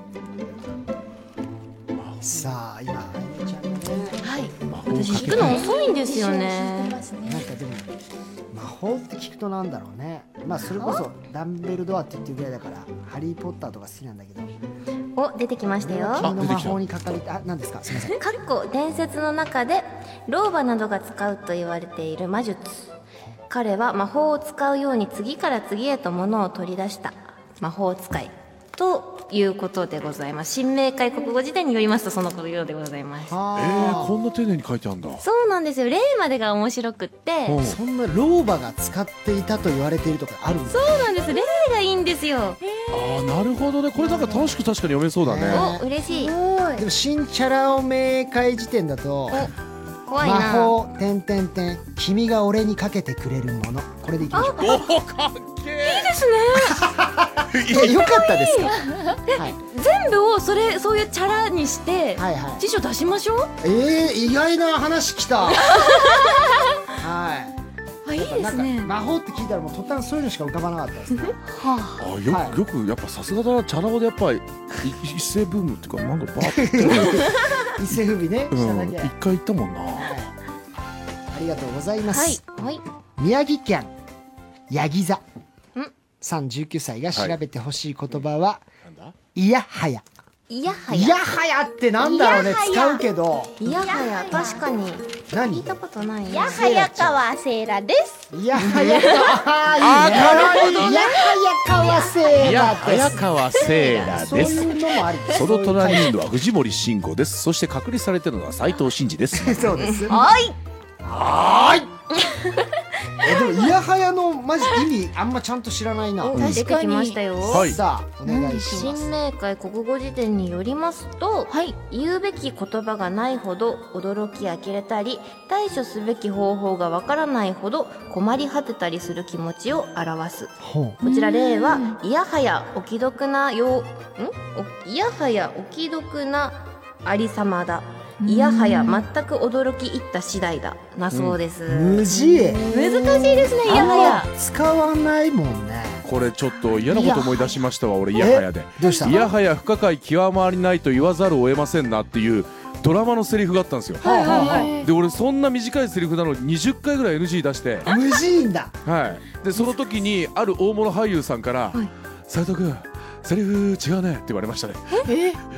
さあ今あゆみちゃんがねはい。私聞くの遅いんですよね。なんかでも魔法って聞くとなんだろうねまあそれこそダンベルドアって言ってるぐらいだから「ハリー・ポッター」とか好きなんだけどお、出てきましたよ。君の魔法にかかりたあ何ですかすみませんかっこ伝説の中で老婆などが使うと言われている魔術彼は魔法を使うように次から次へと物を取り出した魔法使いということでございます新明解国語辞典によりますとそのようでございますはえあー、こんな丁寧に書いてあるんだそうなんですよ例までが面白くってうんそんな老婆が使っていたと言われているとかあるんだそうなんです例がいいんですよああなるほどねこれなんか楽しく確かに読めそうだねねお嬉しいでも新チャラを明解時点だと怖いな魔法てんてんてん君が俺にかけてくれるものこれでいきましょうおおかっけえ [LAUGHS] えよかったですかはい全部をそれそういうチャラにしてはいはい辞書出しましょうえー、意外な話きたはいあいいでなんすかね魔法って聞いたらもう途端そういうのしか浮かばなかったですねあよ,、はいよくやっぱさすがだなチャラ男でやっぱりい一斉ブームっていうかなんかバー [LAUGHS] って、一世不備ねうしただん、け、一はい回行ったもんなありがとうございます、はいはい宮城県ヤギ座さん19歳が調べてほしい言葉は、い、やはやいやはいやはやってなんだろうねいやはや使うけどいやはや確かに聞何いたことないやはやかわせいらです。いやはやかあーいいねいやはやかわせだって早川せいらそういうのもありその隣にいるのはは藤森慎吾です。そして隔離されてるのは斉藤真二です。 [LAUGHS] そうですはい。 [LAUGHS] えでもいやはやのマジ意味あんまちゃんと知らないな、確かに出てきましたよ、はいさあお願いします新明解国語辞典によりますと、言うべき言葉がないほど驚き呆れたり対処すべき方法がわからないほど困り果てたりする気持ちを表すほうこちら例は、いやはやお気得なよう、んおいやはやお気得なありさまだ。いやはや全く驚きいった次第だ。なそうです。無事難しいですね、いあやんはや。ま使わないもんねこれちょっと嫌なこと思い出しましたわ。俺いやはやで。どうしたいやはや不可解極まりないと言わざるを得ませんなっていうドラマのセリフがあったんですよ。はいはいはで俺そんな短いセリフなのに20回ぐらい NG 出して、い無事んだはい。でその時にある大物俳優さんから斉藤君セリフ違うねって言われま [LAUGHS] したね。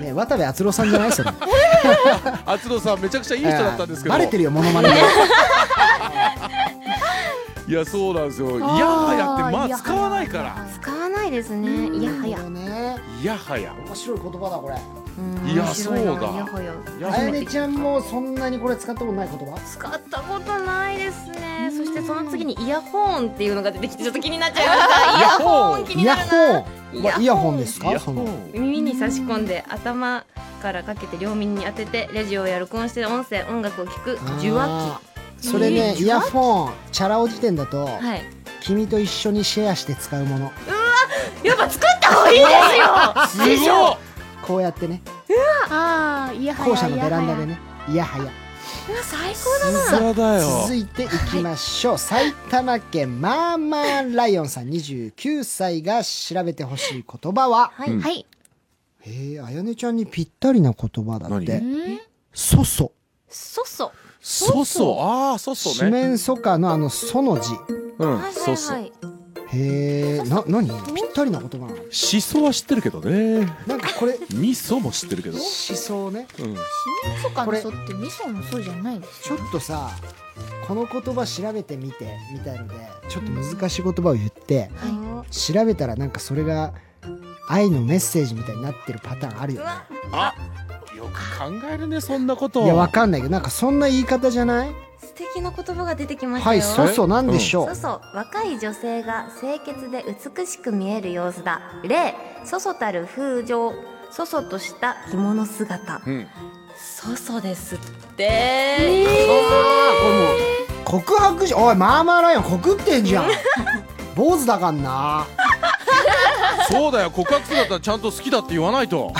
ね渡部篤郎さんじゃないそ [LAUGHS] れいい厚野さんめちゃくちゃいい人だったんですけど。バレてるよモノマネでいやそうなんですよ。いやはやってまあ使わないから。使わないですね、いやはや。ねいやはや。面白い言葉だこれうんいや面白いなそうだいやはや。いやあはややねちゃんもそんなにこれ使ったことない言葉使ったことないですね。そしてその次にイヤホーンっていうのが出てきてちょっと気になっちゃいました。イヤホーン気イにヤなるな。ホーンまあイヤホンですかその耳に差し込んで頭からかけて両耳に当ててレジオや録音して音声音楽を聞く受話あーそれね、えーイヤホーンチャラ男時点だと、器はい君と一緒にシェアして使うものやっぱ作った方がいいですすよごい。こうやってねああいやはや校舎のベランダでねいやはや最さすがだよ。続いていきましょう、埼玉県マーマーライオンさん29歳が調べべてほしい言葉は高はい、はいへえあやねちゃんにぴったりな言葉だって何「そそそそそうそう、ああ、そう」そ四うね。面楚歌のあの「そ」の字うん、はいそうそはう。いへえな何ぴったりな言葉なのしそは知ってるけどね。なんか [LAUGHS] これ味噌も知ってるけど。思想ねうん、そかこれのそって味噌のそじゃないです。ちょっとさこの言葉調べてみてみたいのでちょっと難しい言葉を言っては調べたらなんかそれが愛のメッセージみたいになってるパターンあるよねあ、よく考えるね、そんなこと。いやわかんないけどなんかそんな言い方じゃないい素敵な言葉が出てきましたはよいそそなんでしょう、そそ若い女性が清潔で美しく見える様子だ例そそたる風情そそとした着物姿うん、そそですって、え告白しおいマーマーライオン告ってんじゃん坊主だかんなそうだよ、告白するんだったら、ちゃんと好きだって言わないと。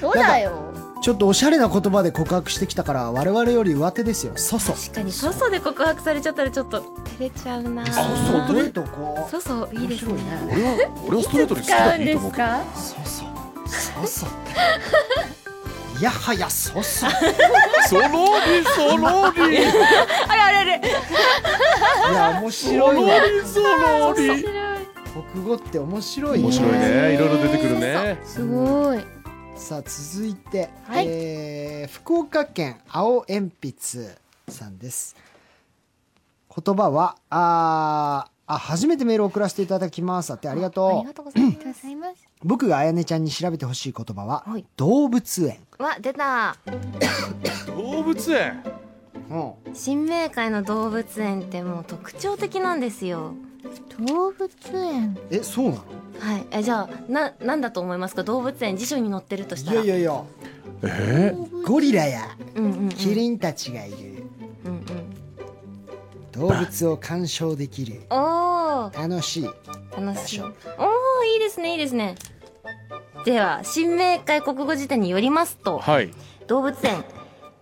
そうだよ。ちょっとおしゃれな言葉で告白してきたから我々より上手ですよそそ確かにそそで告白されちゃったらちょっと照れちゃうなそうどういうとこそそいい面です白いねね俺は、俺はストレートに好きだっていいと思うけど。かそそそそいやはやそそそろりそろり。いや面そろ白いねりそろり。国語って面白いね面白いね、いろいろ出てくるね。すごい。さあ続いて、はいえー福岡県青鉛筆さんです言葉はあーあ初めてメールを送らせていただきますだってありがありとがうとうございます。僕があやねちゃんに調べてほしい言葉は、はい動物園、わ、出た。動物園うん、新明会の動物園ってもう特徴的なんですよ。動物園えそうなのはい。え、じゃあ、な、なんだと思いますか動物園辞書に載ってるとしたいら。やいやいやえゴリラやうんうんうん。キリンたちがいるうんうん。動物を鑑賞できるおー、楽しい楽しい。お場所ー、いいですね、いいですね。では、新明会国語辞典によりますと、はい動物園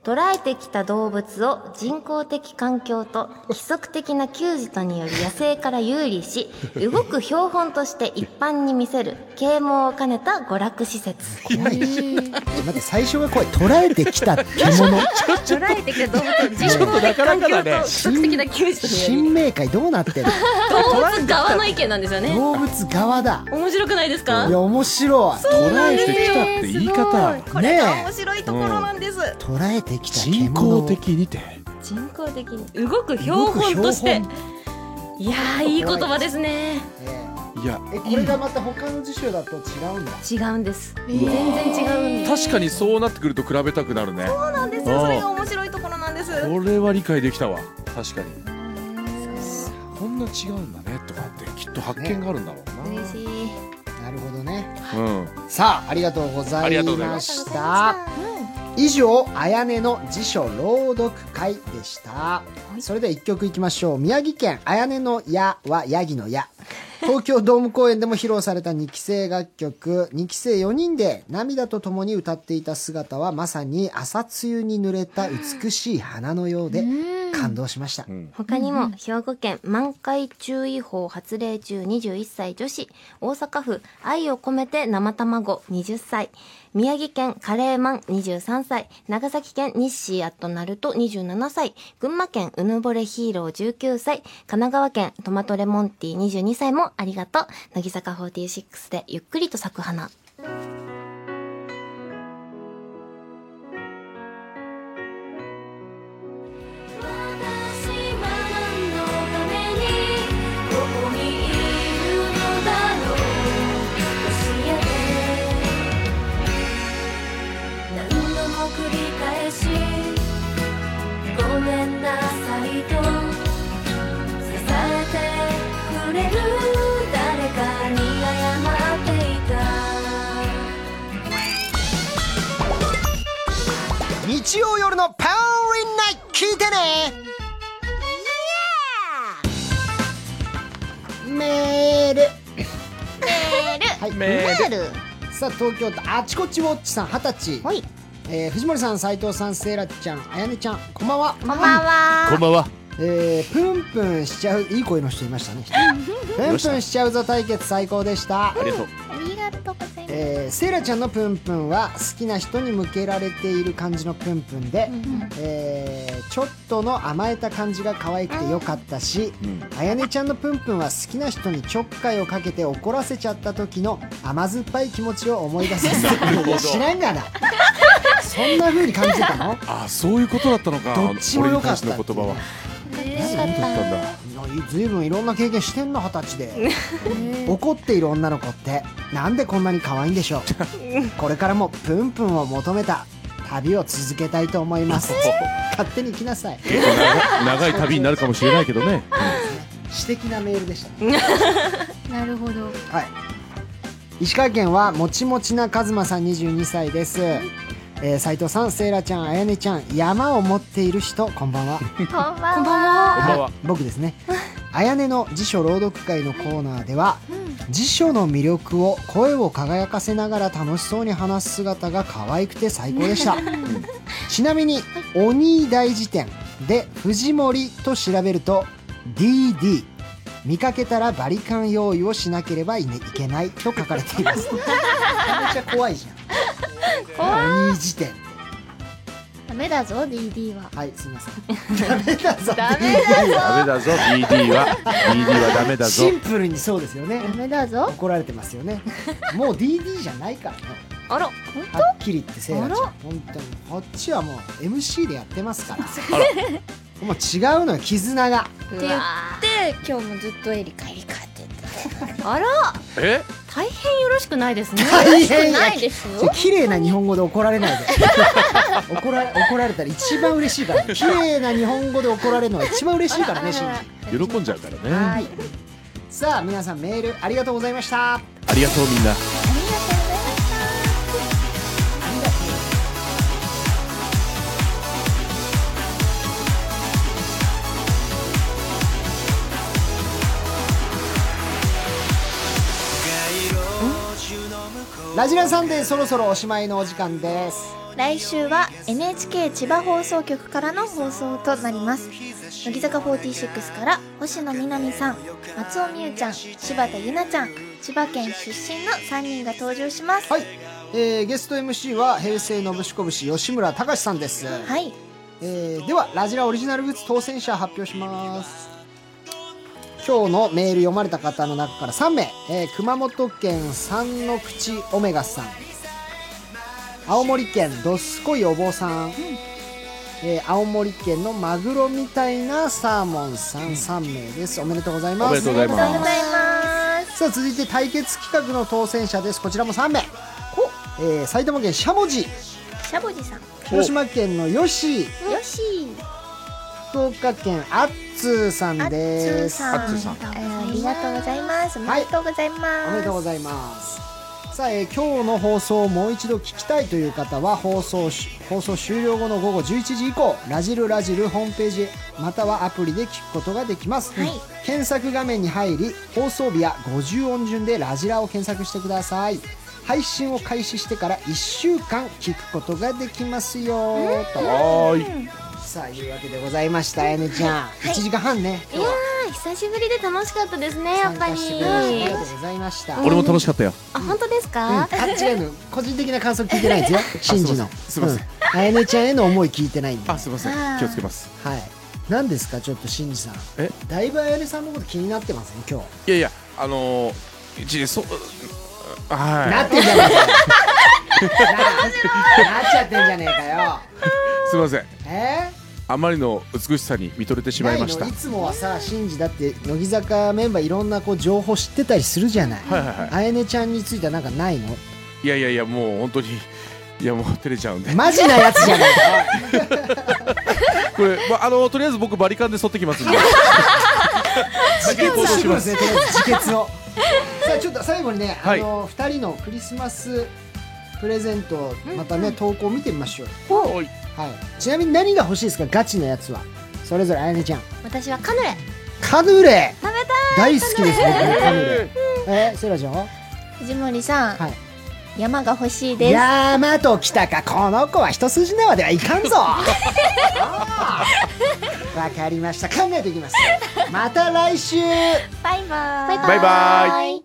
捉えてきた動物を人工的環境と規則的な給餌とにより野生から有利し動く標本として一般に見せる啓蒙を兼ねた娯楽施設怖いちょっと待って最初が怖い捉えてきた獣捉えてきた動物を人工的環境と規則的な給餌とにより新明会どうなってる動物側の意見なんですよね動物側だ面白くないですいかや面白い捉えてきたって言い方これが面白いところなんです、捉えてきた人獣工的にて人工的に動く標本として動く標いやーいい言葉ですねいやえこれがまた他の辞書だと違うんだ違うんです全然違うんです確かにそうなってくると比べたくなるねそうなんですよそれが面白いところなんですこれは理解できたわ確かにこんな違うんだねとかってきっと発見があるんだろうな、嬉しいなるほどねうんさあありがとうござありいがとうございまました以上あやねの辞書朗読会でした、それでは1曲いきましょう宮城県あやねの「や」はヤギの「 [LAUGHS] や」東京ドーム公演でも披露された2期生楽曲2期生4人で涙とともに歌っていた姿はまさに朝露に濡れた美しい花のようで感動しました、他にも兵庫県満開注意報発令中21歳女子大阪府愛を込めて生卵20歳宮城県カレーマン23歳長崎県日誌アットナルト27歳群馬県うぬぼれヒーロー19歳神奈川県トマトレモンティー22歳もありがとう乃木坂46でゆっくりと咲く花私は何のためにここにいるのだろう教えて何度も繰り返しごめんなさいと支えてくれる誰かに謝っていた日曜夜のパウリンナイト聞いてねメールメール、はい、メールさあ東京都あちこちウォッチさん二十歳はいえー藤森さん斉藤さんセイラちゃんあやねちゃんこんばんはこんばんはこんばんはえー、プンプンしちゃういい声の人いま [LAUGHS] したねプンプンしちゃうぞ対決最高でしたありがとうありがとうございます、えー、セイラちゃんのプンプンは好きな人に向けられている感じのプンプンで、えーちょっとの甘えた感じが可愛くてよかったし、あやねちゃんのプンプンは好きな人にちょっかいをかけて怒らせちゃった時の甘酸っぱい気持ちを思い出させるほてどいや知らんがなそんな風に感じてたのあそういうことだったのかどっちも良かった俺に対しての言葉はそうだったんだずいぶんいろんな経験してんな二十歳で怒っている女の子ってなんでこんなに可愛いんでしょうこれからもプンプンを求めた旅を続けたいと思います勝手に行きなさい結構長い長い旅になるかもしれないけどね私的なメールでしたねなるほどはい。石川県はもちもちなかずまさん22歳です。えー、斉藤さん、セイラちゃん、あやねちゃん、山を持っている人、こんばんは。こんばんはこんばんははい僕ですね。あやねの辞書朗読会のコーナーでは、辞書の魅力を声を輝かせながら楽しそうに話す姿が可愛くて最高でした。ちなみに、鬼大辞典で藤森と調べると、DD。見かけたらバリカン用意をしなければい,、いけないと書かれています。めちゃめちゃ怖いじゃん。鬼辞典。ダメだぞ DD ははい、すみません。ダメだぞ。ダメダメだぞ DD は DD はダメだぞシンプルにそうですよね。ダメだぞ怒られてますよね。 [LAUGHS] もう DD じゃないからね。あらはっきり言ってせいらちゃん。本当にこっちはもう MC でやってますから。もう違うのよ絆がって言って今日もずっとエリカエリカって言ってたあらえ大変よろしくないですね大変やないですよそう [LAUGHS] 綺麗な日本語で怒られないで [LAUGHS] 怒ら怒られたら一番嬉しいから綺麗な日本語で怒られるのが一番嬉しいからねシンジ喜んじゃうからねはいさあ皆さんメールありがとうございましたありがとうみんなラジラサンデーそろそろおしまいのお時間です来週は NHK 千葉放送局からの放送となります乃木坂46から星野みなみさん松尾美優ちゃん柴田ゆなちゃん千葉県出身の3人が登場しますはい、えーゲスト MC は平成のぶしこぶし吉村隆さんです、はいえーではラジラオリジナルグッズ当選者発表します今日のメール読まれた方の中から3名、えー熊本県三の口オメガさん青森県どすこいお坊さん、えー青森県のマグロみたいなサーモンさん3名ですおめでとうございますおめでとうございますありがとうございますさあ続いて対決企画の当選者ですこちらも3名、えー埼玉県しゃもじシャボジさん広島県のよしよし福岡県あっつーさあんっつーですさんあっつーさんえーありがとうございますおめでとうございます、おめでとうございますさあ、えー今日の放送をもう一度聞きたいという方は放送し [LAUGHS] 放送終了後の午後11時以降「ラジルラジル」ホームページまたはアプリで聞くことができます、はい検索画面に入り放送日や50音順で「ラジラ」を検索してください配信を開始してから1週間聞くことができますよとはーいさあいうわけでございましたあやねちゃん、1時間半ねいやー久しぶりで楽しかったですねや参っぱ加りしてくれましてありがとうございました、俺も楽しかったよあ本当ですうん、かあ、違うの、個人的な感想聞いてない [LAUGHS] ですよ。シンジの。すいませんすいませんうん。あやねちゃんへの思い聞いてないんで。はあすいません気をつけますい。何ですか、ちょっとシンジさん。えだいぶあやねさんのこと気になってますね、今日。いやいやあのーじそうなはってんじゃねえかよ。ななっ [LAUGHS] ちゃってんじゃねえかよ。いすいませんえあまりの美しさに見とれてしー、まいましたないのいつもはさ、シンジだって乃木坂メンバーいろんなこう情報知ってたりするじゃない。はいはいはいあやねちゃんについてはなんかないのいやいやいやもう本当にいやもう照れちゃうんでマジなやつじゃないか。これ、まあ、あのとりあえず僕バリカンで剃ってきますんで自先に行動しますねとりあえず自決をさあちょっと最後にね、はいあの二人のクリスマスプレゼントまたね、投稿見てみましょうおいはいちなみに何が欲しいですかガチのやつはそれぞれあやねちゃん私はカヌレカヌレ食べ大好きですねカヌレえー、セイラちゃんは藤森さん、はい山が欲しいです山と来たかこの子は一筋縄ではいかんぞあーわかりました考えていきますまた来週バイバーイバイバーイイ